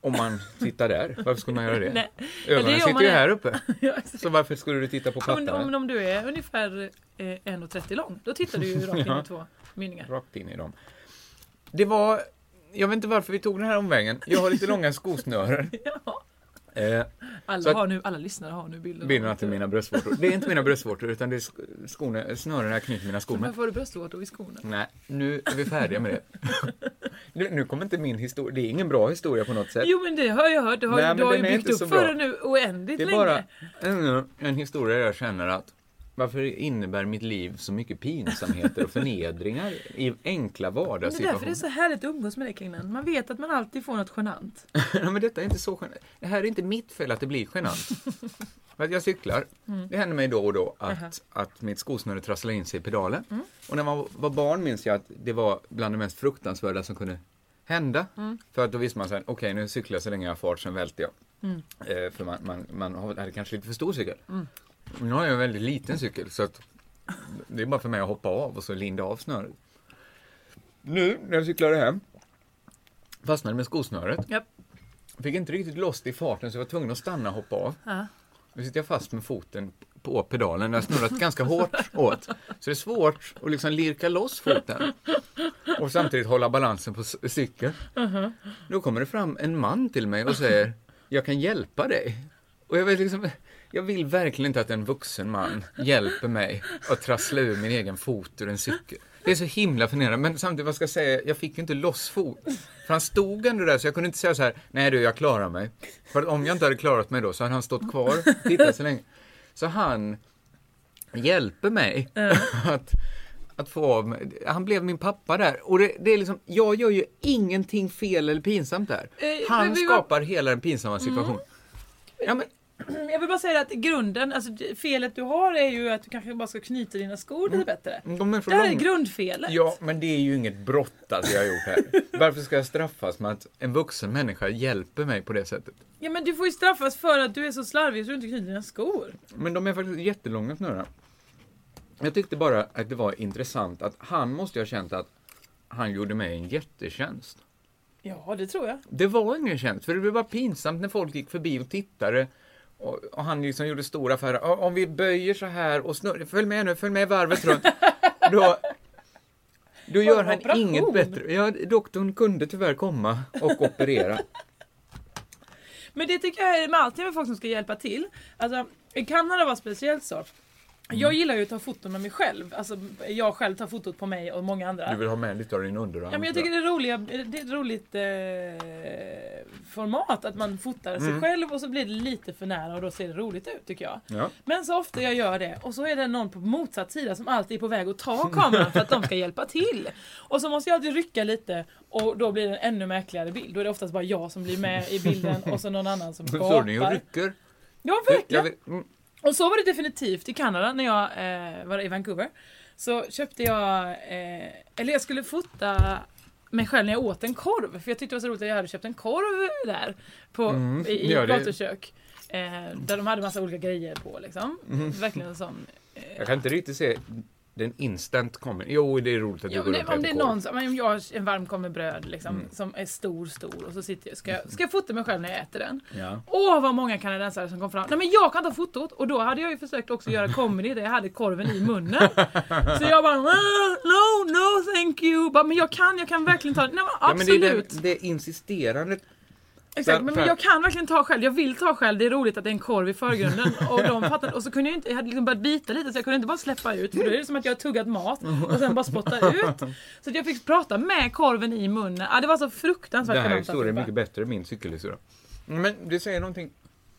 [SPEAKER 4] Om man tittar där, varför skulle man göra det?
[SPEAKER 5] Nej. Ja, det
[SPEAKER 4] Ögonen
[SPEAKER 5] är om
[SPEAKER 4] sitter
[SPEAKER 5] man
[SPEAKER 4] ju
[SPEAKER 5] är-
[SPEAKER 4] här uppe.
[SPEAKER 5] Ja,
[SPEAKER 4] Så varför skulle du titta på
[SPEAKER 5] Om,
[SPEAKER 4] pappret?
[SPEAKER 5] om, om du är ungefär eh, 1,30 lång då tittar du ju rakt in
[SPEAKER 4] Ja.
[SPEAKER 5] i två mynningar.
[SPEAKER 4] Rakt in i dem. Det var, jag vet inte varför vi tog den här omvägen. Jag har lite långa skosnören. Eh, så
[SPEAKER 5] Alla,
[SPEAKER 4] att-
[SPEAKER 5] har nu, alla lyssnare har nu bilden.
[SPEAKER 4] Bilden att det är mina bröstvårtor. Det är inte mina bröstvårtor utan det är sk- skorna, snören jag knyter mina skor med.
[SPEAKER 5] Varför har du bröstvårtor i skorna?
[SPEAKER 4] Nej, nu är vi färdiga med det. Nu, nu kommer inte min historia, det är ingen bra historia på något sätt.
[SPEAKER 5] Jo men det har jag hört. Du har,
[SPEAKER 4] Nej, men
[SPEAKER 5] du har ju
[SPEAKER 4] den är
[SPEAKER 5] byggt
[SPEAKER 4] inte så
[SPEAKER 5] upp för
[SPEAKER 4] bra.
[SPEAKER 5] det nu oändligt
[SPEAKER 4] det är
[SPEAKER 5] länge.
[SPEAKER 4] bara en, en historia jag känner att varför innebär mitt liv så mycket pinsamheter och förnedringar i enkla
[SPEAKER 5] Men det är därför det är
[SPEAKER 4] vardagssituationer?
[SPEAKER 5] så härligt att umgås med dig Kringlan. Man vet att man alltid får något genant.
[SPEAKER 4] Nej, men detta är inte så genant. Det här är inte mitt fel att det blir genant. För att jag cyklar.
[SPEAKER 5] Mm.
[SPEAKER 4] Det händer mig då och då att,
[SPEAKER 5] Aha.
[SPEAKER 4] att mitt skosnöre trasslar in sig i pedalen.
[SPEAKER 5] Mm.
[SPEAKER 4] Och när man var barn minns jag att det var bland det mest fruktansvärda som kunde hända.
[SPEAKER 5] Mm.
[SPEAKER 4] För att då visste man sen, okej nu cyklar jag så länge jag har fart, sen välter jag.
[SPEAKER 5] Mm.
[SPEAKER 4] Eh, för man, man, man har- hade kanske lite för stor cykel.
[SPEAKER 5] Mm.
[SPEAKER 4] Men Nu har jag en väldigt liten cykel så att det är bara för mig att hoppa av och så linda av snöret. Nu när jag cyklade hem fastnade med skosnöret.
[SPEAKER 5] Japp.
[SPEAKER 4] Fick inte riktigt loss det i farten så jag var tvungen att stanna och hoppa av.
[SPEAKER 5] Ja.
[SPEAKER 4] Nu sitter jag fast med foten på pedalen. Jag har snurrat ganska hårt åt. Så det är svårt att liksom lirka loss foten och samtidigt hålla balansen på s- cykeln.
[SPEAKER 5] Mhm.
[SPEAKER 4] Då kommer det fram en man till mig och säger Jag kan hjälpa dig. Och jag vet liksom Jag vill verkligen inte att en vuxen man hjälper mig att trassla ur min egen fot ur en cykel. Det är så himla förnedrande. Men samtidigt, vad ska jag säga? Jag fick ju inte loss fot. För han stod ändå där så jag kunde inte säga så här Nej du, jag klarar mig. För att om jag inte hade klarat mig då så hade han stått kvar tittat så länge. Så han hjälper mig att, att få av mig. Han blev min pappa där. Och det, det är liksom, jag gör ju ingenting fel eller pinsamt där.
[SPEAKER 5] Eh, men
[SPEAKER 4] Han
[SPEAKER 5] vi var- Mm.
[SPEAKER 4] skapar hela den pinsamma situationen. Ja, men,
[SPEAKER 5] Jag vill bara säga att grunden, alltså det- felet du har är ju att du kanske bara ska knyta dina skor lite bättre.
[SPEAKER 4] Mm. de är för
[SPEAKER 5] Det här är
[SPEAKER 4] långa.
[SPEAKER 5] grundfelet.
[SPEAKER 4] Ja, men det är ju inget brott alltså jag har gjort här. Varför ska jag straffas med att en vuxen människa hjälper mig på det sättet?
[SPEAKER 5] Ja men du får ju straffas för att du är så slarvig så du inte knyter dina skor.
[SPEAKER 4] Men de är faktiskt jättelånga snurrar. Jag tyckte bara att det var intressant att han måste ju ha känt att han gjorde mig en jättetjänst.
[SPEAKER 5] Ja det tror jag.
[SPEAKER 4] Det var ingen tjänst, för det blev bara pinsamt när folk gick förbi och tittade. Och, och han liksom gjorde stora affärer. "Ja, Om vi böjer så här och snurrar, följ med nu, följ med varvet runt. Då, då gör han
[SPEAKER 5] Operation.
[SPEAKER 4] inget bättre. Ja, doktorn kunde tyvärr komma och operera.
[SPEAKER 5] Men det tycker jag är med allting med folk som ska hjälpa till. Alltså i Kanada var speciellt så.
[SPEAKER 4] Mm.
[SPEAKER 5] Jag gillar ju att ta foton med mig själv. Alltså jag själv tar fotot på mig och många andra.
[SPEAKER 4] Du vill ha med lite av din underarm?
[SPEAKER 5] Ja, men jag tycker det är, roliga, det är ett roligt eh, format att man fotar sig
[SPEAKER 4] Mm.
[SPEAKER 5] själv och så blir det lite för nära och då ser det roligt ut tycker jag.
[SPEAKER 4] Ja.
[SPEAKER 5] Men så ofta jag gör det och så är det någon på motsatt sida som alltid är på väg att ta kameran för att de ska hjälpa till. Och så måste jag alltid rycka lite och då blir det en ännu märkligare bild. Då är det oftast bara jag som blir med i bilden och så någon annan som
[SPEAKER 4] Står ni och
[SPEAKER 5] gapar.
[SPEAKER 4] rycker?
[SPEAKER 5] Ja
[SPEAKER 4] Jag
[SPEAKER 5] verkligen!
[SPEAKER 4] vill- mm.
[SPEAKER 5] Och så var det definitivt i Kanada när jag eh, var i Vancouver. Så köpte jag, eh, eller jag skulle fota mig själv när jag åt en korv. För jag tyckte det var så roligt att jag hade köpt en korv där. På,
[SPEAKER 4] Mm,
[SPEAKER 5] I i
[SPEAKER 4] ja, det-
[SPEAKER 5] gatukök. Eh, där de hade massa olika grejer på liksom.
[SPEAKER 4] Mm.
[SPEAKER 5] Verkligen en sån.
[SPEAKER 4] Jag kan inte riktigt se den instant kommer. Jo, det är roligt att du
[SPEAKER 5] Ja,
[SPEAKER 4] går
[SPEAKER 5] men
[SPEAKER 4] runt och
[SPEAKER 5] om det är
[SPEAKER 4] äter korv.
[SPEAKER 5] någon som, men om jag har en varm korv med bröd liksom,
[SPEAKER 4] Mm.
[SPEAKER 5] som är stor, stor och så sitter jag, ska, jag- ska jag fota mig själv när jag äter den?
[SPEAKER 4] Ja.
[SPEAKER 5] Åh vad många kanadensare som kom fram. Nej men jag kan ta fotot och då hade jag ju försökt också göra comedy där jag hade korven i munnen. Så jag bara "Ah, no, no thank you. Bara, men jag kan, jag kan verkligen ta den. Nej men
[SPEAKER 4] Ja, men det,
[SPEAKER 5] absolut.
[SPEAKER 4] är det, det insisterandet
[SPEAKER 5] Exakt,
[SPEAKER 4] Där-
[SPEAKER 5] men
[SPEAKER 4] för-
[SPEAKER 5] jag kan verkligen ta själv. Jag vill ta själv. Det är roligt att det är en korv i förgrunden. Och, de fattade, och så kunde jag inte, jag hade liksom börjat bita lite så jag kunde inte bara släppa ut. För då är det som att jag har tuggat mat och sen bara spotta ut. Så att jag fick prata med korven i munnen. Ah, det var så fruktansvärt
[SPEAKER 4] Det här
[SPEAKER 5] genant alltså.
[SPEAKER 4] historien är
[SPEAKER 5] alltihopa.
[SPEAKER 4] mycket bättre än min cykelhistoria. Mm, Men det säger någonting.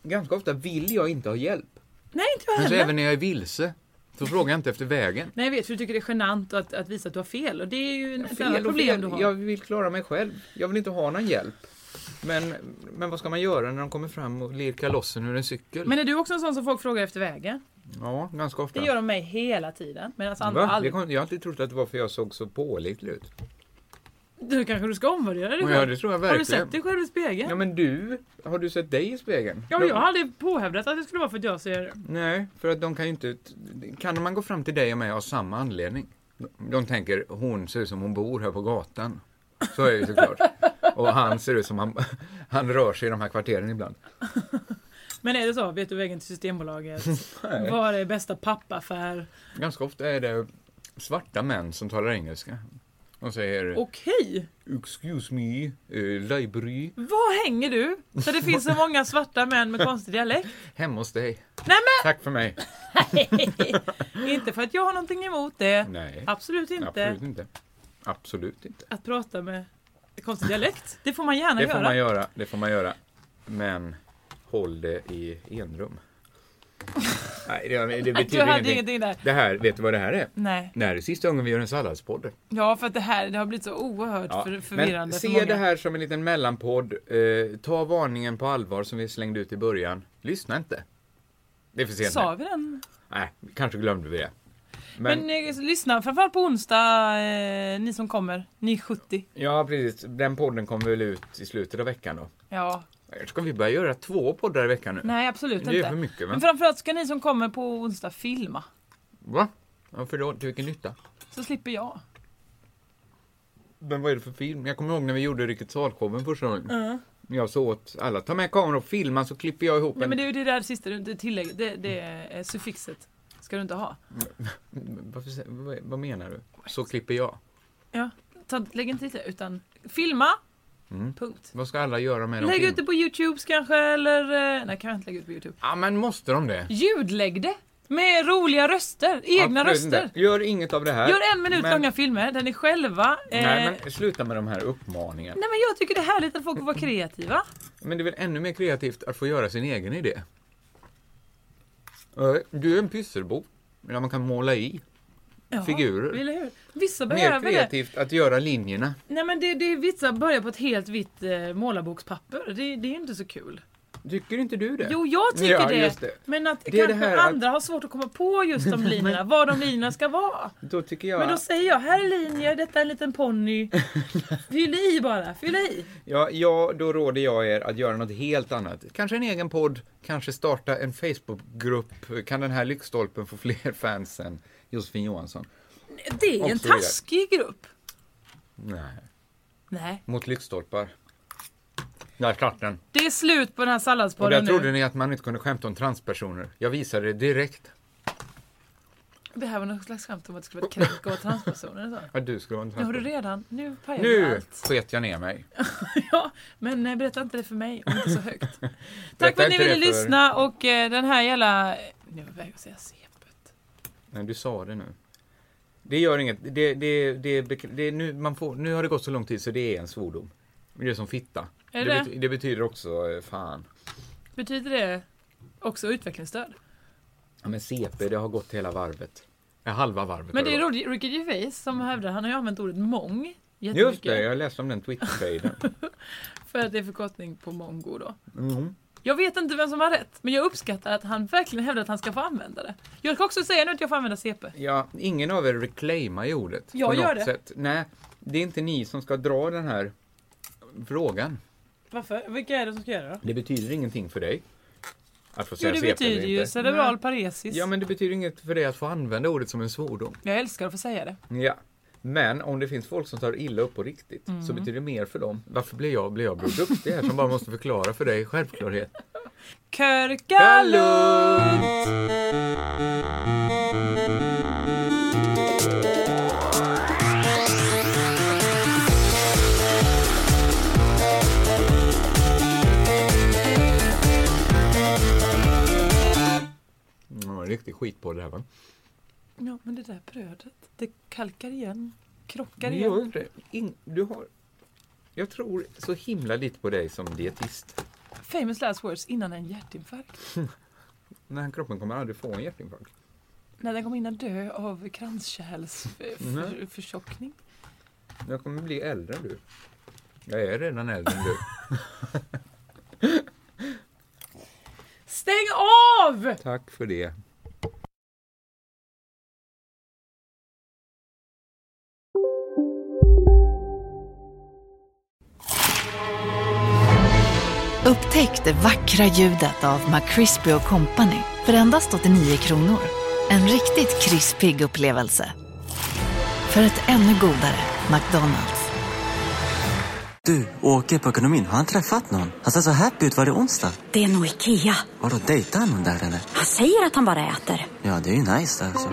[SPEAKER 4] Ganska ofta vill jag inte ha hjälp.
[SPEAKER 5] Nej, inte jag
[SPEAKER 4] Men så
[SPEAKER 5] heller.
[SPEAKER 4] även när jag är vilse. Så frågar jag inte efter vägen.
[SPEAKER 5] Nej, jag vet. För du tycker det är genant att, att visa att du har fel. Och det är ju en- ett
[SPEAKER 4] Fel
[SPEAKER 5] annat
[SPEAKER 4] och
[SPEAKER 5] problem
[SPEAKER 4] fel.
[SPEAKER 5] du har.
[SPEAKER 4] Jag vill klara mig själv. Jag vill inte ha någon hjälp. Men, men vad ska man göra när de kommer fram och lirkar lossen ur en cykel?
[SPEAKER 5] Men är du också en sån som folk frågar efter vägen?
[SPEAKER 4] Ja, ganska ofta.
[SPEAKER 5] Det gör de mig hela tiden. Men alltså andra
[SPEAKER 4] Va? Det
[SPEAKER 5] aldrig.
[SPEAKER 4] kom, jag har alltid trott att det var för jag såg så pålitlig ut.
[SPEAKER 5] Du kanske du ska omvärdera dig
[SPEAKER 4] Ja,
[SPEAKER 5] själv?
[SPEAKER 4] det tror jag
[SPEAKER 5] Har du
[SPEAKER 4] verkligen.
[SPEAKER 5] sett dig själv i spegeln?
[SPEAKER 4] Ja men du, har du sett dig i spegeln?
[SPEAKER 5] Ja, men jag har aldrig påhävdat att det skulle vara för att jag ser...
[SPEAKER 4] Nej, för att de kan ju inte... Kan man gå fram till dig och mig av samma anledning? De tänker, hon ser ut som hon bor här på gatan. Så är det ju såklart. Och han ser ut som han, han rör sig i de här kvarteren ibland.
[SPEAKER 5] Men är det så? Vet du vägen till Systembolaget?
[SPEAKER 4] Nej.
[SPEAKER 5] Var är bästa pappaffär?
[SPEAKER 4] Ganska ofta är det svarta män som talar engelska. De säger,
[SPEAKER 5] Okej!
[SPEAKER 4] excuse me, eh, library,
[SPEAKER 5] Var hänger du? Där det finns så många svarta män med konstig dialekt.
[SPEAKER 4] hemma hos dig.
[SPEAKER 5] Nej
[SPEAKER 4] Tack för mig.
[SPEAKER 5] men! inte för att jag har någonting emot det.
[SPEAKER 4] Nej.
[SPEAKER 5] Absolut inte.
[SPEAKER 4] Absolut inte. Absolut inte.
[SPEAKER 5] Att prata med konstig dialekt. Det får man gärna
[SPEAKER 4] Det
[SPEAKER 5] göra.
[SPEAKER 4] får man göra, det får man göra. Men håll det i enrum. Nej, det, det
[SPEAKER 5] Du hade
[SPEAKER 4] betyder
[SPEAKER 5] ingenting
[SPEAKER 4] ingenting.
[SPEAKER 5] där.
[SPEAKER 4] Det här, vet du vad det här är?
[SPEAKER 5] Nej.
[SPEAKER 4] Det här är sista gången vi gör en salladspodd.
[SPEAKER 5] Ja för att det här det har blivit så oerhört
[SPEAKER 4] Ja,
[SPEAKER 5] för, förvirrande
[SPEAKER 4] Men
[SPEAKER 5] för
[SPEAKER 4] se
[SPEAKER 5] många.
[SPEAKER 4] det här som en liten mellanpodd. Eh, ta varningen på allvar som vi slängde ut i början. Lyssna inte. Det är för sent
[SPEAKER 5] Sa
[SPEAKER 4] nu.
[SPEAKER 5] vi den?
[SPEAKER 4] Nej, kanske glömde vi det. Men,
[SPEAKER 5] Men, eh, lyssna framförallt på onsdag, eh, ni som kommer. Ni 70.
[SPEAKER 4] ja, precis. Den podden kommer väl ut i slutet av veckan då.
[SPEAKER 5] Ja.
[SPEAKER 4] Ska vi börja göra två poddar i veckan nu?
[SPEAKER 5] Nej absolut
[SPEAKER 4] Det är
[SPEAKER 5] inte.
[SPEAKER 4] för mycket, va?
[SPEAKER 5] Men framförallt ska ni som kommer på onsdag filma.
[SPEAKER 4] Va? Varför då? Till vilken nytta?
[SPEAKER 5] Så slipper jag.
[SPEAKER 4] Men vad är det för film? Jag kommer ihåg när vi gjorde Rikets Salshowen första gången.
[SPEAKER 5] Ja.
[SPEAKER 4] Jag sa åt alla, ta med kameran och filma så klipper jag ihop
[SPEAKER 5] Nej
[SPEAKER 4] en...
[SPEAKER 5] men det är ju det där sista du inte tillägger, det, det är suffixet. Ska du inte ha.
[SPEAKER 4] Varför, sä- vad, vad menar du? Så klipper jag.
[SPEAKER 5] Ja. Ta, lägg inte till det utan filma.
[SPEAKER 4] Mm.
[SPEAKER 5] Punkt.
[SPEAKER 4] Vad ska alla göra med
[SPEAKER 5] Lägg
[SPEAKER 4] film?
[SPEAKER 5] ut det på Youtubes kanske eller... eh, Nej kan jag inte lägga ut på Youtube.
[SPEAKER 4] Ja men måste de det?
[SPEAKER 5] Ljudlägg det! Med roliga röster, egna
[SPEAKER 4] Absolut
[SPEAKER 5] röster.
[SPEAKER 4] inte. Gör inget av det här.
[SPEAKER 5] Gör en minut
[SPEAKER 4] Men-
[SPEAKER 5] långa filmer där ni själva... Eh,
[SPEAKER 4] Nej men sluta med de här uppmaningarna.
[SPEAKER 5] Nej men jag tycker det är härligt att folk får vara kreativa.
[SPEAKER 4] Men det är väl ännu mer kreativt att få göra sin egen idé? Eh, Du är en pysselbo. Där man kan måla i.
[SPEAKER 5] Ja,
[SPEAKER 4] Figurer.
[SPEAKER 5] Eller hur? Vissa
[SPEAKER 4] Mer
[SPEAKER 5] behöver det.
[SPEAKER 4] kreativt att göra linjerna.
[SPEAKER 5] Nej men det, det är vissa börjar på ett helt vitt eh, målarbokspapper. Det, det är ju inte så kul.
[SPEAKER 4] Tycker inte du det?
[SPEAKER 5] Jo jag tycker
[SPEAKER 4] ja,
[SPEAKER 5] det.
[SPEAKER 4] Just det.
[SPEAKER 5] Men att
[SPEAKER 4] Det är
[SPEAKER 5] kanske
[SPEAKER 4] det här att-
[SPEAKER 5] andra har svårt att komma på just de linjerna, var de linjerna ska vara.
[SPEAKER 4] Då tycker jag...
[SPEAKER 5] Men då säger jag, här är linjer, detta är en liten ponny. Fyll i bara, fyll i.
[SPEAKER 4] Ja, ja, då råder jag er att göra något helt annat. Kanske en egen podd, kanske starta en Facebookgrupp. Kan den här lyktstolpen få fler fans än Josefin Johansson?
[SPEAKER 5] Det är
[SPEAKER 4] Och
[SPEAKER 5] en
[SPEAKER 4] så vidare.
[SPEAKER 5] taskig grupp.
[SPEAKER 4] Nej.
[SPEAKER 5] Nej.
[SPEAKER 4] Mot lyktstolpar. Där satt den.
[SPEAKER 5] Det är slut på den här
[SPEAKER 4] Och där
[SPEAKER 5] salladspodden
[SPEAKER 4] trodde
[SPEAKER 5] nu.
[SPEAKER 4] ni att man inte kunde skämta om transpersoner. Jag visade det direkt.
[SPEAKER 5] Det här var något slags skämt om att det skulle vara ett kränk och vara transpersoner och så.
[SPEAKER 4] Att du skulle vara en
[SPEAKER 5] Nu har du
[SPEAKER 4] transperson.
[SPEAKER 5] redan, nu pajar du
[SPEAKER 4] Nu
[SPEAKER 5] allt.
[SPEAKER 4] sket jag ner mig.
[SPEAKER 5] Ja, men eh, berätta inte det för mig och inte så högt. Tack
[SPEAKER 4] Berätta
[SPEAKER 5] för att ni
[SPEAKER 4] inte
[SPEAKER 5] ville
[SPEAKER 4] det för-
[SPEAKER 5] lyssna och eh, den här jävla... Nu var jag på väg att säga C.
[SPEAKER 4] Nej, du sa det nu. Det gör inget. Det, det, det, det, det, nu, man får, nu har det gått så lång tid så det är en svordom. Men Det är som fitta.
[SPEAKER 5] Är
[SPEAKER 4] det,
[SPEAKER 5] det?
[SPEAKER 4] bety- det betyder också eh, fan.
[SPEAKER 5] Betyder det också utvecklingsstöd?
[SPEAKER 4] Ja, men CP, det har gått hela varvet. Ja, halva varvet
[SPEAKER 5] Men
[SPEAKER 4] har
[SPEAKER 5] det är
[SPEAKER 4] gått.
[SPEAKER 5] Rod- Ricky Gervais som hävdar, han har ju använt ordet mång
[SPEAKER 4] Just
[SPEAKER 5] jättemycket.
[SPEAKER 4] det, jag läste om den Twitter-fejden.
[SPEAKER 5] För att det är förkortning på mongo då.
[SPEAKER 4] Mm.
[SPEAKER 5] Jag vet inte vem som har rätt, men jag uppskattar att han verkligen hävdar att han ska få använda det. Jag ska också säga nu att jag får använda CP.
[SPEAKER 4] Ja, ingen av er reclaimar ju ordet.
[SPEAKER 5] Jag
[SPEAKER 4] på
[SPEAKER 5] gör
[SPEAKER 4] något
[SPEAKER 5] det.
[SPEAKER 4] Sätt. Nej, det är inte ni som ska dra den här frågan.
[SPEAKER 5] Varför? Vilka är det som ska göra det då?
[SPEAKER 4] Det betyder ingenting för dig. Att få
[SPEAKER 5] Jo,
[SPEAKER 4] säga
[SPEAKER 5] det
[SPEAKER 4] CP eller
[SPEAKER 5] betyder ju
[SPEAKER 4] inte.
[SPEAKER 5] cerebral
[SPEAKER 4] Nej.
[SPEAKER 5] paresis.
[SPEAKER 4] Ja, men det betyder inget för dig att få använda ordet som en svordom.
[SPEAKER 5] Jag älskar att få säga det.
[SPEAKER 4] Ja. Men om det finns folk som tar illa upp på riktigt så
[SPEAKER 5] Mm.
[SPEAKER 4] betyder det mer för dem. Varför blir jag, blir jag Bror duktig här som bara måste förklara för dig självklarhet?
[SPEAKER 5] Körkalund!
[SPEAKER 10] Thank you.
[SPEAKER 4] riktig skitpodd här va?
[SPEAKER 11] Ja, men det där brödet, det kalkar igen. Krockar
[SPEAKER 4] Ni
[SPEAKER 11] igen.
[SPEAKER 4] gör inte det. In, du har... Jag tror så himla lite på dig som dietist.
[SPEAKER 11] Famous last words innan en hjärtinfarkt.
[SPEAKER 4] Den här kroppen kommer aldrig få en hjärtinfarkt.
[SPEAKER 11] När den kommer hinna dö av kranskärlsförtjockning.
[SPEAKER 4] Jag kommer bli äldre än du. Jag är redan äldre än du.
[SPEAKER 11] Stäng av!
[SPEAKER 4] Tack för det.
[SPEAKER 9] Upptäck det vackra ljudet av McCrispy Company för endast 89 kronor. En riktigt krispig upplevelse. För ett ännu godare McDonalds.
[SPEAKER 1] Du, åker på ekonomin. Har han träffat någon? Han ser så happy ut. Var det onsdag?
[SPEAKER 12] Det är nog Ikea.
[SPEAKER 1] Har du dejtar han någon där eller?
[SPEAKER 12] Han säger att han bara äter.
[SPEAKER 1] Ja, det är ju nice alltså.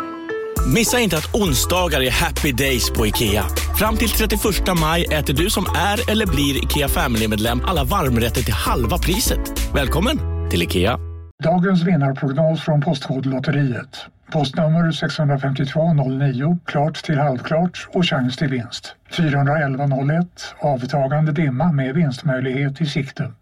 [SPEAKER 13] Missa inte att onsdagar är happy days på IKEA. Fram till 31 maj äter du som är eller blir IKEA Family-medlem alla varmrätter till halva priset. Välkommen till IKEA.
[SPEAKER 5] Dagens vinnarprognos från Postkodlotteriet. Postnummer 65209, klart till halvklart och chans till vinst. 41101, avtagande dimma med vinstmöjlighet i sikte.